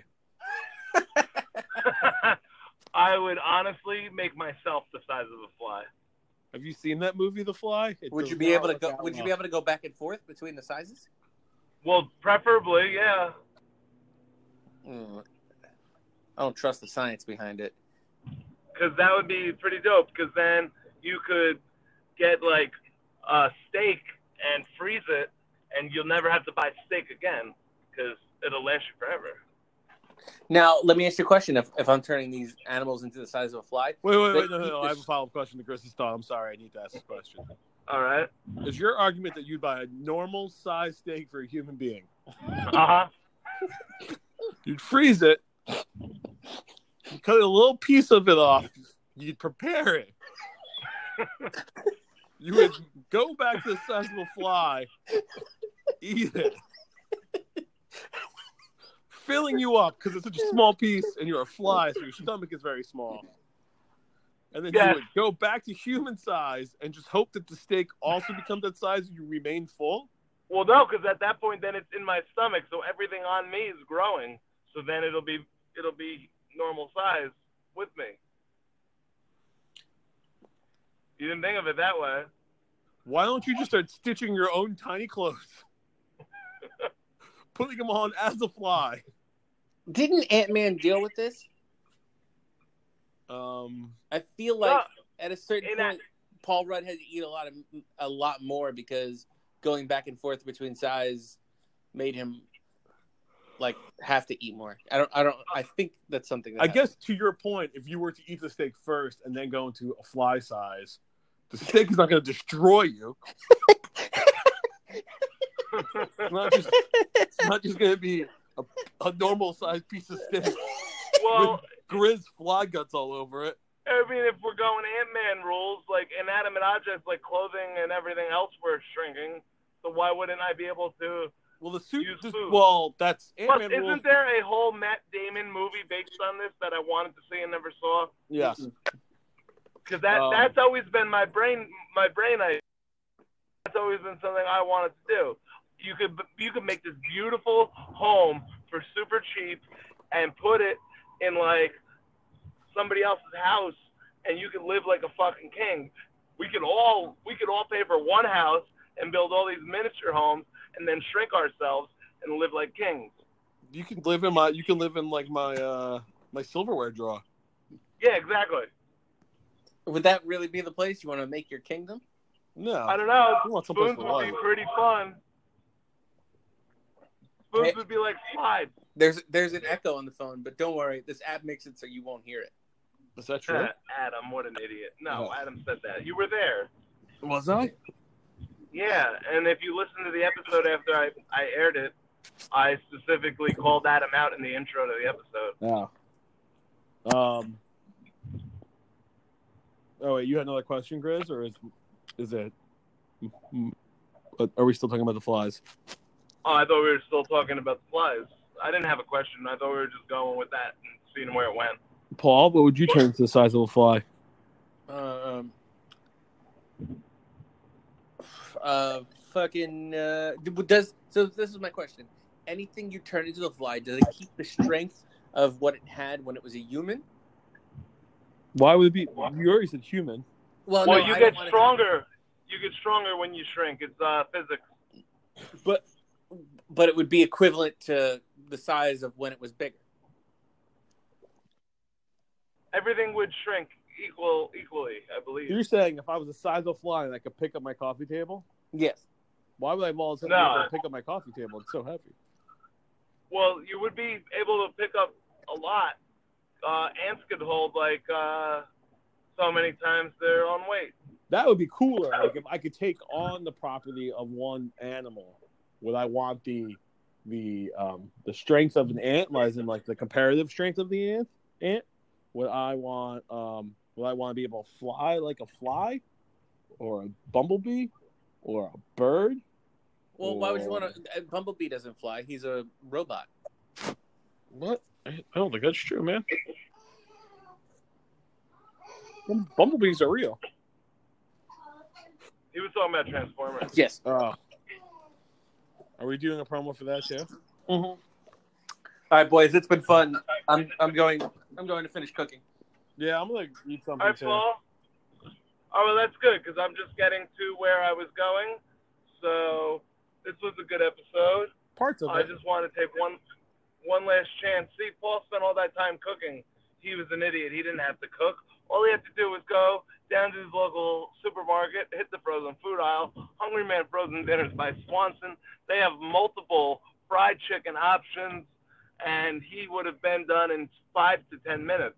[SPEAKER 3] I would honestly make myself the size of a fly.
[SPEAKER 10] have you seen that movie, The Fly? It
[SPEAKER 2] Would
[SPEAKER 10] does
[SPEAKER 2] you be
[SPEAKER 10] not
[SPEAKER 2] able to
[SPEAKER 10] work
[SPEAKER 2] go?
[SPEAKER 10] out
[SPEAKER 2] Would you
[SPEAKER 10] well.
[SPEAKER 2] be able to go back and forth between the sizes?
[SPEAKER 3] Well, preferably, yeah.
[SPEAKER 2] Mm. I don't trust the science behind it.
[SPEAKER 3] because that would be pretty dope. Because then you could get like a steak and freeze it, and you'll never have to buy steak again because it'll last you forever.
[SPEAKER 2] Now, let me ask you a question. If, if I'm turning these animals into the size of a fly,
[SPEAKER 10] Wait, wait,
[SPEAKER 2] they
[SPEAKER 10] wait! No, no,
[SPEAKER 2] eat
[SPEAKER 10] no.
[SPEAKER 2] the
[SPEAKER 10] I have a follow-up question to Chris's thought. I'm sorry, I need to ask this question.
[SPEAKER 3] All right.
[SPEAKER 10] Is your argument that you'd buy a normal size steak for a human being?
[SPEAKER 3] Uh huh.
[SPEAKER 10] You'd freeze it, you'd cut a little piece of it off, you'd prepare it. You would go back to the size of a fly, eat it, filling you up because it's such a small piece and you're a fly, so your stomach is very small. And then
[SPEAKER 3] Yes.
[SPEAKER 10] you would go back to human size and just hope that the steak also becomes that size and you remain full.
[SPEAKER 3] Well, no, because at that point, then it's in my stomach, so everything on me is growing. So then it'll be it'll be normal size with me. You didn't think of it that way.
[SPEAKER 10] Why don't you just start stitching your own tiny clothes? Putting them on as a fly.
[SPEAKER 2] Didn't Ant Man deal with this?
[SPEAKER 10] Um,
[SPEAKER 2] I feel like
[SPEAKER 3] No.
[SPEAKER 2] at a certain
[SPEAKER 3] And I-
[SPEAKER 2] point, Paul Rudd had to eat a lot of a lot more because going back and forth between size made him like have to eat more. I don't. I don't. I think that's something. That
[SPEAKER 10] I guess to your point, if you were to eat the steak first and then go into a fly size, the steak is not going to destroy you. It's not just, it's not just going to be a, a normal sized piece of steak
[SPEAKER 3] Well,
[SPEAKER 10] grizz fly guts all over it.
[SPEAKER 3] I mean, if we're going Ant Man rules, like inanimate objects like clothing and everything else were shrinking, so why wouldn't I be able to?
[SPEAKER 10] Well, the suit.
[SPEAKER 3] Use
[SPEAKER 10] Just,
[SPEAKER 3] food.
[SPEAKER 10] well, that's
[SPEAKER 3] Plus,
[SPEAKER 10] Ant Man
[SPEAKER 3] isn't
[SPEAKER 10] rules.
[SPEAKER 3] there a whole Matt Damon movie based on this that I wanted to see and never saw?
[SPEAKER 10] Yes.
[SPEAKER 3] Because that
[SPEAKER 10] Um,
[SPEAKER 3] that's always been my brain my brain idea. That's always been something I wanted to do. You could you could make this beautiful home for super cheap and put it in like somebody else's house and you could live like a fucking king. We could all we could all pay for one house and build all these miniature homes and then shrink ourselves and live like kings.
[SPEAKER 10] You can live in my. You can live in like my uh my silverware drawer.
[SPEAKER 3] Yeah, exactly.
[SPEAKER 2] would that really be the place you want to make your kingdom?
[SPEAKER 10] No,
[SPEAKER 3] I don't know.
[SPEAKER 10] You want someplace
[SPEAKER 3] Spoons
[SPEAKER 10] to
[SPEAKER 3] would be
[SPEAKER 10] live.
[SPEAKER 3] pretty fun. Spoons
[SPEAKER 2] Hey.
[SPEAKER 3] would be like slides.
[SPEAKER 2] There's there's an echo on the phone, but don't worry. This app makes it so you won't hear it.
[SPEAKER 10] Is that true?
[SPEAKER 3] Uh, Adam, what an idiot. No,
[SPEAKER 10] No.
[SPEAKER 3] Adam said that. You were there.
[SPEAKER 10] Was I?
[SPEAKER 3] Yeah, and if you listen to the episode after I, I aired it, I specifically called Adam out in the intro to the episode.
[SPEAKER 10] No. Um. Oh wait, you had another question, Grizz, or is is it? m- m- Are we still talking about the flies?
[SPEAKER 3] Oh, I thought we were still talking about the flies. I didn't have a question. I thought we were just going with that and seeing where it went.
[SPEAKER 10] Paul, what would you turn to the size of a fly?
[SPEAKER 2] Uh, um. Uh, fucking. Uh, does so? This is my question. Anything you turn into the fly, does it keep the strength of what it had when it was a human?
[SPEAKER 10] Why would it be? You already said human.
[SPEAKER 3] well,
[SPEAKER 2] Oh, no,
[SPEAKER 3] you
[SPEAKER 2] I
[SPEAKER 3] get
[SPEAKER 2] don't wanna-
[SPEAKER 3] stronger. You get stronger when you shrink. It's uh, physics.
[SPEAKER 2] but but it would be equivalent to the size of when it was bigger.
[SPEAKER 3] Everything would shrink equal equally, I believe.
[SPEAKER 10] You're saying if I was the size of a fly and I could pick up my coffee table,
[SPEAKER 2] Yes.
[SPEAKER 10] why would I all of a sudden
[SPEAKER 3] No.
[SPEAKER 10] be able to pick up my coffee table? It's so heavy.
[SPEAKER 3] Well, you would be able to pick up a lot. Uh, ants could hold like uh, so many times their own weight.
[SPEAKER 10] That would be cooler. Like if I could take on the property of one animal, would I want the the um, the strength of an ant lies in like the comparative strength of the ant. Ant. Would I want um, would I want to be able to fly like a fly, or a bumblebee, or a bird?
[SPEAKER 2] Well, why would you
[SPEAKER 10] or-
[SPEAKER 2] want to? Bumblebee doesn't fly. He's a robot.
[SPEAKER 10] What? I don't think that's true, man. Bumblebees are real.
[SPEAKER 3] He was talking about Transformers.
[SPEAKER 10] Yes. Uh, are we doing a promo for that too?
[SPEAKER 9] All right, boys, it's been fun. I'm I'm going I'm going to finish cooking.
[SPEAKER 10] Yeah, I'm gonna eat something
[SPEAKER 3] All right, Paul. Oh, well, that's good because I'm just getting to where I was going. So this was a good episode.
[SPEAKER 10] Parts of
[SPEAKER 3] I
[SPEAKER 10] it.
[SPEAKER 3] just want to take one one last chance. See, Paul spent all that time cooking. He was an idiot. He didn't have to cook. All he had to do was go down to his local supermarket, hit the frozen food aisle. Hungry Man Frozen Dinners by Swanson. They have multiple fried chicken options, and he would have been done in five to ten minutes.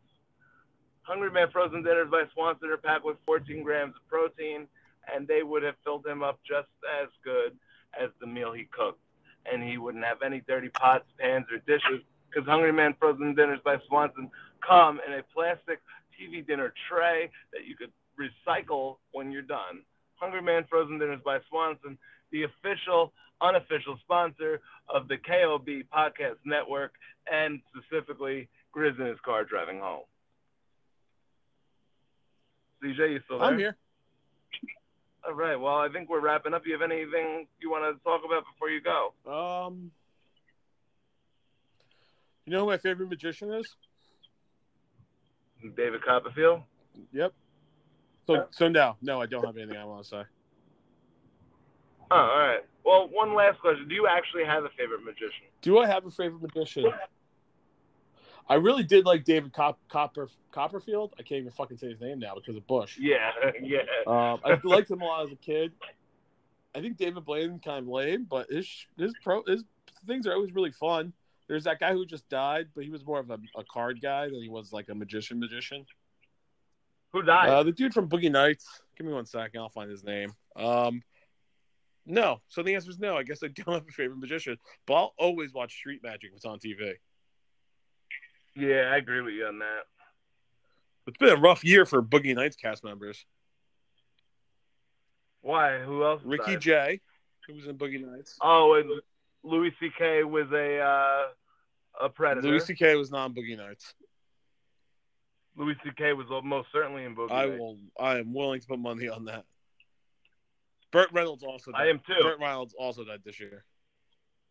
[SPEAKER 3] Hungry Man Frozen Dinners by Swanson are packed with 14 grams of protein, and they would have filled him up just as good as the meal he cooked. And he wouldn't have any dirty pots, pans, or dishes because Hungry Man Frozen Dinners by Swanson come in a plastic TV dinner tray that you could recycle when you're done. Hungry Man Frozen Dinners by Swanson, the official, unofficial sponsor of the KOB Podcast Network and specifically Grizz in his car driving home. CJ, you still there?
[SPEAKER 10] I'm here.
[SPEAKER 3] All right. Well, I think we're wrapping up. You have anything you want to talk about before you go?
[SPEAKER 10] Um, you know who my favorite magician is?
[SPEAKER 3] David Copperfield.
[SPEAKER 10] Yep. So, so no, no, I don't have anything I want to say.
[SPEAKER 3] Oh, all right. Well, one last question. Do you actually have a favorite magician?
[SPEAKER 10] Do I have a favorite magician? I really did like David Cop- Copper Copperfield. I can't even fucking say his name now because of Bush.
[SPEAKER 3] Yeah, yeah.
[SPEAKER 10] Um, I liked him a lot as a kid. I think David Blaine kind of lame, but his sh- his pro his things are always really fun. There's that guy who just died, but he was more of a, a card guy than he was like a magician magician.
[SPEAKER 3] Who died?
[SPEAKER 10] Uh, the dude from Boogie Nights. Give me one second. I'll find his name. Um, no. So the answer is no. I guess I don't have a favorite magician, but I'll always watch Street Magic if it's on TV.
[SPEAKER 3] yeah, I agree with you on that.
[SPEAKER 10] It's been a rough year for Boogie Nights cast members.
[SPEAKER 3] Why? Who else?
[SPEAKER 10] Ricky
[SPEAKER 3] died?
[SPEAKER 10] Jay, who was in Boogie Nights.
[SPEAKER 3] Oh, and Louis C.K. was a uh, a predator.
[SPEAKER 10] Louis C.K. was not on Boogie Nights.
[SPEAKER 3] Louis C.K. was most certainly in Boogie.
[SPEAKER 10] I
[SPEAKER 3] Nights.
[SPEAKER 10] will. I am willing to put money on that. Burt Reynolds also. Died.
[SPEAKER 3] I am too.
[SPEAKER 10] Burt Reynolds also died this year.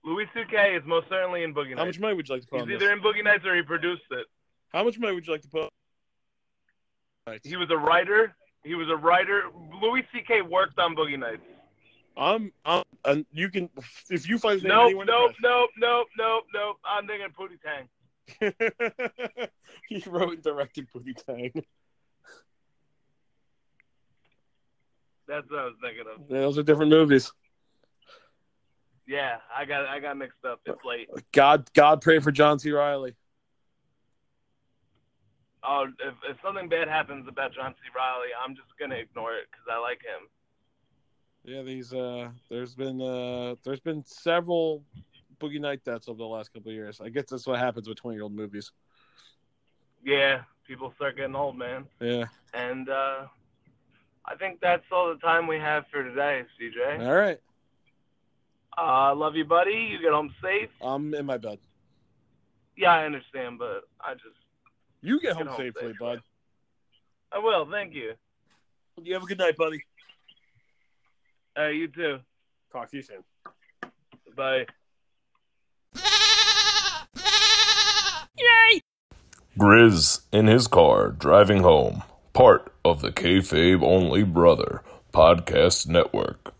[SPEAKER 3] Louis C.K. is most certainly in Boogie Nights.
[SPEAKER 10] How much money would you like to put
[SPEAKER 3] He's
[SPEAKER 10] on
[SPEAKER 3] either
[SPEAKER 10] this?
[SPEAKER 3] in Boogie Nights or he produced it.
[SPEAKER 10] How much money would you like to put?
[SPEAKER 3] He was a writer. He was a writer. Louis C.K. worked on Boogie Nights.
[SPEAKER 10] I'm. I'm. And you can. If you find his name,
[SPEAKER 3] Nope,
[SPEAKER 10] anyone
[SPEAKER 3] nope, nope, nope, nope, nope. I'm thinking Pootie Tang.
[SPEAKER 10] he wrote and directed Booty Tang.
[SPEAKER 3] That's what I was thinking of.
[SPEAKER 10] Those are different movies.
[SPEAKER 3] Yeah, I got I got mixed up. It's late.
[SPEAKER 10] God, God, pray for John C. Riley.
[SPEAKER 3] Oh, if, if something bad happens about John C. Riley, I'm just gonna ignore it because I like him.
[SPEAKER 10] Yeah, these. Uh, there's been. Uh, there's been several Boogie Night deaths over the last couple of years. I guess that's what happens with twenty-year-old movies.
[SPEAKER 3] Yeah, people start getting old, man.
[SPEAKER 10] Yeah.
[SPEAKER 3] And uh, I think that's all the time we have for today, CJ.
[SPEAKER 10] All right.
[SPEAKER 3] Uh, love you, buddy. You get home safe.
[SPEAKER 10] I'm in my bed.
[SPEAKER 3] Yeah, I understand, but I just
[SPEAKER 10] You get
[SPEAKER 3] Get
[SPEAKER 10] home
[SPEAKER 3] home
[SPEAKER 10] safely,
[SPEAKER 3] safe,
[SPEAKER 10] bud.
[SPEAKER 3] I will. Thank you.
[SPEAKER 10] You have a good night, buddy.
[SPEAKER 3] Uh, you too.
[SPEAKER 10] Talk to you soon.
[SPEAKER 3] Bye.
[SPEAKER 1] Grizz in his car driving home, part of the Kayfabe Only Brother Podcast Network.